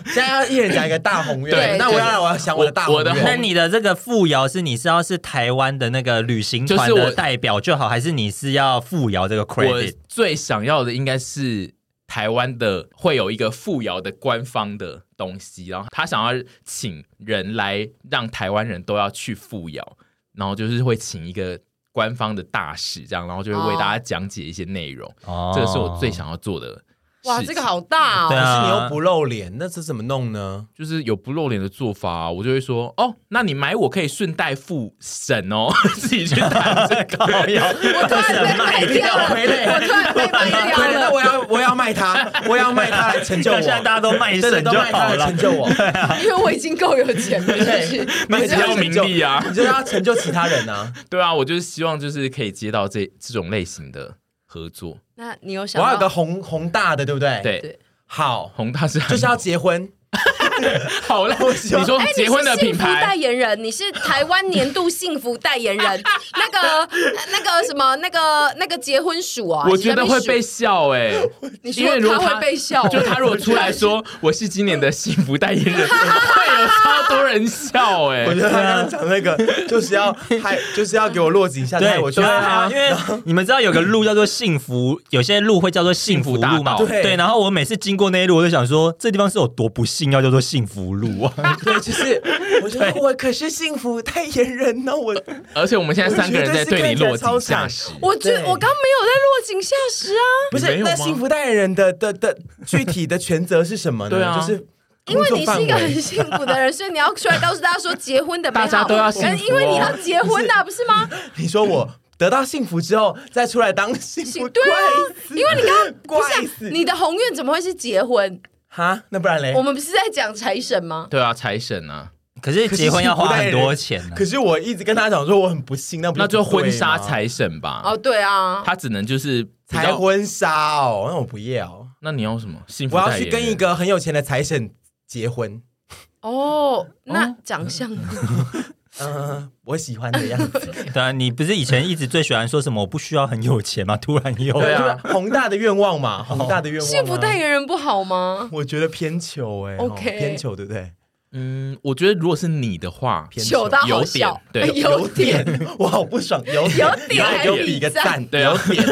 [SPEAKER 1] 现在要一人讲一个大宏愿。
[SPEAKER 2] 对
[SPEAKER 1] 那我
[SPEAKER 2] 对
[SPEAKER 1] 要来我要想我的大宏
[SPEAKER 4] 我的
[SPEAKER 1] 愿
[SPEAKER 4] 宏
[SPEAKER 3] 那你的啊这个富瑶是你是要是台湾的那个旅行团
[SPEAKER 4] 就是
[SPEAKER 3] 的
[SPEAKER 4] 我
[SPEAKER 3] 代表就好，还是你是要富瑶这个
[SPEAKER 4] 我
[SPEAKER 3] credit？
[SPEAKER 4] 最想要的应该是。台湾的会有一个富瑶的官方的东西，然后他想要请人来让台湾人都要去富瑶，然后就是会请一个官方的大使这样，然后就会为
[SPEAKER 2] 哦
[SPEAKER 4] 大家讲解一些内容。
[SPEAKER 3] 哦
[SPEAKER 4] 这个是我最想要做的事情。
[SPEAKER 2] 哇，这个好大
[SPEAKER 3] 对
[SPEAKER 1] 可
[SPEAKER 2] 哦，
[SPEAKER 3] 啊
[SPEAKER 1] 是你又不露脸，那这怎么弄呢？
[SPEAKER 4] 就是有不露脸的做法、我就会说哦，那你买我可以顺带付审哦， 自己去谈这个。
[SPEAKER 3] 靠腰，
[SPEAKER 2] 我突然被卖掉了，我突然被卖掉
[SPEAKER 1] 啊 对，那
[SPEAKER 2] 了，
[SPEAKER 1] 我要我要卖它，我要卖它来成就我。
[SPEAKER 3] 现在大家都卖
[SPEAKER 1] 对对
[SPEAKER 3] 肾
[SPEAKER 1] 都
[SPEAKER 3] 就
[SPEAKER 1] 卖它
[SPEAKER 3] 好
[SPEAKER 1] 来
[SPEAKER 3] 了
[SPEAKER 1] 成。就我，
[SPEAKER 4] 啊
[SPEAKER 2] 因为我已经够有钱了，是不是？
[SPEAKER 4] 你只要名利啊，
[SPEAKER 1] 你就要成就其他人啊！
[SPEAKER 4] 对啊，我就是希望就是可以接到这这种类型的合作。
[SPEAKER 2] 那你有
[SPEAKER 1] 我
[SPEAKER 2] 想
[SPEAKER 1] 要有
[SPEAKER 2] 到
[SPEAKER 1] 个宏宏大的，对不对？，
[SPEAKER 4] 对
[SPEAKER 2] 哎对，
[SPEAKER 1] 好，
[SPEAKER 4] 宏大是很
[SPEAKER 1] 就是要结婚，
[SPEAKER 4] 好啦，你说
[SPEAKER 2] 哎，你
[SPEAKER 4] 结
[SPEAKER 2] 是
[SPEAKER 4] 婚的品
[SPEAKER 2] 幸福代
[SPEAKER 4] 牌，
[SPEAKER 2] 言人，你是台湾年度幸福代言 人，那个那个什么那个那个结婚署啊，
[SPEAKER 4] 我觉得会被
[SPEAKER 2] 你
[SPEAKER 4] 笑 哎，
[SPEAKER 2] 你
[SPEAKER 4] 因为如
[SPEAKER 2] 说
[SPEAKER 4] 果
[SPEAKER 2] 他
[SPEAKER 4] 他
[SPEAKER 2] 会被笑，哎
[SPEAKER 4] 就他如果出来说我是今年的幸福代 言人，会有超多人笑哎
[SPEAKER 1] 我觉。得他刚刚讲那个就是要害，就是要给我落井下石，害我去
[SPEAKER 3] 对啊，因为你们知道有个路叫做幸福，有些路会叫做幸福
[SPEAKER 4] 幸
[SPEAKER 3] 路
[SPEAKER 4] 福
[SPEAKER 3] 嘛
[SPEAKER 4] 大。道
[SPEAKER 1] 对
[SPEAKER 3] 对，然后我每次经过那一路，我就想说这地方是有多不幸，要叫做幸福路啊。
[SPEAKER 1] 哎对，就是我觉得我可是幸福代言人呢，我
[SPEAKER 4] 而且我们现在三个人在对你落井下石，
[SPEAKER 2] 我觉
[SPEAKER 1] 对
[SPEAKER 2] 我刚没有在落井下石啊，
[SPEAKER 1] 不
[SPEAKER 4] 没
[SPEAKER 1] 是
[SPEAKER 4] 有吗
[SPEAKER 1] 那幸福代言人的的的具体的权责是什么呢？
[SPEAKER 4] 对啊
[SPEAKER 1] 就是
[SPEAKER 2] 因为你是一个
[SPEAKER 1] 工作范
[SPEAKER 2] 很
[SPEAKER 1] 围
[SPEAKER 2] 幸福的人，所以你要出来告诉大家说结婚 的美好，
[SPEAKER 4] 大家都要幸福哦
[SPEAKER 2] 跟因为你要结婚的、不是吗？
[SPEAKER 1] 你说我得到幸福之后再出来当幸福，
[SPEAKER 2] 对啊
[SPEAKER 1] 怪死
[SPEAKER 2] 因为你 刚刚不
[SPEAKER 1] 怪
[SPEAKER 2] 是啊
[SPEAKER 1] 死
[SPEAKER 2] 你的宏愿怎么会是结婚？
[SPEAKER 1] 哈，那不然
[SPEAKER 4] 哎
[SPEAKER 1] 嘞
[SPEAKER 2] 我？们不是在讲财神吗？
[SPEAKER 4] 对啊，财神啊，
[SPEAKER 3] 可是结婚要花很多钱啊呢、
[SPEAKER 1] 可是我一直跟他讲说我很不幸，那不
[SPEAKER 4] 那就
[SPEAKER 1] 不对
[SPEAKER 4] 婚纱
[SPEAKER 1] 吗
[SPEAKER 4] 财神吧
[SPEAKER 2] 哦，，对啊，
[SPEAKER 4] 他只能就是比较
[SPEAKER 1] 才。婚纱哦，那我不要，
[SPEAKER 4] 那你要什么幸福
[SPEAKER 1] 我要
[SPEAKER 4] 代言人？
[SPEAKER 1] 去跟一个很有钱的财神结婚。
[SPEAKER 2] 哦，那长 相呢
[SPEAKER 1] 嗯、我喜欢的样子。
[SPEAKER 3] 对啊，你不是以前一直最喜欢说什么我不需要很有钱吗？突然有，
[SPEAKER 4] 对啊，
[SPEAKER 1] 宏大的愿望嘛，宏大的愿望、啊
[SPEAKER 2] 幸福代，言人不好吗？
[SPEAKER 1] 我觉得偏求哎、哦
[SPEAKER 2] OK
[SPEAKER 1] 偏求对不对？
[SPEAKER 4] 嗯，我觉得如果是你的话，
[SPEAKER 1] 偏
[SPEAKER 2] 糗到好
[SPEAKER 4] 有
[SPEAKER 2] 笑
[SPEAKER 4] 点，对
[SPEAKER 2] 有点。，
[SPEAKER 1] 我好不爽，有
[SPEAKER 2] 有点还
[SPEAKER 1] 有
[SPEAKER 2] 比
[SPEAKER 1] 比一个
[SPEAKER 2] 赞
[SPEAKER 1] 赞，
[SPEAKER 4] 对啊
[SPEAKER 1] 有点，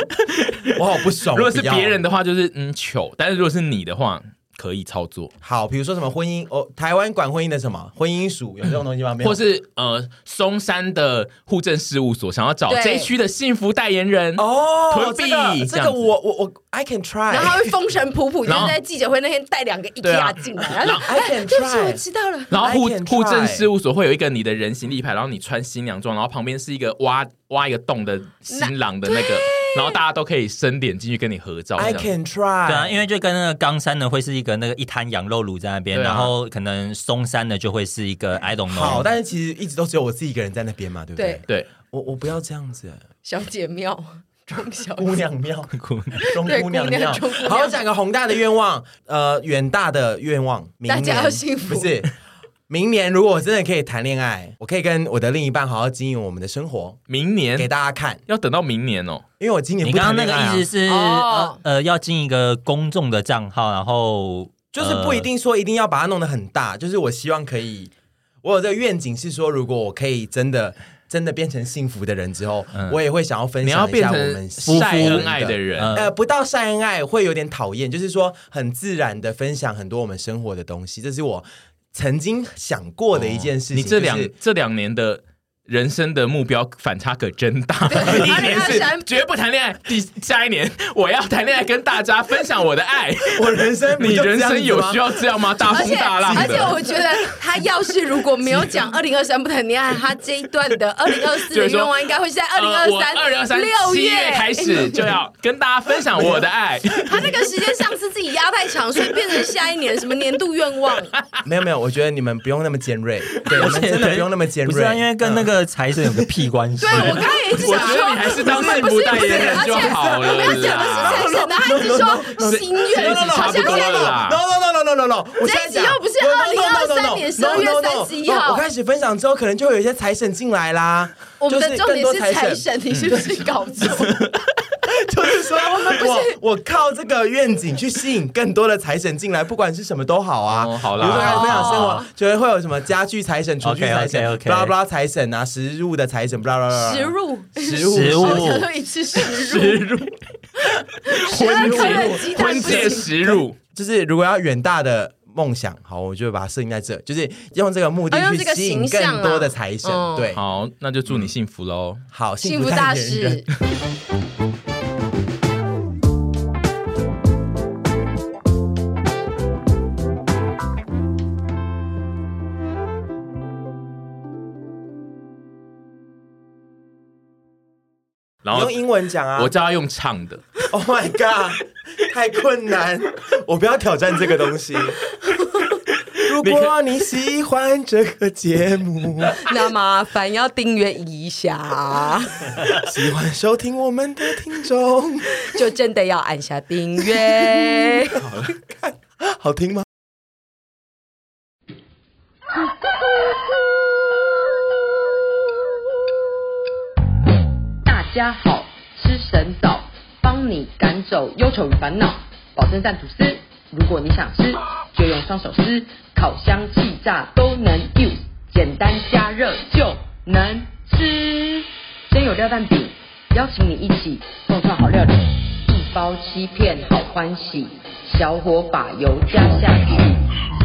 [SPEAKER 1] 我好不爽。
[SPEAKER 4] 如果是别人
[SPEAKER 1] 的，
[SPEAKER 4] 的话，就是嗯糗；但是如果是你的话，可以操作，
[SPEAKER 1] 好，比如说什么婚姻，哦，台湾管婚姻的什么婚姻署有这种东西吗？没有，
[SPEAKER 4] 或是呃松山的户政事务所想要找
[SPEAKER 2] 对
[SPEAKER 4] 这一区的幸福代言人，
[SPEAKER 1] 哦，
[SPEAKER 4] 囤
[SPEAKER 1] 这
[SPEAKER 4] 币
[SPEAKER 1] 个
[SPEAKER 4] 这
[SPEAKER 1] 这
[SPEAKER 4] 样
[SPEAKER 1] 个
[SPEAKER 4] 子
[SPEAKER 1] 我我我 I can
[SPEAKER 2] 然后他
[SPEAKER 1] try，
[SPEAKER 2] 会风尘仆仆，就
[SPEAKER 4] 然
[SPEAKER 2] 是
[SPEAKER 4] 后
[SPEAKER 2] 在记者会那天带两个
[SPEAKER 4] 对啊
[SPEAKER 2] IKEA 进来，然后
[SPEAKER 1] 然后 I
[SPEAKER 2] 哎，
[SPEAKER 1] can
[SPEAKER 2] 对不起，
[SPEAKER 1] try
[SPEAKER 2] 我知道了。
[SPEAKER 4] 然后户
[SPEAKER 1] I can try
[SPEAKER 4] 户政事务所会有一个你的人形立牌，然后你穿新娘装，然后旁边是一个挖挖一个洞的新郎的那个，然后大家都可以伸脸进去跟你合照。
[SPEAKER 1] I
[SPEAKER 4] 这样
[SPEAKER 1] can try，
[SPEAKER 3] 对啊，因为就跟那个冈山的会是一个那个一滩羊肉炉在那边，
[SPEAKER 4] 对啊
[SPEAKER 3] 然后可能松山的就会是一个 I don't know。
[SPEAKER 1] 好，但是其实一直都只有我自己一个人在那边嘛，对不对
[SPEAKER 2] 对？
[SPEAKER 4] 对，
[SPEAKER 1] 我我不要这样子，
[SPEAKER 2] 小姐庙，钟小
[SPEAKER 1] 姑
[SPEAKER 2] 姐，
[SPEAKER 1] 娘庙，
[SPEAKER 3] 酷
[SPEAKER 1] 中
[SPEAKER 2] 对
[SPEAKER 1] 姑娘
[SPEAKER 2] 姑娘
[SPEAKER 1] 庙
[SPEAKER 2] 中姑。娘
[SPEAKER 1] 好，我讲个宏大的愿望，呃，远大的愿望，明
[SPEAKER 2] 大
[SPEAKER 1] 年
[SPEAKER 2] 家要幸福
[SPEAKER 1] 不是。明年如果我真的可以谈恋爱，我可以跟我的另一半好好经营我们的生活，给
[SPEAKER 4] 明年
[SPEAKER 1] 大家看。
[SPEAKER 4] 要等到明年哦。
[SPEAKER 1] 因为我今年
[SPEAKER 3] 你
[SPEAKER 1] 不谈
[SPEAKER 3] 刚刚那
[SPEAKER 1] 恋爱、啊，
[SPEAKER 3] 个意思是、
[SPEAKER 2] 哦
[SPEAKER 3] 呃呃要进一个公众的账号，然后
[SPEAKER 1] 就是不一、定说一定要把它弄得很大，就是我希望可以，我有这个愿景是说，如果我可以真的真的变成幸福的人之后，我也会想要分
[SPEAKER 4] 嗯你要
[SPEAKER 1] 享一
[SPEAKER 4] 变
[SPEAKER 1] 下我
[SPEAKER 4] 成
[SPEAKER 1] 们
[SPEAKER 4] 晒恩爱的人，
[SPEAKER 3] 嗯
[SPEAKER 1] 呃，不到晒恩爱会有点讨厌，就是说很自然的分享很多我们生活的东西，这是我曾经想过的一件事情。
[SPEAKER 4] 嗯你这两、
[SPEAKER 1] 就是
[SPEAKER 4] 这两年的人生的目标反差可真大。
[SPEAKER 2] 对
[SPEAKER 4] 第一年
[SPEAKER 2] 而且还
[SPEAKER 4] 是绝不谈恋爱，第下一年我要谈恋爱，跟大家分享我 的爱。
[SPEAKER 1] 我人生不
[SPEAKER 4] 你
[SPEAKER 1] 就这样子吗，
[SPEAKER 4] 人生有需要这样吗？大
[SPEAKER 2] 而
[SPEAKER 4] 风
[SPEAKER 2] 且
[SPEAKER 4] 大浪
[SPEAKER 2] 而且
[SPEAKER 4] 的，
[SPEAKER 2] 我觉得他要是如果没有讲二零二三不谈恋爱，他这一段的二零二四
[SPEAKER 4] 就
[SPEAKER 2] 的
[SPEAKER 4] 是说
[SPEAKER 2] 愿望应该会是在二零二三
[SPEAKER 4] 呃二零二三
[SPEAKER 2] 六哎
[SPEAKER 4] 七月开始就要跟大家分享 我的爱。
[SPEAKER 2] 他那个时间上次自己压太长，所以变成下一年什么年度愿望。
[SPEAKER 1] 没有没有，我觉得你们不用那么尖锐，对，你们真的不用那么尖
[SPEAKER 3] 不
[SPEAKER 1] 锐，
[SPEAKER 3] 是、啊、因为跟那个财神有个屁关系。
[SPEAKER 2] 对啊我刚才也一直
[SPEAKER 4] 我
[SPEAKER 2] 想
[SPEAKER 4] 觉得
[SPEAKER 2] 说，
[SPEAKER 4] 你还是当
[SPEAKER 2] 不是
[SPEAKER 4] 幸
[SPEAKER 2] 不
[SPEAKER 4] 福
[SPEAKER 2] 是
[SPEAKER 4] 代
[SPEAKER 2] 不是
[SPEAKER 4] 言人
[SPEAKER 2] 而且
[SPEAKER 4] 就好了
[SPEAKER 2] 我要讲的
[SPEAKER 4] 啦。
[SPEAKER 2] 是财神，然后他一直说 心愿，
[SPEAKER 4] 其实差
[SPEAKER 2] 好像
[SPEAKER 4] 不
[SPEAKER 2] 现
[SPEAKER 4] 多
[SPEAKER 2] 在
[SPEAKER 4] 了啦
[SPEAKER 1] No no no no no no no！我
[SPEAKER 2] 这一
[SPEAKER 1] 现在
[SPEAKER 2] 集
[SPEAKER 1] 讲
[SPEAKER 2] 又不是
[SPEAKER 1] No, no, no, no,
[SPEAKER 2] 2023
[SPEAKER 1] no,
[SPEAKER 2] 年
[SPEAKER 1] no, no,
[SPEAKER 2] 12月
[SPEAKER 1] no, no,
[SPEAKER 2] 31号
[SPEAKER 1] 我开始分享之后，可能就会有一些财神进来啦。
[SPEAKER 2] 我们的
[SPEAKER 1] 就是
[SPEAKER 2] 重
[SPEAKER 1] 更
[SPEAKER 2] 点
[SPEAKER 1] 多
[SPEAKER 2] 是
[SPEAKER 1] 财
[SPEAKER 2] 财
[SPEAKER 1] 神，
[SPEAKER 2] 神，你是不是搞错？
[SPEAKER 1] 就是说，我我靠这个愿景去吸引更多的财神进来，不管是什么都好啊。
[SPEAKER 4] 哦好啦
[SPEAKER 1] 比如说开始分享生活
[SPEAKER 2] 哦，
[SPEAKER 1] 觉得会有什么家具财神、厨具财神、
[SPEAKER 3] OK，OK，OK
[SPEAKER 1] 布拉布拉财神啊，食物的财神，布拉布拉布拉。
[SPEAKER 2] 食入
[SPEAKER 1] 食物
[SPEAKER 3] 食物
[SPEAKER 2] 我想说一次食入，
[SPEAKER 4] 植入
[SPEAKER 2] 婚戒
[SPEAKER 4] 婚戒植入，
[SPEAKER 1] 就是如果要远大的梦想，好，我就把它设定在这，就是用这个目的
[SPEAKER 2] 啊用这
[SPEAKER 1] 去
[SPEAKER 2] 个
[SPEAKER 1] 吸引
[SPEAKER 2] 形象
[SPEAKER 1] 更多的
[SPEAKER 2] 啊
[SPEAKER 1] 财神。
[SPEAKER 2] 嗯
[SPEAKER 1] 对，
[SPEAKER 4] 好，那就祝你幸福喽。
[SPEAKER 1] 好，
[SPEAKER 2] 幸
[SPEAKER 1] 福
[SPEAKER 2] 福大
[SPEAKER 1] 代言人
[SPEAKER 2] 使。
[SPEAKER 4] 然
[SPEAKER 1] 你
[SPEAKER 4] 后
[SPEAKER 1] 用英文讲啊！
[SPEAKER 4] 我叫他用唱的，
[SPEAKER 1] Oh my god，太困难，我不要挑战这个东西。如如果你喜欢这个节目，
[SPEAKER 2] 那麻烦要订阅一下，
[SPEAKER 1] 喜欢收听我们的听众，
[SPEAKER 2] 就真的要按下订阅。
[SPEAKER 1] 好听吗？
[SPEAKER 5] 大家好，吃神早，帮你赶走忧愁与烦恼，保证赞吐司。如果你想吃，就用双手撕，烤箱、气炸都能 use，简单加热就能吃。真有料蛋饼，邀请你一起共创好料理，一包七片好欢喜，小火把油加下去。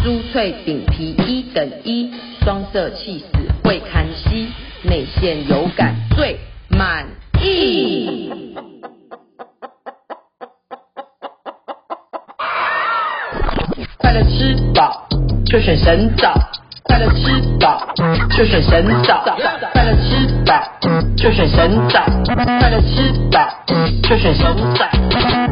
[SPEAKER 5] 酥脆饼皮一等一，双色气死会看稀，内馅有感最满意。快乐吃饱就选神早，快乐吃饱就选神早，快乐吃饱就选神早，快乐吃饱就选神早。